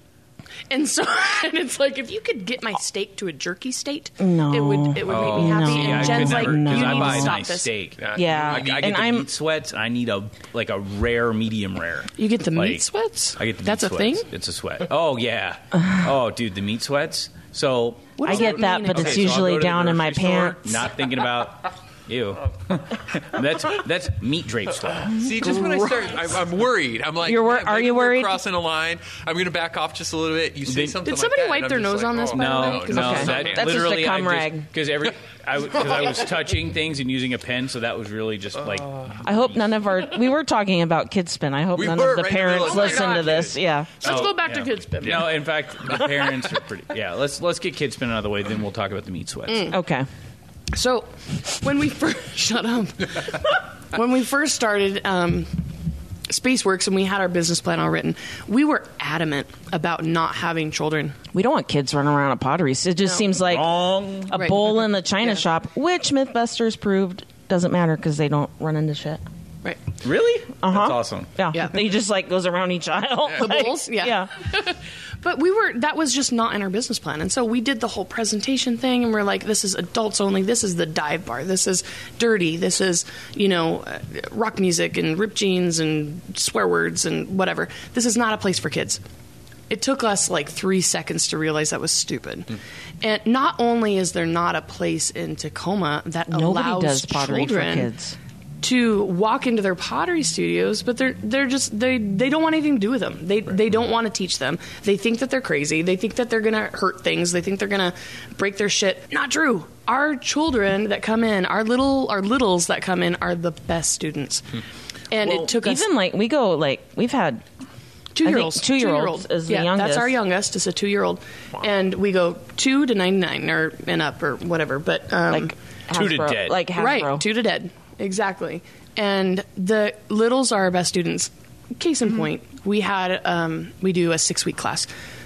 [SPEAKER 7] And so, and it's like if you could get my steak to a jerky state,
[SPEAKER 8] No. Oh,
[SPEAKER 7] it would it would make me happy.
[SPEAKER 5] See, Oh, I
[SPEAKER 7] and
[SPEAKER 5] could
[SPEAKER 7] Jen's like,
[SPEAKER 5] never, 'cause
[SPEAKER 7] you
[SPEAKER 5] I
[SPEAKER 7] need
[SPEAKER 5] buy
[SPEAKER 7] to
[SPEAKER 5] a
[SPEAKER 7] stop
[SPEAKER 5] nice
[SPEAKER 7] this.
[SPEAKER 5] steak.
[SPEAKER 8] Yeah,
[SPEAKER 5] I, I get
[SPEAKER 8] and
[SPEAKER 5] the
[SPEAKER 8] I'm-
[SPEAKER 5] meat sweats. I need a like a rare, medium rare.
[SPEAKER 7] You get the meat
[SPEAKER 5] Like,
[SPEAKER 7] sweats?
[SPEAKER 5] I get the
[SPEAKER 7] That's
[SPEAKER 5] meat
[SPEAKER 7] a
[SPEAKER 5] sweats.
[SPEAKER 7] thing?
[SPEAKER 5] It's a sweat. Oh yeah. oh dude, the meat sweats. So
[SPEAKER 8] What does I get that that, mean but
[SPEAKER 5] so
[SPEAKER 8] it's
[SPEAKER 5] I'll go
[SPEAKER 8] usually
[SPEAKER 5] to the
[SPEAKER 8] down in my
[SPEAKER 5] grocery store,
[SPEAKER 8] pants.
[SPEAKER 5] Not thinking about you. that's that's meat drape sweat.
[SPEAKER 11] See, just when I start, I, I'm worried. I'm like,
[SPEAKER 8] You're wor-
[SPEAKER 11] yeah,
[SPEAKER 8] are
[SPEAKER 11] maybe
[SPEAKER 8] you
[SPEAKER 11] we're
[SPEAKER 8] worried?
[SPEAKER 11] Crossing a line. I'm going to back off just a little bit. You say
[SPEAKER 5] Did-
[SPEAKER 11] something.
[SPEAKER 7] Did somebody
[SPEAKER 11] like that,
[SPEAKER 7] wipe
[SPEAKER 11] and
[SPEAKER 7] their
[SPEAKER 11] I'm
[SPEAKER 7] nose
[SPEAKER 11] just like,
[SPEAKER 7] on this?
[SPEAKER 11] oh,
[SPEAKER 7] by the way?
[SPEAKER 5] No,
[SPEAKER 7] 'Cause
[SPEAKER 5] no,
[SPEAKER 7] it's-
[SPEAKER 5] that
[SPEAKER 8] That's just a
[SPEAKER 5] literally
[SPEAKER 8] cum rag.
[SPEAKER 5] because every because I, was touching things and using a pen, so that was really just like
[SPEAKER 7] Oh.
[SPEAKER 8] I hope none of our we were talking about kids spin. I hope
[SPEAKER 5] We
[SPEAKER 8] none
[SPEAKER 5] were,
[SPEAKER 8] of the
[SPEAKER 5] right in the
[SPEAKER 7] Oh
[SPEAKER 8] parents
[SPEAKER 5] middle of
[SPEAKER 8] listen
[SPEAKER 5] it.
[SPEAKER 8] to this. Yeah.
[SPEAKER 7] Let's go back to
[SPEAKER 5] Oh, yeah.
[SPEAKER 7] kids spin.
[SPEAKER 5] No, in fact, the parents are pretty. Yeah, let's let's get kids spin out of the way, then we'll talk about the meat sweats.
[SPEAKER 7] Mm.
[SPEAKER 8] Okay.
[SPEAKER 7] So when we first shut up, when we first started um, SpaceWorks and we had our business plan all written, we were adamant about not having children.
[SPEAKER 8] We don't want kids running around at potteries. It just
[SPEAKER 7] No.
[SPEAKER 8] seems like
[SPEAKER 5] Wrong.
[SPEAKER 8] a
[SPEAKER 7] Right.
[SPEAKER 8] bowl in the china
[SPEAKER 7] Yeah.
[SPEAKER 8] shop, which MythBusters proved doesn't matter because they don't run into shit.
[SPEAKER 7] Right.
[SPEAKER 5] Really?
[SPEAKER 8] Uh-huh.
[SPEAKER 5] That's awesome.
[SPEAKER 8] Yeah.
[SPEAKER 7] Yeah.
[SPEAKER 8] They just like goes around each aisle.
[SPEAKER 7] The
[SPEAKER 8] Like,
[SPEAKER 7] bowls? Yeah.
[SPEAKER 8] Yeah.
[SPEAKER 7] But we were that was just not in our business plan. And so we did the whole presentation thing and we're like this is adults only, this is the dive bar, this is dirty, this is, you know, uh, rock music and ripped jeans and swear words and whatever. This is not a place for kids. It took us like 3 seconds to realize that was stupid. And not only is there not a place in Tacoma that allows
[SPEAKER 8] Nobody does pottery
[SPEAKER 7] children
[SPEAKER 8] for kids.
[SPEAKER 7] to walk into their pottery studios, but they're they're just they they don't want anything to do with them. They they don't want to teach them. They think that they're crazy. They think that they're gonna hurt things. They think they're gonna break their shit. Not true. Our children that come in, our little our littles that come in, are the best students.
[SPEAKER 5] Hmm.
[SPEAKER 7] And
[SPEAKER 8] Well,
[SPEAKER 7] it took us
[SPEAKER 8] even like we go like we've had
[SPEAKER 7] two year olds.
[SPEAKER 8] Two year olds is the
[SPEAKER 7] yeah,
[SPEAKER 8] youngest.
[SPEAKER 7] That's our youngest. It's a two year old, and we go two to ninety nine or and up or whatever. But um,
[SPEAKER 5] Two to Hasbro- dead.
[SPEAKER 8] Like Hasbro.
[SPEAKER 7] Right, two to dead. Exactly. And the littles are our best students. Case
[SPEAKER 8] Mm-hmm.
[SPEAKER 7] in point, we had um, we do a six week class.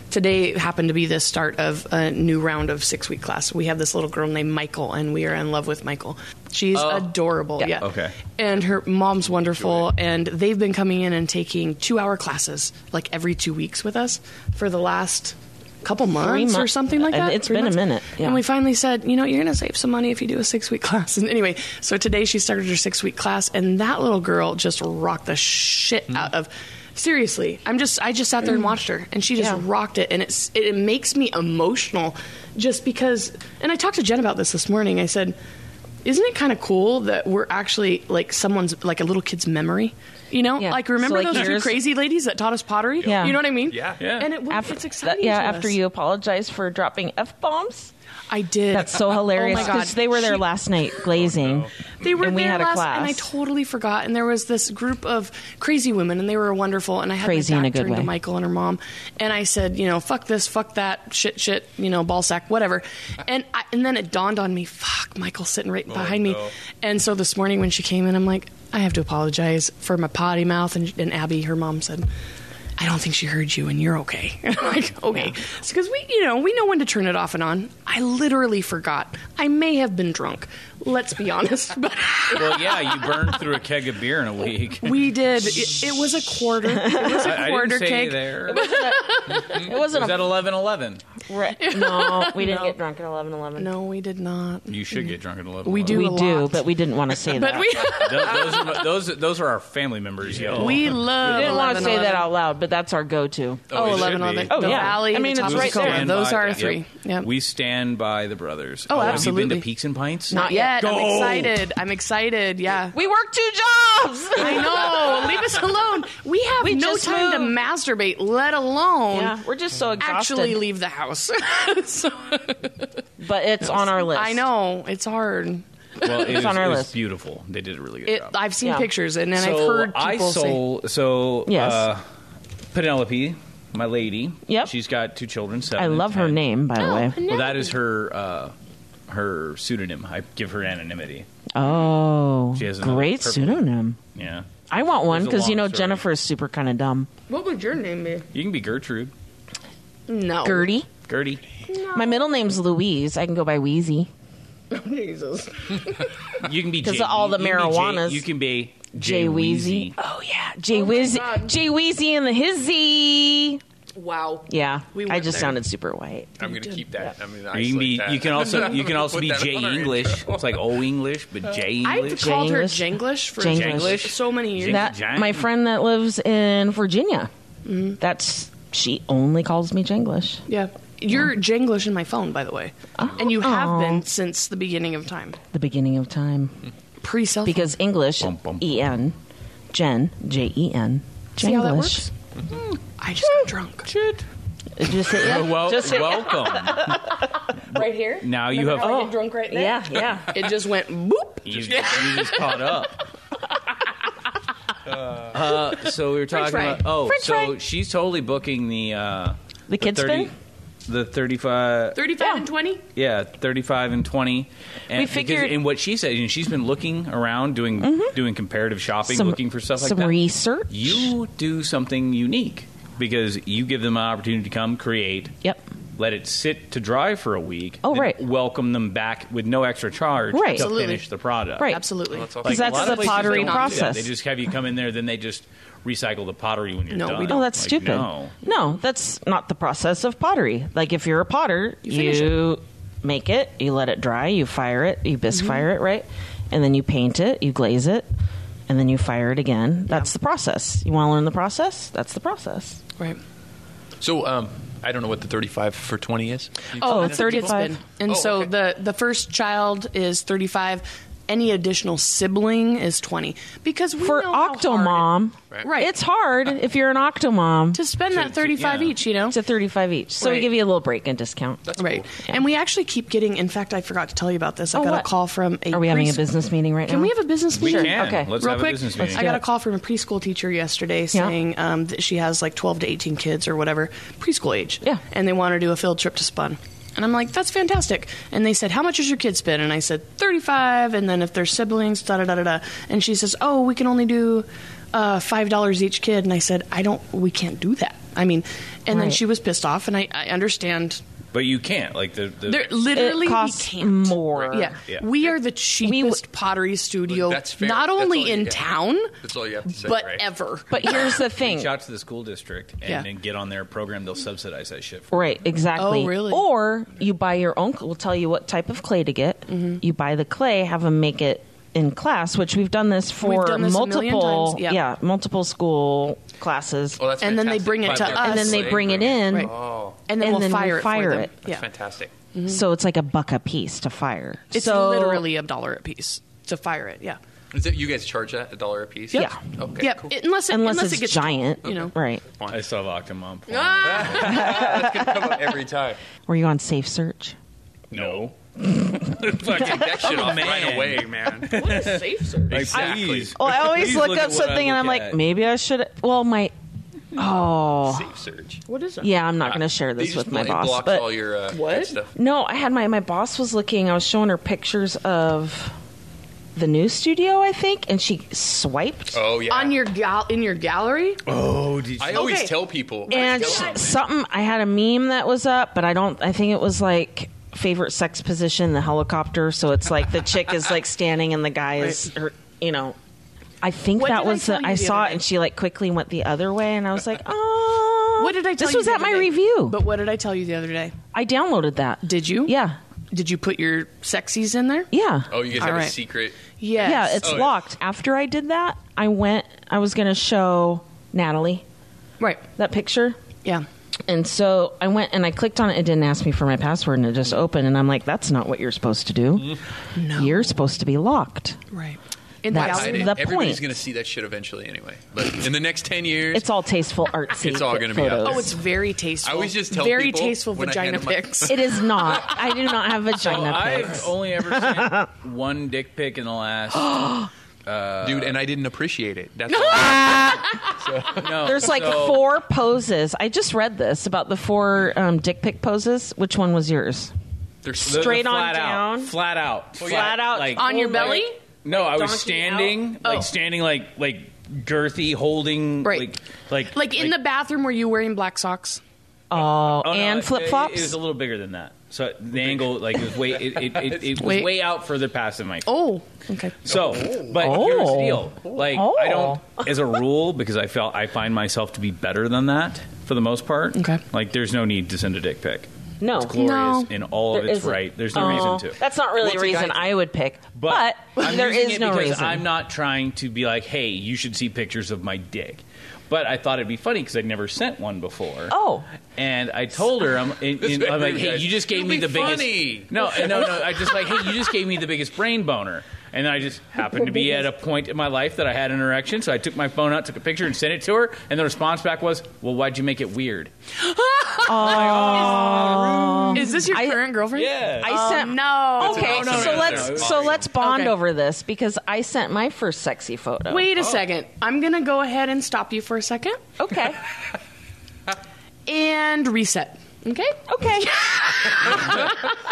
[SPEAKER 7] Today happened to be the start of a new round of six week class. We have this little girl named Michael, and we are in love with Michael. She's
[SPEAKER 8] Oh.
[SPEAKER 7] adorable. Yeah.
[SPEAKER 5] Okay.
[SPEAKER 7] And her mom's wonderful, and they've been coming in and taking two hour classes like every two weeks with us for the last couple months
[SPEAKER 8] mon-
[SPEAKER 7] or something like
[SPEAKER 8] uh,
[SPEAKER 7] that.
[SPEAKER 8] it's
[SPEAKER 7] Three
[SPEAKER 8] been a
[SPEAKER 7] months.
[SPEAKER 8] minute, yeah.
[SPEAKER 7] And we finally said, you know, you're going to save some money if you do a six week class. And anyway, so today she started her six week class, and that little girl just rocked the shit
[SPEAKER 8] Mm.
[SPEAKER 7] out of. Seriously, I'm just I just sat there and watched her, and she just
[SPEAKER 8] Yeah.
[SPEAKER 7] rocked it, and it's it, it makes me emotional, just because. And I talked to Jen about this this morning. I said, "Isn't it kind of cool that we're actually like someone's like a little kid's memory? You know,
[SPEAKER 8] Yeah.
[SPEAKER 7] like
[SPEAKER 8] So,
[SPEAKER 7] remember
[SPEAKER 8] like,
[SPEAKER 7] those two
[SPEAKER 8] here's-
[SPEAKER 7] crazy ladies that taught us pottery?
[SPEAKER 8] Yeah.
[SPEAKER 7] you know what I mean?
[SPEAKER 8] Yeah.
[SPEAKER 7] And it,
[SPEAKER 8] After-
[SPEAKER 7] it's exciting.
[SPEAKER 8] yeah,
[SPEAKER 7] to
[SPEAKER 8] after
[SPEAKER 7] us.
[SPEAKER 8] you apologize for dropping f bombs.
[SPEAKER 7] I did.
[SPEAKER 8] That's so
[SPEAKER 7] Oh
[SPEAKER 8] hilarious
[SPEAKER 7] my God.
[SPEAKER 8] they were there
[SPEAKER 7] She-
[SPEAKER 8] last night glazing.
[SPEAKER 7] They were
[SPEAKER 8] and we
[SPEAKER 7] there
[SPEAKER 8] had
[SPEAKER 7] last,
[SPEAKER 8] a class.
[SPEAKER 7] and I totally forgot. And there was this group of crazy women, and they were wonderful. And I had
[SPEAKER 8] Crazy
[SPEAKER 7] my
[SPEAKER 8] in a
[SPEAKER 7] back
[SPEAKER 8] good
[SPEAKER 7] turned to
[SPEAKER 8] way.
[SPEAKER 7] Michael and her mom, and I said, you know, fuck this, fuck that, shit, shit, you know, ball sack, whatever. And I, and then it dawned on me, fuck, Michael's sitting
[SPEAKER 5] Oh,
[SPEAKER 7] right behind me. And so this morning when she came in, I'm like, I have to apologize for my potty mouth. And, and Abby, her mom, said. I don't think she heard you, and you're okay. I'm like, okay, because we, you know, we know when to turn it off and on. I literally forgot. I may have been drunk. Let's be honest, but
[SPEAKER 5] well, yeah, you burned through a keg of beer in a week.
[SPEAKER 7] we did. It, it was a quarter. It was
[SPEAKER 5] I- I
[SPEAKER 7] a
[SPEAKER 5] didn't
[SPEAKER 7] quarter
[SPEAKER 5] say
[SPEAKER 7] cake.
[SPEAKER 5] there. It
[SPEAKER 8] It wasn't
[SPEAKER 5] was
[SPEAKER 8] a-
[SPEAKER 5] at eleven eleven.
[SPEAKER 8] Right. No, we didn't
[SPEAKER 7] No.
[SPEAKER 8] get drunk at eleven eleven.
[SPEAKER 7] No, we did not.
[SPEAKER 5] You should get drunk at eleven.
[SPEAKER 7] We do
[SPEAKER 8] We
[SPEAKER 7] a
[SPEAKER 8] do,
[SPEAKER 7] lot.
[SPEAKER 8] but we didn't want to say that.
[SPEAKER 7] But we
[SPEAKER 5] those, are, those those are our family members, yo.
[SPEAKER 7] we love.
[SPEAKER 8] didn't want to say that
[SPEAKER 7] 11.
[SPEAKER 8] out loud, but that's our go-to.
[SPEAKER 7] Oh,
[SPEAKER 5] it should
[SPEAKER 7] 11,
[SPEAKER 5] be.
[SPEAKER 7] 11.
[SPEAKER 8] Oh,
[SPEAKER 7] the
[SPEAKER 8] yeah.
[SPEAKER 7] Valley,
[SPEAKER 8] I mean,
[SPEAKER 7] the
[SPEAKER 8] it's right
[SPEAKER 7] Tacoma.
[SPEAKER 8] there.
[SPEAKER 7] Those
[SPEAKER 5] by-
[SPEAKER 7] are our
[SPEAKER 5] yeah.
[SPEAKER 7] three. Yep.
[SPEAKER 5] We stand by the brothers.
[SPEAKER 7] Oh,
[SPEAKER 5] Have you
[SPEAKER 7] absolutely.
[SPEAKER 5] been to Peaks and Pints?
[SPEAKER 7] Not yet. I'm
[SPEAKER 5] Go!
[SPEAKER 7] excited. I'm excited. Yeah.
[SPEAKER 8] We work two jobs.
[SPEAKER 7] I know. Leave us alone. We have
[SPEAKER 8] We
[SPEAKER 7] no
[SPEAKER 8] just
[SPEAKER 7] time
[SPEAKER 8] moved.
[SPEAKER 7] to masturbate, let alone
[SPEAKER 8] Yeah, we're just so exhausted.
[SPEAKER 7] actually leave the house. So-
[SPEAKER 8] but it's on our list.
[SPEAKER 7] I know. It's hard.
[SPEAKER 5] Well, it
[SPEAKER 8] It's
[SPEAKER 5] was-
[SPEAKER 8] on our
[SPEAKER 5] it was
[SPEAKER 8] list.
[SPEAKER 5] beautiful. They did a really good
[SPEAKER 7] It,
[SPEAKER 5] job.
[SPEAKER 7] I've seen
[SPEAKER 8] Yeah.
[SPEAKER 7] pictures and, and
[SPEAKER 5] so
[SPEAKER 7] I've heard
[SPEAKER 5] I
[SPEAKER 7] people say.
[SPEAKER 5] sold, So
[SPEAKER 8] Yes.
[SPEAKER 5] uh, Penelope, my lady.
[SPEAKER 8] Yep.
[SPEAKER 5] She's got two children. Seven
[SPEAKER 8] I
[SPEAKER 5] and
[SPEAKER 8] love her
[SPEAKER 5] ten.
[SPEAKER 8] name, by
[SPEAKER 7] Oh,
[SPEAKER 8] the way.
[SPEAKER 5] Well, that is her uh, her pseudonym. I give her anonymity.
[SPEAKER 8] Oh,
[SPEAKER 5] She has another
[SPEAKER 8] great
[SPEAKER 5] purple-
[SPEAKER 8] pseudonym.
[SPEAKER 5] Yeah.
[SPEAKER 8] I want one
[SPEAKER 5] There's a
[SPEAKER 8] because you
[SPEAKER 5] long
[SPEAKER 8] know
[SPEAKER 5] story.
[SPEAKER 8] Jennifer is super kind of dumb.
[SPEAKER 7] What would your name be?
[SPEAKER 5] You can be Gertrude,
[SPEAKER 7] No.
[SPEAKER 8] Gertie.
[SPEAKER 5] Gertie.
[SPEAKER 8] My middle name's Louise. I can go by Wheezy.
[SPEAKER 7] Jesus.
[SPEAKER 5] You can be
[SPEAKER 8] 'Cause
[SPEAKER 5] Jay-
[SPEAKER 8] of all the
[SPEAKER 5] you can be Jay-
[SPEAKER 8] marijuanas.
[SPEAKER 5] You can be
[SPEAKER 8] Jay
[SPEAKER 5] Jay
[SPEAKER 8] Wheezy.
[SPEAKER 5] Weezy.
[SPEAKER 8] Oh yeah, Jay Wheezy.
[SPEAKER 7] God.
[SPEAKER 8] Jay Wheezy and the Hizzy.
[SPEAKER 7] Wow.
[SPEAKER 8] Yeah,
[SPEAKER 7] We
[SPEAKER 8] I
[SPEAKER 7] went
[SPEAKER 8] just
[SPEAKER 7] there.
[SPEAKER 8] sounded super white.
[SPEAKER 11] I'm going to keep that. I mean,
[SPEAKER 5] You can be.
[SPEAKER 11] isolate
[SPEAKER 5] You can
[SPEAKER 11] that.
[SPEAKER 5] also. You can also
[SPEAKER 11] Put
[SPEAKER 5] be
[SPEAKER 11] that
[SPEAKER 5] Jay
[SPEAKER 11] on our
[SPEAKER 5] English.
[SPEAKER 11] intro.
[SPEAKER 5] It's like O English,
[SPEAKER 8] Uh,
[SPEAKER 5] but Jay
[SPEAKER 7] I've
[SPEAKER 5] English.
[SPEAKER 7] called her
[SPEAKER 8] Janglish?
[SPEAKER 7] Janglish for
[SPEAKER 8] Janglish?
[SPEAKER 7] so many years.
[SPEAKER 8] That
[SPEAKER 5] Jang.
[SPEAKER 8] my friend that lives in Virginia.
[SPEAKER 7] Mm-hmm.
[SPEAKER 8] That's she only calls me Janglish.
[SPEAKER 7] yeah. You're Janglish in my phone, by the way. and you have
[SPEAKER 8] Oh.
[SPEAKER 7] been since the beginning of time.
[SPEAKER 8] The beginning of time
[SPEAKER 7] Pre cell
[SPEAKER 8] because English
[SPEAKER 5] Bum, bum.
[SPEAKER 8] E N Jen J E N
[SPEAKER 7] See how that
[SPEAKER 8] Janglish.
[SPEAKER 7] works?
[SPEAKER 5] Mm-hmm.
[SPEAKER 7] I just got drunk.
[SPEAKER 8] It Just yeah,
[SPEAKER 5] Well,
[SPEAKER 8] just
[SPEAKER 5] welcome.
[SPEAKER 7] Right here?
[SPEAKER 5] Now you have.
[SPEAKER 7] I get drunk right there?
[SPEAKER 8] yeah, yeah.
[SPEAKER 7] It just went boop.
[SPEAKER 5] You, you just caught up. Uh, so we were talking
[SPEAKER 7] fry.
[SPEAKER 5] about. Oh,
[SPEAKER 8] French
[SPEAKER 5] so
[SPEAKER 8] fry.
[SPEAKER 5] she's totally booking the. Uh,
[SPEAKER 8] The kids spin?
[SPEAKER 5] The thirty-five.
[SPEAKER 7] 35 and 20?
[SPEAKER 5] Yeah, thirty-five and twenty. And
[SPEAKER 8] We
[SPEAKER 5] because-
[SPEAKER 8] figured- Mm-hmm.
[SPEAKER 5] and what she said, and she's been looking around, doing doing comparative shopping, looking for stuff like
[SPEAKER 8] some
[SPEAKER 5] that.
[SPEAKER 8] research.
[SPEAKER 5] You do something unique because you give them an opportunity to come create.
[SPEAKER 8] Yep.
[SPEAKER 5] Let it sit to dry for a week.
[SPEAKER 8] Oh,
[SPEAKER 5] then
[SPEAKER 8] right.
[SPEAKER 5] Welcome them back with no extra charge
[SPEAKER 8] Right.
[SPEAKER 5] to
[SPEAKER 7] Absolutely.
[SPEAKER 5] finish the product.
[SPEAKER 8] Right.
[SPEAKER 7] Uh, Absolutely.
[SPEAKER 11] Well, that's all-
[SPEAKER 5] Like,
[SPEAKER 8] 'Cause
[SPEAKER 5] a
[SPEAKER 8] that's
[SPEAKER 5] lot
[SPEAKER 8] the
[SPEAKER 5] of places
[SPEAKER 8] pottery
[SPEAKER 5] don't do that.
[SPEAKER 8] process.
[SPEAKER 5] They just have you come in there, then they just recycle the pottery when you're
[SPEAKER 7] No, we
[SPEAKER 5] done.
[SPEAKER 7] don't.
[SPEAKER 8] Oh, that's
[SPEAKER 5] Like,
[SPEAKER 8] stupid.
[SPEAKER 5] No.
[SPEAKER 8] No, that's not the process of pottery. Like if you're a potter,
[SPEAKER 7] You finish
[SPEAKER 8] you make it, you let it dry, you fire it,
[SPEAKER 7] Mm-hmm.
[SPEAKER 8] you bisque fire it, right? And then you paint it, you glaze it, and then you fire it again. That's the process. You want to learn the process? That's the process.
[SPEAKER 7] Right.
[SPEAKER 11] So, um, I don't know what the 35 for 20 is.
[SPEAKER 8] Oh,
[SPEAKER 7] that's the kid's
[SPEAKER 8] 35.
[SPEAKER 7] bin. And
[SPEAKER 11] Oh,
[SPEAKER 7] so
[SPEAKER 11] okay.
[SPEAKER 7] the, the first child is 35. Any additional sibling is 20. Because we
[SPEAKER 8] For
[SPEAKER 7] know how hard
[SPEAKER 8] octomom,
[SPEAKER 11] Right.
[SPEAKER 7] Right.
[SPEAKER 8] It's hard if you're an octomom
[SPEAKER 7] to spend that 35
[SPEAKER 5] yeah.
[SPEAKER 7] each, you know?
[SPEAKER 8] It's a 35 each. So
[SPEAKER 7] Right.
[SPEAKER 8] we give you a little break and discount.
[SPEAKER 7] Right.
[SPEAKER 8] Yeah.
[SPEAKER 7] And we actually keep getting, in fact, I forgot to tell you about this. I
[SPEAKER 8] Oh,
[SPEAKER 7] got a
[SPEAKER 8] what?
[SPEAKER 7] call from a
[SPEAKER 8] Are we having a
[SPEAKER 7] preschool-
[SPEAKER 8] business meeting right now?
[SPEAKER 7] Can we have a business
[SPEAKER 5] We
[SPEAKER 7] meeting?
[SPEAKER 5] can.
[SPEAKER 8] Okay.
[SPEAKER 5] Let's
[SPEAKER 7] Real
[SPEAKER 5] have
[SPEAKER 7] quick,
[SPEAKER 5] a business
[SPEAKER 8] Let's
[SPEAKER 5] meeting.
[SPEAKER 7] I
[SPEAKER 8] do
[SPEAKER 7] got a
[SPEAKER 8] it.
[SPEAKER 7] call from a preschool teacher yesterday
[SPEAKER 8] Yeah.
[SPEAKER 7] saying um, that she has like 12 to 18 kids or whatever, preschool age.
[SPEAKER 8] Yeah.
[SPEAKER 7] And they want to do a field trip to Spun. And I'm like, that's fantastic. And they said, how much does your kid spend? And I said, 35. And then if they're siblings, da da da da da. And she says, oh, we can only do uh, $5 each kid. And I said, I don't, we can't do that. I mean, and then
[SPEAKER 8] Right.
[SPEAKER 7] she was pissed off. And I, I understand.
[SPEAKER 5] But you can't. Like the, the
[SPEAKER 7] They're literally
[SPEAKER 8] it costs
[SPEAKER 7] we can't.
[SPEAKER 8] more.
[SPEAKER 7] Yeah.
[SPEAKER 5] Yeah.
[SPEAKER 7] we are the cheapest pottery studio,
[SPEAKER 11] That's fair.
[SPEAKER 7] not
[SPEAKER 11] That's all
[SPEAKER 7] only
[SPEAKER 11] you
[SPEAKER 7] in
[SPEAKER 11] get.
[SPEAKER 7] town,
[SPEAKER 11] That's all you have to say.
[SPEAKER 7] but
[SPEAKER 11] right?
[SPEAKER 7] ever.
[SPEAKER 8] But here's the thing.
[SPEAKER 5] reach out to the school district and
[SPEAKER 7] Yeah.
[SPEAKER 5] then get on their program. They'll subsidize that shit. For
[SPEAKER 8] Right, exactly.
[SPEAKER 7] Oh, really?
[SPEAKER 8] Or you buy your own. We'll tell you what type of clay to get.
[SPEAKER 7] Mm-hmm.
[SPEAKER 8] You buy the clay, have them make it in class, which we've done this for
[SPEAKER 7] We've done this a million
[SPEAKER 8] multiple,
[SPEAKER 7] times, yeah.
[SPEAKER 8] multiple school classes,
[SPEAKER 11] Oh, that's
[SPEAKER 7] And then they
[SPEAKER 11] fantastic.
[SPEAKER 7] bring it to
[SPEAKER 11] Five
[SPEAKER 7] us.
[SPEAKER 8] and then they
[SPEAKER 11] They
[SPEAKER 8] bring it in,
[SPEAKER 7] Right.
[SPEAKER 11] Oh,
[SPEAKER 7] and then
[SPEAKER 8] and
[SPEAKER 7] we'll
[SPEAKER 8] then we
[SPEAKER 7] fire it.
[SPEAKER 8] fire
[SPEAKER 7] for them.
[SPEAKER 8] it.
[SPEAKER 11] that's
[SPEAKER 7] Yeah,
[SPEAKER 11] fantastic.
[SPEAKER 8] so it's like a buck a piece to fire.
[SPEAKER 7] it's
[SPEAKER 8] so,
[SPEAKER 7] literally a dollar a piece to fire it. Yeah,
[SPEAKER 11] Is it, you guys charge that a dollar a piece?
[SPEAKER 8] Yeah.
[SPEAKER 11] Okay.
[SPEAKER 7] yeah.
[SPEAKER 11] Cool.
[SPEAKER 7] it- unless it,
[SPEAKER 8] unless,
[SPEAKER 7] unless,
[SPEAKER 8] it's
[SPEAKER 7] it gets
[SPEAKER 8] giant,
[SPEAKER 7] you know.
[SPEAKER 8] right?
[SPEAKER 5] I
[SPEAKER 7] Ah!
[SPEAKER 5] still have Octomom.
[SPEAKER 11] That's gonna come up every time.
[SPEAKER 8] Were you on Safe Search?
[SPEAKER 2] No. Fucking that shit off right
[SPEAKER 5] Man.
[SPEAKER 2] away, man.
[SPEAKER 5] What a safe service. Like,
[SPEAKER 2] Exactly.
[SPEAKER 5] please.
[SPEAKER 8] Well, I always
[SPEAKER 5] Please
[SPEAKER 8] look,
[SPEAKER 5] look
[SPEAKER 8] up
[SPEAKER 5] at what
[SPEAKER 8] something
[SPEAKER 5] I
[SPEAKER 8] and
[SPEAKER 5] look
[SPEAKER 8] I'm like,
[SPEAKER 5] at.
[SPEAKER 8] maybe I should. Well, my oh,
[SPEAKER 2] Safe search.
[SPEAKER 7] What is that?
[SPEAKER 8] Yeah, I'm not going
[SPEAKER 2] Uh,
[SPEAKER 8] to share
[SPEAKER 2] they
[SPEAKER 8] this
[SPEAKER 2] just
[SPEAKER 8] with my
[SPEAKER 2] bl-
[SPEAKER 8] boss.
[SPEAKER 2] blocks
[SPEAKER 8] but
[SPEAKER 2] all your, uh, good stuff.
[SPEAKER 8] No, I had my my boss was looking. I was showing her pictures of the new studio, I think, and she swiped.
[SPEAKER 2] Oh yeah.
[SPEAKER 7] On your gal in your gallery?
[SPEAKER 8] Uh,
[SPEAKER 2] Oh, did I always
[SPEAKER 7] Okay.
[SPEAKER 2] tell people.
[SPEAKER 8] and
[SPEAKER 2] Tell
[SPEAKER 8] sh-
[SPEAKER 2] them.
[SPEAKER 8] something I had a meme that was up, but I don't. I think it was like favorite sex position, the helicopter. So it's like the chick is like standing and the guy is, her, you know. I think
[SPEAKER 7] What
[SPEAKER 8] that
[SPEAKER 7] did I
[SPEAKER 8] was
[SPEAKER 7] tell
[SPEAKER 8] the,
[SPEAKER 7] you
[SPEAKER 8] I
[SPEAKER 7] the
[SPEAKER 8] saw
[SPEAKER 7] other
[SPEAKER 8] it, and she like quickly went the other way, and I was like, oh.
[SPEAKER 7] What did I tell
[SPEAKER 8] This
[SPEAKER 7] you
[SPEAKER 8] was
[SPEAKER 7] the
[SPEAKER 8] at
[SPEAKER 7] other
[SPEAKER 8] my
[SPEAKER 7] day?
[SPEAKER 8] review.
[SPEAKER 7] But what did I tell you the other day?
[SPEAKER 8] I downloaded that.
[SPEAKER 7] Did you?
[SPEAKER 8] Yeah.
[SPEAKER 7] Did you put your sexies in there?
[SPEAKER 8] Yeah.
[SPEAKER 2] Oh, you guys
[SPEAKER 7] All
[SPEAKER 2] have a
[SPEAKER 7] right.
[SPEAKER 2] secret.
[SPEAKER 7] Yes.
[SPEAKER 8] Yeah, it's
[SPEAKER 2] Oh, yeah.
[SPEAKER 8] locked. After I did that, I went. I was going to show Natalie.
[SPEAKER 7] Right.
[SPEAKER 8] That picture.
[SPEAKER 7] Yeah.
[SPEAKER 8] And so I went and I clicked on it. It didn't ask me for my password, and it just opened. And I'm like, "That's not what you're supposed to do.
[SPEAKER 5] Mm-hmm.
[SPEAKER 8] You're supposed to be locked."
[SPEAKER 7] Right.
[SPEAKER 8] That's
[SPEAKER 2] Hide it.
[SPEAKER 8] the
[SPEAKER 2] Everybody's
[SPEAKER 8] point.
[SPEAKER 2] going to see that shit eventually anyway. But in the next 10 years,
[SPEAKER 8] It's all tasteful, artsy.
[SPEAKER 2] It's all gonna be out
[SPEAKER 8] photos.
[SPEAKER 2] there.
[SPEAKER 7] Oh, it's very tasteful.
[SPEAKER 2] I always just tell
[SPEAKER 7] very
[SPEAKER 2] people
[SPEAKER 7] tasteful
[SPEAKER 2] when I
[SPEAKER 7] vagina
[SPEAKER 2] hand 'em my-
[SPEAKER 7] pics.
[SPEAKER 8] It is not. Uh, I do not have
[SPEAKER 5] So
[SPEAKER 8] vagina
[SPEAKER 5] I've
[SPEAKER 8] pics.
[SPEAKER 5] only ever seen one dick pic in the last. uh,
[SPEAKER 2] dude, and I didn't appreciate it. That's
[SPEAKER 5] no,
[SPEAKER 8] There's like
[SPEAKER 5] so-
[SPEAKER 8] four poses. I just read this about the four um, dick pic poses. Which one was yours?
[SPEAKER 2] There's
[SPEAKER 5] The- the
[SPEAKER 8] straight on
[SPEAKER 5] flat out,
[SPEAKER 8] down.
[SPEAKER 5] flat out, flat,
[SPEAKER 8] out
[SPEAKER 7] on your belly?
[SPEAKER 5] no, I was
[SPEAKER 7] donkey
[SPEAKER 5] standing,
[SPEAKER 7] out? Oh.
[SPEAKER 5] like standing, like like girthy, holding,
[SPEAKER 7] Right.
[SPEAKER 5] like like
[SPEAKER 7] Like in the bathroom, were you wearing black socks?
[SPEAKER 8] Oh,
[SPEAKER 5] Oh, no,
[SPEAKER 8] and
[SPEAKER 5] it-
[SPEAKER 8] flip
[SPEAKER 5] It, it was
[SPEAKER 8] flops.
[SPEAKER 5] a little bigger than that. So the angle, like, it was way it, it, it, it was
[SPEAKER 7] Wait.
[SPEAKER 5] way out further past the mic.
[SPEAKER 7] Oh, okay.
[SPEAKER 5] So, but
[SPEAKER 8] Oh.
[SPEAKER 5] here's the deal. Like, I
[SPEAKER 8] Oh.
[SPEAKER 5] don't, as a rule, because I felt I find myself to be better than that for the most part.
[SPEAKER 7] Okay.
[SPEAKER 5] Like, there's no need to send a dick pic.
[SPEAKER 8] No.
[SPEAKER 5] It's glorious
[SPEAKER 7] No.
[SPEAKER 5] in all of
[SPEAKER 8] There
[SPEAKER 5] its
[SPEAKER 8] isn't.
[SPEAKER 5] right. There's no
[SPEAKER 8] Oh,
[SPEAKER 5] reason to.
[SPEAKER 8] That's not really
[SPEAKER 2] What's
[SPEAKER 8] a
[SPEAKER 2] a guy
[SPEAKER 8] reason
[SPEAKER 2] do?
[SPEAKER 8] I would pick, but,
[SPEAKER 5] But, I'm
[SPEAKER 8] there
[SPEAKER 5] using
[SPEAKER 8] is
[SPEAKER 5] it
[SPEAKER 8] no
[SPEAKER 5] because
[SPEAKER 8] reason.
[SPEAKER 5] I'm not trying to be like, hey, you should see pictures of my dick. But I thought it'd be funny because I'd never sent one before.
[SPEAKER 8] Oh.
[SPEAKER 5] And I told her, I'm, and, and I'm like, hey, you just gave
[SPEAKER 2] You'll
[SPEAKER 5] me
[SPEAKER 2] be
[SPEAKER 5] the
[SPEAKER 2] funny.
[SPEAKER 5] biggest. No, and no, no. I just like, hey, you just gave me the biggest brain boner. And I just happened to be at a point in my life that I had an erection, so I took my phone out, took a picture, and sent it to her. And the response back was, "Well, why'd you make it weird?"
[SPEAKER 7] Is this your
[SPEAKER 8] I-
[SPEAKER 7] current girlfriend? Oh,
[SPEAKER 5] Yeah.
[SPEAKER 8] I sent
[SPEAKER 7] No.
[SPEAKER 8] Okay,
[SPEAKER 2] That's an awesome
[SPEAKER 8] so
[SPEAKER 2] answer.
[SPEAKER 8] let's
[SPEAKER 2] No, it's
[SPEAKER 8] so
[SPEAKER 2] awesome.
[SPEAKER 8] let's bond
[SPEAKER 7] Okay.
[SPEAKER 8] over this because I sent my first sexy photo.
[SPEAKER 7] Wait a second. I'm going to go ahead and stop you for a second
[SPEAKER 8] Okay.
[SPEAKER 7] and reset. Okay?
[SPEAKER 8] Okay.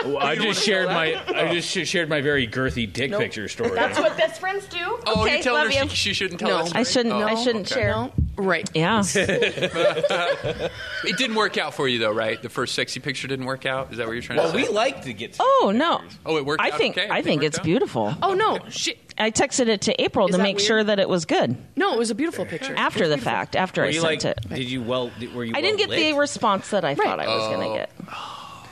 [SPEAKER 5] Well, I just shared my, I just sh- shared my very girthy dick picture story.
[SPEAKER 7] That's what best friends do.
[SPEAKER 2] Oh,
[SPEAKER 8] Okay,
[SPEAKER 2] you're telling her
[SPEAKER 8] love you.
[SPEAKER 2] she, she shouldn't tell
[SPEAKER 7] No.
[SPEAKER 2] us.
[SPEAKER 8] I shouldn't.
[SPEAKER 2] Oh,
[SPEAKER 8] I shouldn't
[SPEAKER 2] okay.
[SPEAKER 8] share.
[SPEAKER 7] No. Right.
[SPEAKER 8] Yeah.
[SPEAKER 2] It didn't work out for you, though, right? The first sexy picture didn't work out? Is that what you're trying to
[SPEAKER 5] Well,
[SPEAKER 2] say?
[SPEAKER 5] we like to get. To
[SPEAKER 8] Oh no.
[SPEAKER 2] Oh, it worked
[SPEAKER 8] I
[SPEAKER 2] out
[SPEAKER 8] think
[SPEAKER 2] okay?
[SPEAKER 8] I
[SPEAKER 2] It
[SPEAKER 8] think
[SPEAKER 2] worked
[SPEAKER 8] it's
[SPEAKER 2] out?
[SPEAKER 8] beautiful.
[SPEAKER 7] Oh, no. Shit.
[SPEAKER 8] I texted it to April
[SPEAKER 7] Is
[SPEAKER 8] to
[SPEAKER 7] that
[SPEAKER 8] make
[SPEAKER 7] weird?
[SPEAKER 8] sure that it was good
[SPEAKER 7] No, it was a beautiful picture.
[SPEAKER 8] after the fact. After I
[SPEAKER 5] Were you like?
[SPEAKER 8] sent it,
[SPEAKER 5] Did you well? Did, were you?
[SPEAKER 8] I didn't get
[SPEAKER 5] well lit?
[SPEAKER 8] the response that I thought I was going to get.
[SPEAKER 7] Ah,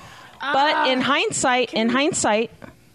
[SPEAKER 8] But in hindsight, in hindsight,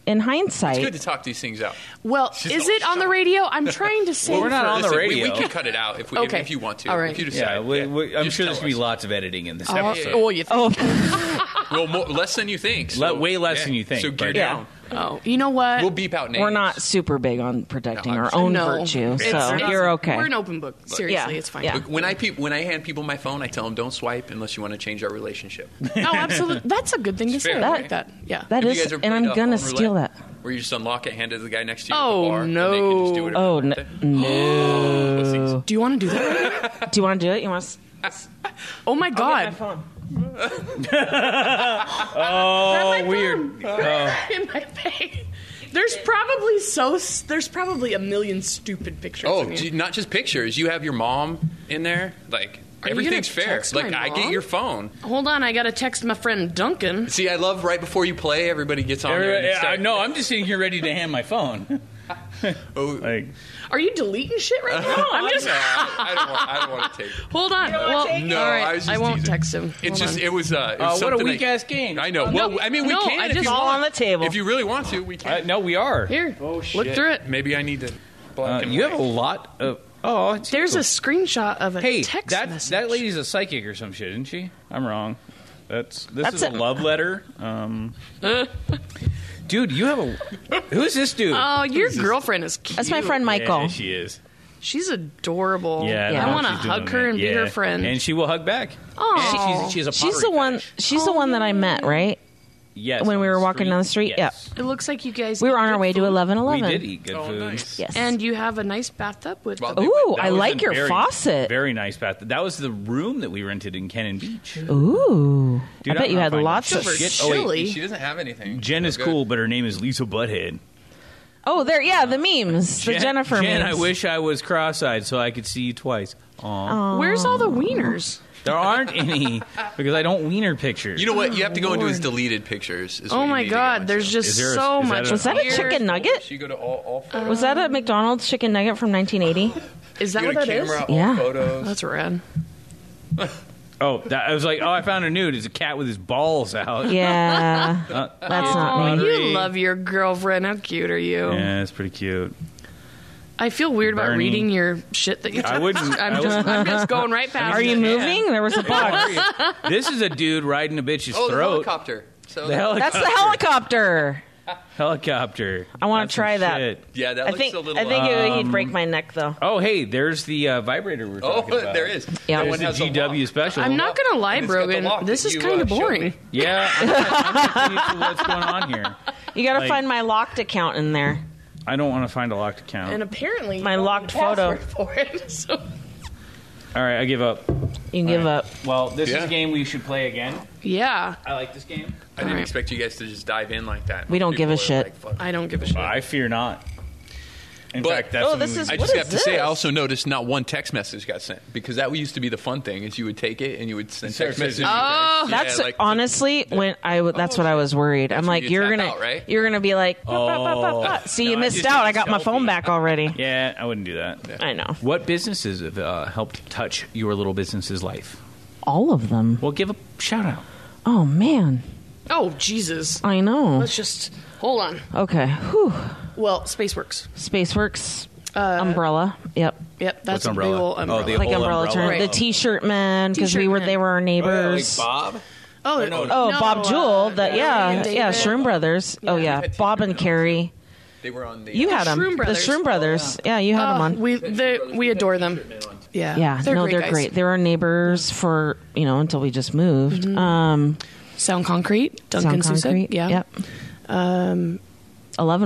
[SPEAKER 8] in hindsight,
[SPEAKER 2] It's good to talk these things out.
[SPEAKER 7] Well,
[SPEAKER 2] She's
[SPEAKER 7] is
[SPEAKER 2] all
[SPEAKER 7] it on the
[SPEAKER 2] shocked.
[SPEAKER 7] radio? I'm trying to say.
[SPEAKER 5] Well, we're not
[SPEAKER 7] for-
[SPEAKER 5] on the
[SPEAKER 2] Listen,
[SPEAKER 5] radio.
[SPEAKER 2] We, we can cut it out if, we, if-
[SPEAKER 7] Okay.
[SPEAKER 2] if you want to.
[SPEAKER 7] All right.
[SPEAKER 2] If you decide.
[SPEAKER 5] Yeah, we, we, I'm
[SPEAKER 2] Just
[SPEAKER 5] sure
[SPEAKER 2] tell
[SPEAKER 5] there's gonna be
[SPEAKER 2] us.
[SPEAKER 5] lots of editing in this
[SPEAKER 7] Oh,
[SPEAKER 5] episode.
[SPEAKER 7] oh, you think? Oh,
[SPEAKER 2] Well, more, less than you think. So,
[SPEAKER 5] Le- way less than you think,
[SPEAKER 2] So gear
[SPEAKER 5] but-
[SPEAKER 2] down.
[SPEAKER 7] Oh, you know what?
[SPEAKER 2] We'll beep out names.
[SPEAKER 8] we're not super big on protecting
[SPEAKER 2] No,
[SPEAKER 8] our
[SPEAKER 2] I'm
[SPEAKER 8] own
[SPEAKER 7] no.
[SPEAKER 8] virtue,
[SPEAKER 7] Oh, It's-
[SPEAKER 8] so
[SPEAKER 7] it's-
[SPEAKER 8] you're okay.
[SPEAKER 7] We're an open book. Seriously,
[SPEAKER 8] Yeah.
[SPEAKER 7] it's fine.
[SPEAKER 8] Yeah.
[SPEAKER 2] Look, When I peop when I hand people my phone, I tell them don't swipe unless you want to change our relationship.
[SPEAKER 7] No, Oh, absolutely. That's a good thing to say.
[SPEAKER 2] fair,
[SPEAKER 7] I
[SPEAKER 2] right?
[SPEAKER 7] like that. Yeah.
[SPEAKER 8] That
[SPEAKER 2] Have you
[SPEAKER 8] is,
[SPEAKER 2] guys ever
[SPEAKER 8] and I'm
[SPEAKER 2] played, uh,
[SPEAKER 8] gonna
[SPEAKER 2] phone
[SPEAKER 8] steal
[SPEAKER 2] roulette?
[SPEAKER 8] that.
[SPEAKER 2] Where you just unlock it, hand it to the guy next to you. at
[SPEAKER 7] Oh,
[SPEAKER 2] the bar, And they can just do whatever
[SPEAKER 8] Oh
[SPEAKER 2] they
[SPEAKER 8] no!
[SPEAKER 2] want with it. Oh,
[SPEAKER 8] no.
[SPEAKER 7] do you want to do that?
[SPEAKER 8] Do you want to do it? You want?
[SPEAKER 7] Oh my God!
[SPEAKER 5] oh, weird.
[SPEAKER 7] In my face. There's probably so. s- There's probably a million stupid pictures.
[SPEAKER 2] Oh,
[SPEAKER 7] of
[SPEAKER 2] d-
[SPEAKER 7] you.
[SPEAKER 2] not just pictures. You have your mom in there. Like
[SPEAKER 7] Are you
[SPEAKER 2] everything's
[SPEAKER 7] gonna
[SPEAKER 2] fair.
[SPEAKER 7] text
[SPEAKER 2] Like
[SPEAKER 7] my
[SPEAKER 2] I get
[SPEAKER 7] mom?
[SPEAKER 2] your phone.
[SPEAKER 7] Hold on, I gotta text my friend Duncan.
[SPEAKER 2] See, I love right before you play, everybody gets on there. and
[SPEAKER 5] Everybody-
[SPEAKER 2] it's
[SPEAKER 5] I-
[SPEAKER 2] like-
[SPEAKER 5] no, I'm just sitting here ready to hand my phone.
[SPEAKER 2] Oh,
[SPEAKER 5] Like,
[SPEAKER 7] Are you deleting shit right now? I'm just.
[SPEAKER 2] no, I, I don't want, I don't want to take it.
[SPEAKER 7] Hold on. Well,
[SPEAKER 2] No,
[SPEAKER 7] all right,
[SPEAKER 2] I was just
[SPEAKER 7] won't
[SPEAKER 2] teasing.
[SPEAKER 7] text him.
[SPEAKER 2] It's
[SPEAKER 7] Hold
[SPEAKER 2] just
[SPEAKER 7] on.
[SPEAKER 2] it was. Uh, it was
[SPEAKER 5] what a
[SPEAKER 2] something I-
[SPEAKER 5] weak ass game. Uh,
[SPEAKER 2] I know. well, I mean, we
[SPEAKER 7] no,
[SPEAKER 2] can.
[SPEAKER 7] I
[SPEAKER 2] if
[SPEAKER 7] just-
[SPEAKER 2] you
[SPEAKER 8] All
[SPEAKER 2] want.
[SPEAKER 8] on the table.
[SPEAKER 2] If you really want to, we can.
[SPEAKER 5] uh, no, we are.
[SPEAKER 7] here.
[SPEAKER 2] oh
[SPEAKER 7] look
[SPEAKER 2] shit!
[SPEAKER 7] through it.
[SPEAKER 2] Maybe I need to.
[SPEAKER 5] Uh,
[SPEAKER 2] Black and
[SPEAKER 5] you have a
[SPEAKER 2] white.
[SPEAKER 5] lot of. Oh, it's-
[SPEAKER 7] There's a screenshot of a
[SPEAKER 5] Hey,
[SPEAKER 7] text
[SPEAKER 5] that
[SPEAKER 7] message.
[SPEAKER 5] that lady's a psychic or some shit, isn't she? I'm wrong. That's this
[SPEAKER 8] That's
[SPEAKER 5] is a
[SPEAKER 8] it.
[SPEAKER 5] love letter. Um, dude, you have a. Who's this dude?
[SPEAKER 7] Oh, your girlfriend is cute.
[SPEAKER 8] That's my friend Michael.
[SPEAKER 5] Yeah, she is.
[SPEAKER 7] She's adorable.
[SPEAKER 5] Yeah,
[SPEAKER 8] Yeah.
[SPEAKER 5] know
[SPEAKER 7] I
[SPEAKER 5] what
[SPEAKER 7] want to
[SPEAKER 5] she's doing,
[SPEAKER 7] hug her
[SPEAKER 5] man.
[SPEAKER 7] and be
[SPEAKER 5] Yeah.
[SPEAKER 7] her friend.
[SPEAKER 5] and she will hug back.
[SPEAKER 7] Aw.
[SPEAKER 5] And she's, she has a
[SPEAKER 8] She's
[SPEAKER 5] pottery
[SPEAKER 8] the one.
[SPEAKER 7] Oh,
[SPEAKER 5] fetish.
[SPEAKER 8] She's the one that I met, right?
[SPEAKER 5] Yes,
[SPEAKER 8] when
[SPEAKER 5] on
[SPEAKER 8] we
[SPEAKER 5] the
[SPEAKER 8] were walking
[SPEAKER 5] street,
[SPEAKER 8] down the street.
[SPEAKER 5] yes.
[SPEAKER 7] It looks like you guys.
[SPEAKER 8] We were
[SPEAKER 7] eat
[SPEAKER 8] on our
[SPEAKER 7] good
[SPEAKER 8] way to
[SPEAKER 7] food.
[SPEAKER 8] 11-Eleven.
[SPEAKER 5] We did eat good food.
[SPEAKER 8] Yes.
[SPEAKER 7] And you have a nice bathtub with.
[SPEAKER 5] Well,
[SPEAKER 7] the-
[SPEAKER 5] they went- that
[SPEAKER 8] I
[SPEAKER 5] was
[SPEAKER 8] like
[SPEAKER 5] a
[SPEAKER 8] your
[SPEAKER 5] very-
[SPEAKER 8] faucet.
[SPEAKER 5] Very nice bath. That was the room that we rented in Cannon Beach.
[SPEAKER 8] Ooh.
[SPEAKER 5] Dude,
[SPEAKER 8] I bet
[SPEAKER 5] I'm
[SPEAKER 8] you
[SPEAKER 5] not
[SPEAKER 8] had
[SPEAKER 5] finding
[SPEAKER 8] lots of
[SPEAKER 5] shivers.
[SPEAKER 8] shit.
[SPEAKER 5] Oh, wait,
[SPEAKER 8] chili.
[SPEAKER 11] She doesn't have anything.
[SPEAKER 5] Jen is cool, but her name is Lisa Butthead.
[SPEAKER 8] Oh, there, yeah, the memes, the Jennifer
[SPEAKER 5] Jen,
[SPEAKER 8] memes.
[SPEAKER 5] I wish I was cross-eyed so I could see you twice. Aw.
[SPEAKER 7] Where's all the wieners?
[SPEAKER 5] There aren't any because I don't wiener pictures.
[SPEAKER 11] You know what? You have to go
[SPEAKER 8] Oh,
[SPEAKER 11] into his deleted pictures. Is
[SPEAKER 7] Oh my god, there's
[SPEAKER 5] Is
[SPEAKER 7] just
[SPEAKER 5] there a-
[SPEAKER 7] so
[SPEAKER 5] is that
[SPEAKER 7] much.
[SPEAKER 5] a- Was
[SPEAKER 8] that a
[SPEAKER 7] weird-
[SPEAKER 8] chicken nugget?
[SPEAKER 11] You go to all, all photos.
[SPEAKER 8] was that a McDonald's chicken nugget from 1980?
[SPEAKER 7] Is that
[SPEAKER 11] you
[SPEAKER 7] what
[SPEAKER 11] go to
[SPEAKER 7] that is?
[SPEAKER 11] camera, all
[SPEAKER 8] Yeah.
[SPEAKER 11] photos.
[SPEAKER 7] That's rad.
[SPEAKER 5] Oh, that, I was like, oh, I found a nude. It's a cat with his balls out.
[SPEAKER 8] Yeah.
[SPEAKER 5] Uh,
[SPEAKER 8] That's not
[SPEAKER 7] Oh,
[SPEAKER 8] me.
[SPEAKER 7] you love your girlfriend. How cute are
[SPEAKER 8] Oh.
[SPEAKER 7] you?
[SPEAKER 5] yeah, it's pretty cute.
[SPEAKER 7] I feel weird about
[SPEAKER 5] Bernie.
[SPEAKER 7] reading your shit that you.
[SPEAKER 5] I wouldn't-
[SPEAKER 7] I'm
[SPEAKER 5] I
[SPEAKER 7] just.
[SPEAKER 5] wouldn't-
[SPEAKER 7] I'm just going right past.
[SPEAKER 8] Are you moving? There was a box.
[SPEAKER 5] This is a dude riding a bitch's
[SPEAKER 11] Oh, the
[SPEAKER 5] throat.
[SPEAKER 11] helicopter. So
[SPEAKER 5] The heli-
[SPEAKER 8] That's the helicopter.
[SPEAKER 5] helicopter.
[SPEAKER 8] I want
[SPEAKER 5] That's
[SPEAKER 8] to try
[SPEAKER 5] some
[SPEAKER 8] that.
[SPEAKER 5] shit.
[SPEAKER 11] yeah, that
[SPEAKER 8] I
[SPEAKER 11] looks
[SPEAKER 8] think
[SPEAKER 11] a little.
[SPEAKER 8] I think it,
[SPEAKER 5] Um,
[SPEAKER 8] he'd break my neck though.
[SPEAKER 5] Oh, hey, there's the uh, vibrator we we're
[SPEAKER 11] oh,
[SPEAKER 5] talking about.
[SPEAKER 11] there is.
[SPEAKER 8] Yeah.
[SPEAKER 11] That
[SPEAKER 5] There's
[SPEAKER 11] one
[SPEAKER 5] the
[SPEAKER 11] has a
[SPEAKER 5] GW special.
[SPEAKER 7] I'm not gonna lie,
[SPEAKER 11] And it's got the
[SPEAKER 7] Brogan.
[SPEAKER 11] lock
[SPEAKER 7] This
[SPEAKER 11] that
[SPEAKER 7] is
[SPEAKER 11] you,
[SPEAKER 7] kind
[SPEAKER 11] uh,
[SPEAKER 7] of
[SPEAKER 11] showed
[SPEAKER 7] boring.
[SPEAKER 5] Yeah, I'm not, I'm not confused with what's going on here.
[SPEAKER 8] You got to
[SPEAKER 5] like-
[SPEAKER 8] find my locked account in there.
[SPEAKER 5] I don't want to find a locked
[SPEAKER 11] Oh.
[SPEAKER 5] account.
[SPEAKER 7] And apparently, you
[SPEAKER 8] My
[SPEAKER 7] don't
[SPEAKER 8] locked
[SPEAKER 7] have
[SPEAKER 8] photo.
[SPEAKER 7] a password For it, so.
[SPEAKER 5] All right, I give up.
[SPEAKER 8] You can give up.
[SPEAKER 5] Well, this is
[SPEAKER 11] Yeah.
[SPEAKER 5] a game we should play again.
[SPEAKER 7] Yeah,
[SPEAKER 5] I like this game.
[SPEAKER 11] I didn't expect you guys to just dive in like that.
[SPEAKER 8] We don't
[SPEAKER 11] People
[SPEAKER 8] give a
[SPEAKER 11] are
[SPEAKER 8] shit.
[SPEAKER 11] like, fuck.
[SPEAKER 7] I don't give a shit.
[SPEAKER 5] I fear not. In
[SPEAKER 11] But-
[SPEAKER 5] fact, that's
[SPEAKER 8] Oh,
[SPEAKER 5] something
[SPEAKER 8] this
[SPEAKER 5] we-
[SPEAKER 8] is-
[SPEAKER 11] I
[SPEAKER 8] What
[SPEAKER 11] just have to say,
[SPEAKER 8] this?
[SPEAKER 11] I also noticed not one text message got sent because that used to be the fun thing. Is you would take it and you would send
[SPEAKER 5] Sarah
[SPEAKER 11] text
[SPEAKER 5] says
[SPEAKER 11] messages.
[SPEAKER 5] it.
[SPEAKER 7] Oh.
[SPEAKER 11] Yeah,
[SPEAKER 8] That's
[SPEAKER 11] like- Oh,
[SPEAKER 8] honestly when I w- that's what I was worried. I'm like
[SPEAKER 11] you
[SPEAKER 8] you're
[SPEAKER 11] tap
[SPEAKER 8] gonna
[SPEAKER 11] out, right?
[SPEAKER 8] you're gonna be like "Bah, bah, bah, bah, bah." see you
[SPEAKER 5] No, I
[SPEAKER 8] missed
[SPEAKER 5] just
[SPEAKER 8] out.
[SPEAKER 5] did
[SPEAKER 8] I got my
[SPEAKER 5] selfie.
[SPEAKER 8] phone back already.
[SPEAKER 5] Yeah, I wouldn't do that.
[SPEAKER 8] I know
[SPEAKER 5] What businesses have uh, helped touch your little business's life?
[SPEAKER 8] all of them.
[SPEAKER 5] Well, give a shout out.
[SPEAKER 8] Oh man,
[SPEAKER 7] Oh Jesus!
[SPEAKER 8] I know.
[SPEAKER 7] Let's just hold on.
[SPEAKER 8] Okay, Whew.
[SPEAKER 7] Well, SpaceWorks.
[SPEAKER 8] SpaceWorks
[SPEAKER 7] Uh,
[SPEAKER 8] umbrella. Yep,
[SPEAKER 7] Yep, that's
[SPEAKER 5] What's umbrella?
[SPEAKER 7] a big old
[SPEAKER 5] Oh,
[SPEAKER 7] umbrella.
[SPEAKER 5] the
[SPEAKER 8] like
[SPEAKER 5] whole
[SPEAKER 8] umbrella,
[SPEAKER 5] umbrella.
[SPEAKER 8] term.
[SPEAKER 5] Right.
[SPEAKER 8] The T-shirt man because we
[SPEAKER 7] T-shirt
[SPEAKER 8] were
[SPEAKER 7] men.
[SPEAKER 8] they were our neighbors.
[SPEAKER 11] Bob.
[SPEAKER 7] oh,
[SPEAKER 11] no,
[SPEAKER 8] Oh,
[SPEAKER 7] no,
[SPEAKER 8] Bob
[SPEAKER 7] uh,
[SPEAKER 8] Jewell. that yeah,
[SPEAKER 7] David.
[SPEAKER 8] yeah, Shroom Brothers. Oh yeah,
[SPEAKER 11] had
[SPEAKER 8] Bob and
[SPEAKER 11] T-shirt
[SPEAKER 8] Carrie.
[SPEAKER 11] They were on the.
[SPEAKER 8] You
[SPEAKER 11] uh,
[SPEAKER 8] had them.
[SPEAKER 7] Shroom Brothers.
[SPEAKER 8] The Shroom Brothers. yeah. you had them
[SPEAKER 7] Oh,
[SPEAKER 8] on.
[SPEAKER 7] we they, we adore them. Yeah,
[SPEAKER 8] yeah, no, they're
[SPEAKER 7] guys.
[SPEAKER 8] great. They're our neighbors for you know until we just moved. Um,
[SPEAKER 7] Mm-hmm. Sound Concrete, Duncan
[SPEAKER 8] Sound
[SPEAKER 7] Sousa.
[SPEAKER 8] Concrete.
[SPEAKER 7] Yeah, Um,
[SPEAKER 8] Yep. Eleven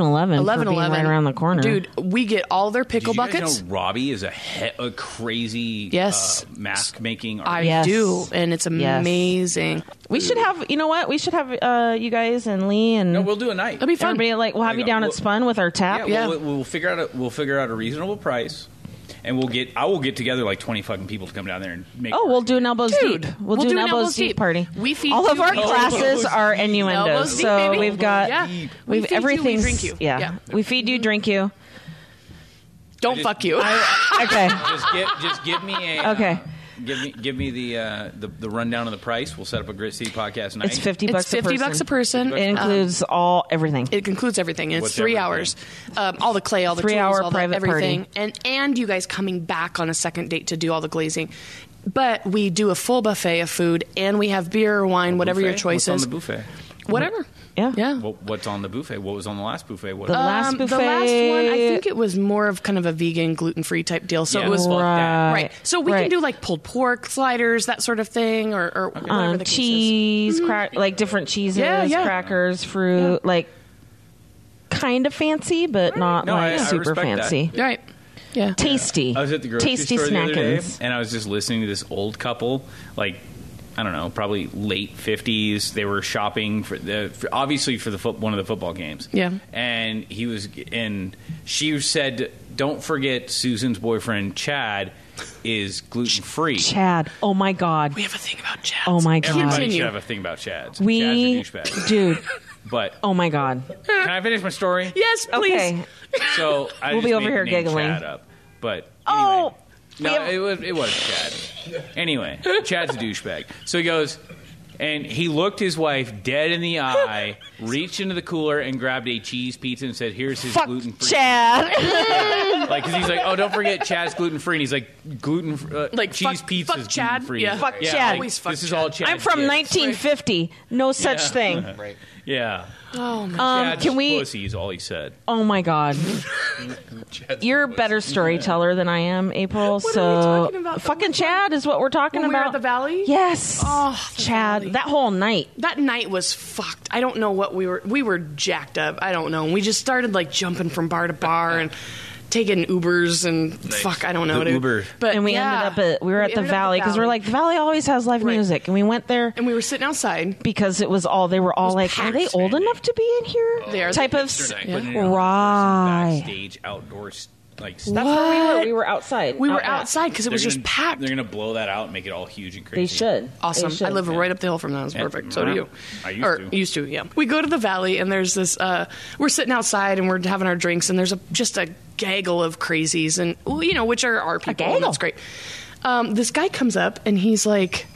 [SPEAKER 8] Eleven. Eleven Eleven. Right around the corner,
[SPEAKER 7] Dude, we get all their
[SPEAKER 5] Did
[SPEAKER 7] pickle
[SPEAKER 5] you guys
[SPEAKER 7] buckets.
[SPEAKER 5] know Robbie is a, he- a crazy
[SPEAKER 7] Yes.
[SPEAKER 5] uh, mask making
[SPEAKER 7] I
[SPEAKER 5] artist?
[SPEAKER 8] Yes.
[SPEAKER 7] do, and it's
[SPEAKER 8] Yes.
[SPEAKER 7] amazing.
[SPEAKER 8] We should have. You know what? We should have uh, you guys and Lee and
[SPEAKER 5] No, we'll do a night.
[SPEAKER 7] That'd be fun.
[SPEAKER 8] everybody. Like we'll have
[SPEAKER 5] Hang
[SPEAKER 8] you
[SPEAKER 5] on.
[SPEAKER 8] down
[SPEAKER 5] We'll-
[SPEAKER 8] at Spun with our tap.
[SPEAKER 5] Yeah,
[SPEAKER 7] Yeah.
[SPEAKER 5] We'll, we'll figure out a, we'll figure out a reasonable price, and we'll get I will get together like twenty fucking people to come down there and make.
[SPEAKER 8] Oh, we'll do an elbows
[SPEAKER 7] Dude,
[SPEAKER 8] deep. We'll, do an elbows, deep, party.
[SPEAKER 7] We feed
[SPEAKER 8] all of
[SPEAKER 7] you,
[SPEAKER 8] our
[SPEAKER 7] we drink
[SPEAKER 8] classes
[SPEAKER 5] you.
[SPEAKER 8] are
[SPEAKER 7] Elbows
[SPEAKER 8] innuendos.
[SPEAKER 7] deep,
[SPEAKER 8] so
[SPEAKER 7] baby.
[SPEAKER 8] we've got
[SPEAKER 7] Yeah. We
[SPEAKER 8] we've
[SPEAKER 7] feed you, we
[SPEAKER 8] everything.
[SPEAKER 7] drink you.
[SPEAKER 8] Yeah.
[SPEAKER 7] Yeah.
[SPEAKER 8] we feed you, drink you.
[SPEAKER 7] Don't fuck you.
[SPEAKER 8] Okay,
[SPEAKER 5] just give just give me a
[SPEAKER 8] Okay.
[SPEAKER 5] uh, give me give me the, uh, the the rundown of the price. We'll set up a Grit City podcast night.
[SPEAKER 8] it's fifty bucks.
[SPEAKER 7] it's fifty
[SPEAKER 8] a person.
[SPEAKER 7] bucks a person. um,
[SPEAKER 8] It includes all everything.
[SPEAKER 7] it includes everything. and It's
[SPEAKER 5] What's
[SPEAKER 7] three
[SPEAKER 5] everything?
[SPEAKER 7] hours, um, all the clay, all the
[SPEAKER 8] Three
[SPEAKER 7] tools,
[SPEAKER 8] hour
[SPEAKER 7] all the
[SPEAKER 8] private party.
[SPEAKER 7] everything, and and you guys coming back on a second date to do all the glazing. But we do a full buffet of food, and we have beer or wine, whatever your
[SPEAKER 5] Buffet?
[SPEAKER 7] choice
[SPEAKER 5] What's
[SPEAKER 7] is,
[SPEAKER 5] on the buffet.
[SPEAKER 7] whatever.
[SPEAKER 8] Yeah.
[SPEAKER 7] yeah.
[SPEAKER 5] What, what's on the buffet? What was on the last buffet? What
[SPEAKER 8] Oh. The
[SPEAKER 5] uh,
[SPEAKER 8] last
[SPEAKER 7] Um,
[SPEAKER 8] buffet.
[SPEAKER 7] The last one, I think it was more of kind of a vegan, gluten free type deal. So
[SPEAKER 5] Yeah.
[SPEAKER 7] it was
[SPEAKER 5] Fuck that.
[SPEAKER 7] right. So we
[SPEAKER 8] Uh, right.
[SPEAKER 7] can do like pulled pork sliders, that sort of thing, or, or whatever
[SPEAKER 8] um,
[SPEAKER 7] the case is. Mm-hmm.
[SPEAKER 8] cheese, crack, like different cheeses,
[SPEAKER 7] Yeah, yeah.
[SPEAKER 8] crackers, fruit, like kind of fancy, but not
[SPEAKER 5] No, I-
[SPEAKER 8] like
[SPEAKER 5] I
[SPEAKER 8] super
[SPEAKER 5] respect that.
[SPEAKER 8] fancy.
[SPEAKER 7] Right. Yeah.
[SPEAKER 8] Tasty.
[SPEAKER 5] I was at the grocery
[SPEAKER 8] Tasty
[SPEAKER 5] store the other day,
[SPEAKER 8] snackins.
[SPEAKER 5] and I was just listening to this old couple, like I don't know, probably late fifties. They were shopping for the for, obviously for the foot, one of the football games.
[SPEAKER 7] Yeah.
[SPEAKER 5] and he was, and she said, "Don't forget Susan's boyfriend Chad is gluten free."
[SPEAKER 8] Chad. Oh my god.
[SPEAKER 7] We have a thing about Chad.
[SPEAKER 8] Oh my
[SPEAKER 5] Everybody
[SPEAKER 8] god.
[SPEAKER 7] Continue.
[SPEAKER 5] should have a thing about Chad's.
[SPEAKER 8] We
[SPEAKER 5] Chad's a douchebag.
[SPEAKER 8] dude.
[SPEAKER 5] But
[SPEAKER 8] Oh my god.
[SPEAKER 5] can I finish my story?
[SPEAKER 7] Yes, please.
[SPEAKER 8] Okay.
[SPEAKER 5] So I
[SPEAKER 8] We'll
[SPEAKER 5] just
[SPEAKER 8] be over
[SPEAKER 5] made
[SPEAKER 8] here
[SPEAKER 5] the name
[SPEAKER 8] giggling.
[SPEAKER 5] Chad up, but
[SPEAKER 8] Oh,
[SPEAKER 5] anyway.
[SPEAKER 8] we
[SPEAKER 5] no,
[SPEAKER 8] have-
[SPEAKER 5] it was it was Chad. Anyway, Chad's a douchebag. So he goes, and he looked his wife dead in the eye, reached into the cooler and grabbed a cheese pizza and said, "Here's his
[SPEAKER 8] Fuck
[SPEAKER 5] gluten free."
[SPEAKER 8] Chad.
[SPEAKER 5] Like, 'cause he's like, "Oh, don't forget Chad's gluten free," and he's like, "Gluten uh,
[SPEAKER 7] Like,
[SPEAKER 5] cheese
[SPEAKER 7] fuck-
[SPEAKER 5] pizza
[SPEAKER 7] fuck Chad?
[SPEAKER 5] free."
[SPEAKER 7] Yeah. Fuck
[SPEAKER 8] Chad.
[SPEAKER 5] Like,
[SPEAKER 7] Always fuck
[SPEAKER 5] this is
[SPEAKER 7] Chad.
[SPEAKER 5] all Chad.
[SPEAKER 8] I'm from
[SPEAKER 5] did.
[SPEAKER 8] 1950. No such
[SPEAKER 5] Yeah.
[SPEAKER 8] thing.
[SPEAKER 11] Right.
[SPEAKER 5] Yeah.
[SPEAKER 7] Oh my.
[SPEAKER 8] Um,
[SPEAKER 5] Chad's
[SPEAKER 8] can we?
[SPEAKER 5] Pussy is all he said.
[SPEAKER 8] Oh my god.
[SPEAKER 11] Chad's
[SPEAKER 8] You're a
[SPEAKER 11] voice.
[SPEAKER 8] better storyteller than I am, April.
[SPEAKER 7] What are we
[SPEAKER 8] so
[SPEAKER 7] talking about?
[SPEAKER 8] fucking Chad is what we're talking
[SPEAKER 7] When we were
[SPEAKER 8] about.
[SPEAKER 7] at the Valley?
[SPEAKER 8] Yes.
[SPEAKER 7] Oh, the
[SPEAKER 8] Chad.
[SPEAKER 7] Absolutely.
[SPEAKER 8] That whole night.
[SPEAKER 7] That night was fucked. I don't know what we were. We were jacked up. I don't know. And we just started like jumping from bar to bar and taking Ubers and
[SPEAKER 8] Oh,
[SPEAKER 7] fuck. I don't know. dude. But
[SPEAKER 8] and we
[SPEAKER 7] yeah.
[SPEAKER 8] ended up at we were at the
[SPEAKER 7] ended up
[SPEAKER 8] Valley because we're
[SPEAKER 7] Valley.
[SPEAKER 8] like the Valley always has live music, and we went there
[SPEAKER 7] and we were sitting outside
[SPEAKER 8] because it was all they were all like, are they old enough to be in here?
[SPEAKER 5] Oh,
[SPEAKER 7] They are
[SPEAKER 8] type
[SPEAKER 7] the
[SPEAKER 8] of
[SPEAKER 7] hipster night.
[SPEAKER 8] yeah.
[SPEAKER 7] Putting it on
[SPEAKER 8] right.
[SPEAKER 5] Stage outdoors, like
[SPEAKER 8] That's where we were. We were outside.
[SPEAKER 7] We were
[SPEAKER 8] Outback.
[SPEAKER 7] outside because it was
[SPEAKER 5] They're
[SPEAKER 7] just
[SPEAKER 5] gonna-
[SPEAKER 7] packed.
[SPEAKER 5] They're gonna blow that out, and make it all huge and crazy.
[SPEAKER 7] They should. Awesome. I live right up the hill from that. It's
[SPEAKER 5] Yeah.
[SPEAKER 7] perfect. So do you.
[SPEAKER 5] I used
[SPEAKER 7] or,
[SPEAKER 5] to.
[SPEAKER 7] Used to, yeah. We go to the valley and there's this. Uh, we're sitting outside and we're having our drinks and there's a just a gaggle of crazies and well, you know which are our people. and That's great. Um, this guy comes up and he's like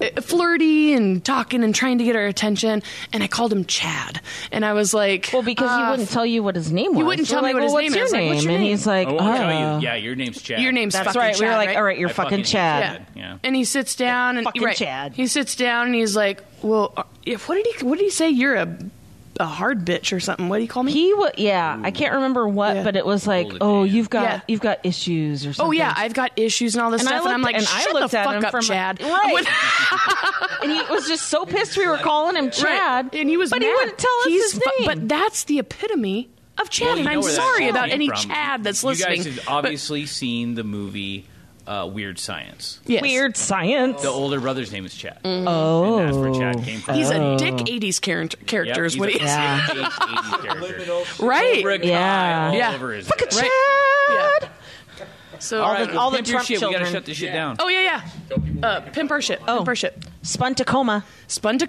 [SPEAKER 7] eh, flirty and talking and trying to get our attention and I called him Chad and I was like well
[SPEAKER 8] because he wouldn't tell you what his name
[SPEAKER 7] He
[SPEAKER 8] was.
[SPEAKER 7] wouldn't
[SPEAKER 8] We're
[SPEAKER 7] tell
[SPEAKER 8] like,
[SPEAKER 7] me what
[SPEAKER 8] "Well, what's
[SPEAKER 7] his name
[SPEAKER 8] your
[SPEAKER 7] is I was like, what
[SPEAKER 8] name?" And he's like,
[SPEAKER 5] I won't tell
[SPEAKER 8] uh,
[SPEAKER 5] you. Yeah, your name's Chad.
[SPEAKER 7] your name's
[SPEAKER 8] That's
[SPEAKER 7] fucking
[SPEAKER 8] right. We were
[SPEAKER 7] Chad,
[SPEAKER 8] like,
[SPEAKER 7] right?
[SPEAKER 8] all right, you're
[SPEAKER 5] I
[SPEAKER 8] fucking,
[SPEAKER 5] fucking hate
[SPEAKER 8] Chad.
[SPEAKER 5] that. Yeah.
[SPEAKER 7] And he sits down and
[SPEAKER 8] Fucking
[SPEAKER 7] right.
[SPEAKER 8] Chad.
[SPEAKER 7] He sits down and he's like, "Well, uh, if what did he what did he say? You're a a hard bitch or something? What do you call me?"
[SPEAKER 8] He was yeah. I can't remember what, but it was like, oh, you've got
[SPEAKER 7] Yeah.
[SPEAKER 8] you've got issues or something.
[SPEAKER 7] Oh yeah, I've got issues and all this
[SPEAKER 8] And I
[SPEAKER 7] stuff, and I'm
[SPEAKER 8] looked-
[SPEAKER 7] like,
[SPEAKER 8] and I
[SPEAKER 7] "Shut
[SPEAKER 8] looked
[SPEAKER 7] the
[SPEAKER 8] at
[SPEAKER 7] fuck
[SPEAKER 8] him
[SPEAKER 7] up,
[SPEAKER 8] from-
[SPEAKER 7] Chad."
[SPEAKER 8] Right.
[SPEAKER 7] When-
[SPEAKER 8] and he was just so pissed we were calling him Chad,
[SPEAKER 7] and he was,
[SPEAKER 8] but he
[SPEAKER 7] mad.
[SPEAKER 8] wouldn't tell us
[SPEAKER 7] He's
[SPEAKER 8] his
[SPEAKER 7] fu-
[SPEAKER 8] name.
[SPEAKER 7] But that's the epitome of Chad,
[SPEAKER 5] Well, you
[SPEAKER 7] and
[SPEAKER 5] know
[SPEAKER 7] I'm
[SPEAKER 5] where that
[SPEAKER 7] sorry
[SPEAKER 5] came
[SPEAKER 7] about any
[SPEAKER 5] from.
[SPEAKER 7] Chad that's
[SPEAKER 5] You
[SPEAKER 7] listening.
[SPEAKER 5] guys have obviously seen the movie uh, Weird Science.
[SPEAKER 8] Weird science.
[SPEAKER 5] The older brother's name is Chad.
[SPEAKER 8] Oh,
[SPEAKER 5] And that's where Chad came from.
[SPEAKER 7] Mm-hmm. He's a dick '80s char-
[SPEAKER 5] Yep,
[SPEAKER 7] character, is
[SPEAKER 5] he's
[SPEAKER 7] what
[SPEAKER 5] a
[SPEAKER 7] he is.
[SPEAKER 5] dick 80s character.
[SPEAKER 7] Right?
[SPEAKER 5] Cobra Kai all
[SPEAKER 7] yeah.
[SPEAKER 5] over his
[SPEAKER 7] Fuck a
[SPEAKER 5] head.
[SPEAKER 7] Chad. Yeah. So
[SPEAKER 8] All the- all the Trump
[SPEAKER 5] shit. We gotta
[SPEAKER 8] children.
[SPEAKER 5] shut this shit
[SPEAKER 8] Yeah.
[SPEAKER 5] down.
[SPEAKER 7] Oh yeah, yeah. Uh, pimp our shit. Pimp our shit.
[SPEAKER 8] Spun Tacoma.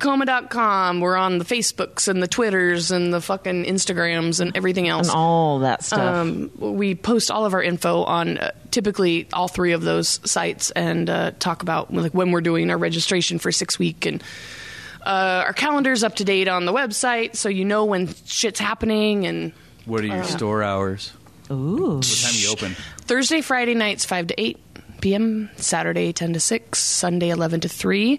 [SPEAKER 7] SpunTacoma.com. We're on the Facebooks and the Twitters and the fucking Instagrams and everything else.
[SPEAKER 8] And all that stuff.
[SPEAKER 7] Um, we post all of our info on uh, typically all three of those sites and uh, talk about like when we're doing our registration for six week and uh, our calendar's up to date on the website, so you know when shit's happening. And
[SPEAKER 5] What are your
[SPEAKER 7] Uh,
[SPEAKER 5] store hours?
[SPEAKER 8] Ooh. What
[SPEAKER 5] time you open?
[SPEAKER 7] Thursday, Friday nights, 5 to 8 p.m., Saturday, 10 to 6, Sunday, 11 to 3,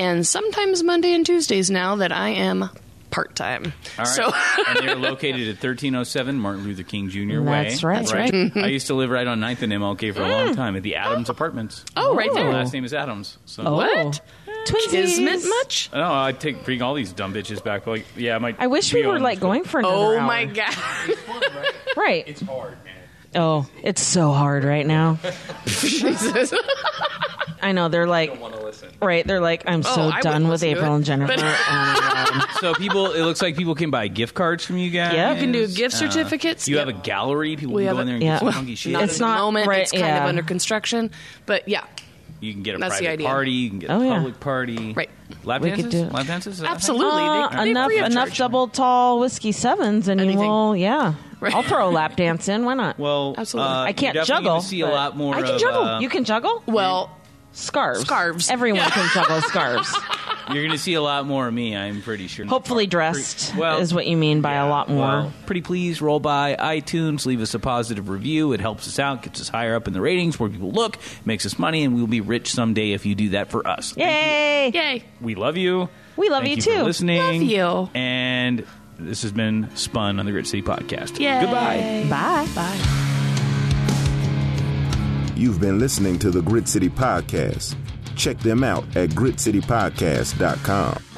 [SPEAKER 7] and sometimes Monday and Tuesdays now that I am part time.
[SPEAKER 5] All right.
[SPEAKER 7] So,
[SPEAKER 5] and they're located at 1307 Martin Luther King Jr. Way.
[SPEAKER 7] That's right. That's right.
[SPEAKER 5] I used to live right on 9th and MLK for a long time at the Adams Apartments.
[SPEAKER 7] Oh, right there.
[SPEAKER 5] My last name is Adams. So.
[SPEAKER 7] what?
[SPEAKER 8] Oh. Twinsies.
[SPEAKER 7] Kismet much?
[SPEAKER 5] I know. I take bring all these dumb bitches back. but Like, yeah, my.
[SPEAKER 8] I wish we
[SPEAKER 5] Geo
[SPEAKER 8] were
[SPEAKER 5] and-
[SPEAKER 8] like going for another
[SPEAKER 7] Oh
[SPEAKER 8] hour.
[SPEAKER 7] my God.
[SPEAKER 8] Right. It's hard, man. Oh, it's so hard right now.
[SPEAKER 7] Jesus.
[SPEAKER 8] I know they're like, right? They're like, I'm
[SPEAKER 5] Oh,
[SPEAKER 8] so
[SPEAKER 5] I wouldn't
[SPEAKER 8] done with
[SPEAKER 5] listen to
[SPEAKER 8] April
[SPEAKER 5] it,
[SPEAKER 8] and Jennifer.
[SPEAKER 5] but- so people, it looks like people can buy gift cards from you guys. Uh,
[SPEAKER 8] Yeah. You can do
[SPEAKER 7] gift certificates.
[SPEAKER 5] You
[SPEAKER 7] Yeah.
[SPEAKER 5] have a gallery. People
[SPEAKER 7] we
[SPEAKER 5] can
[SPEAKER 7] have
[SPEAKER 5] go in there
[SPEAKER 7] a,
[SPEAKER 5] and get some funky shit.
[SPEAKER 7] Not at the moment.
[SPEAKER 8] right,
[SPEAKER 7] it's kind
[SPEAKER 8] yeah.
[SPEAKER 7] of under construction, but yeah,
[SPEAKER 5] you can get a
[SPEAKER 7] That's the
[SPEAKER 5] private
[SPEAKER 7] idea.
[SPEAKER 5] party. You can get
[SPEAKER 7] Oh,
[SPEAKER 5] a
[SPEAKER 7] yeah.
[SPEAKER 5] public party. Right. Lap
[SPEAKER 8] We
[SPEAKER 5] dances.
[SPEAKER 8] could do-
[SPEAKER 5] Lap dances.
[SPEAKER 8] Uh, enough enough double tall whiskey sevens, and you will, yeah. I'll throw a lap dance in. Why not?
[SPEAKER 5] Well, Absolutely. uh,
[SPEAKER 8] I can't
[SPEAKER 5] you're definitely
[SPEAKER 8] juggle.
[SPEAKER 5] gonna see a
[SPEAKER 8] but
[SPEAKER 5] lot more
[SPEAKER 8] I can
[SPEAKER 5] of,
[SPEAKER 8] juggle.
[SPEAKER 5] uh,
[SPEAKER 8] you can juggle.
[SPEAKER 7] Well,
[SPEAKER 8] scarves.
[SPEAKER 7] Scarves.
[SPEAKER 8] Everyone can juggle scarves.
[SPEAKER 5] You're going to see a lot more of me. I'm pretty sure.
[SPEAKER 8] Hopefully dressed is what you mean by a lot more.
[SPEAKER 5] Well, pretty please roll by iTunes, leave us a positive review. It helps us out, gets us higher up in the ratings, more people look, makes us money, and we'll be rich someday if you do that for us.
[SPEAKER 8] Yay!
[SPEAKER 7] Yay!
[SPEAKER 5] We love you.
[SPEAKER 8] We love
[SPEAKER 5] Thank
[SPEAKER 8] you,
[SPEAKER 5] for
[SPEAKER 8] too.
[SPEAKER 5] listening.
[SPEAKER 8] Love
[SPEAKER 5] you. And this has been Spun on the Grit City Podcast.
[SPEAKER 7] Yay.
[SPEAKER 5] Goodbye.
[SPEAKER 8] Bye.
[SPEAKER 7] Bye.
[SPEAKER 14] You've been listening to the Grit City Podcast. Check them out at gritcitypodcast.com.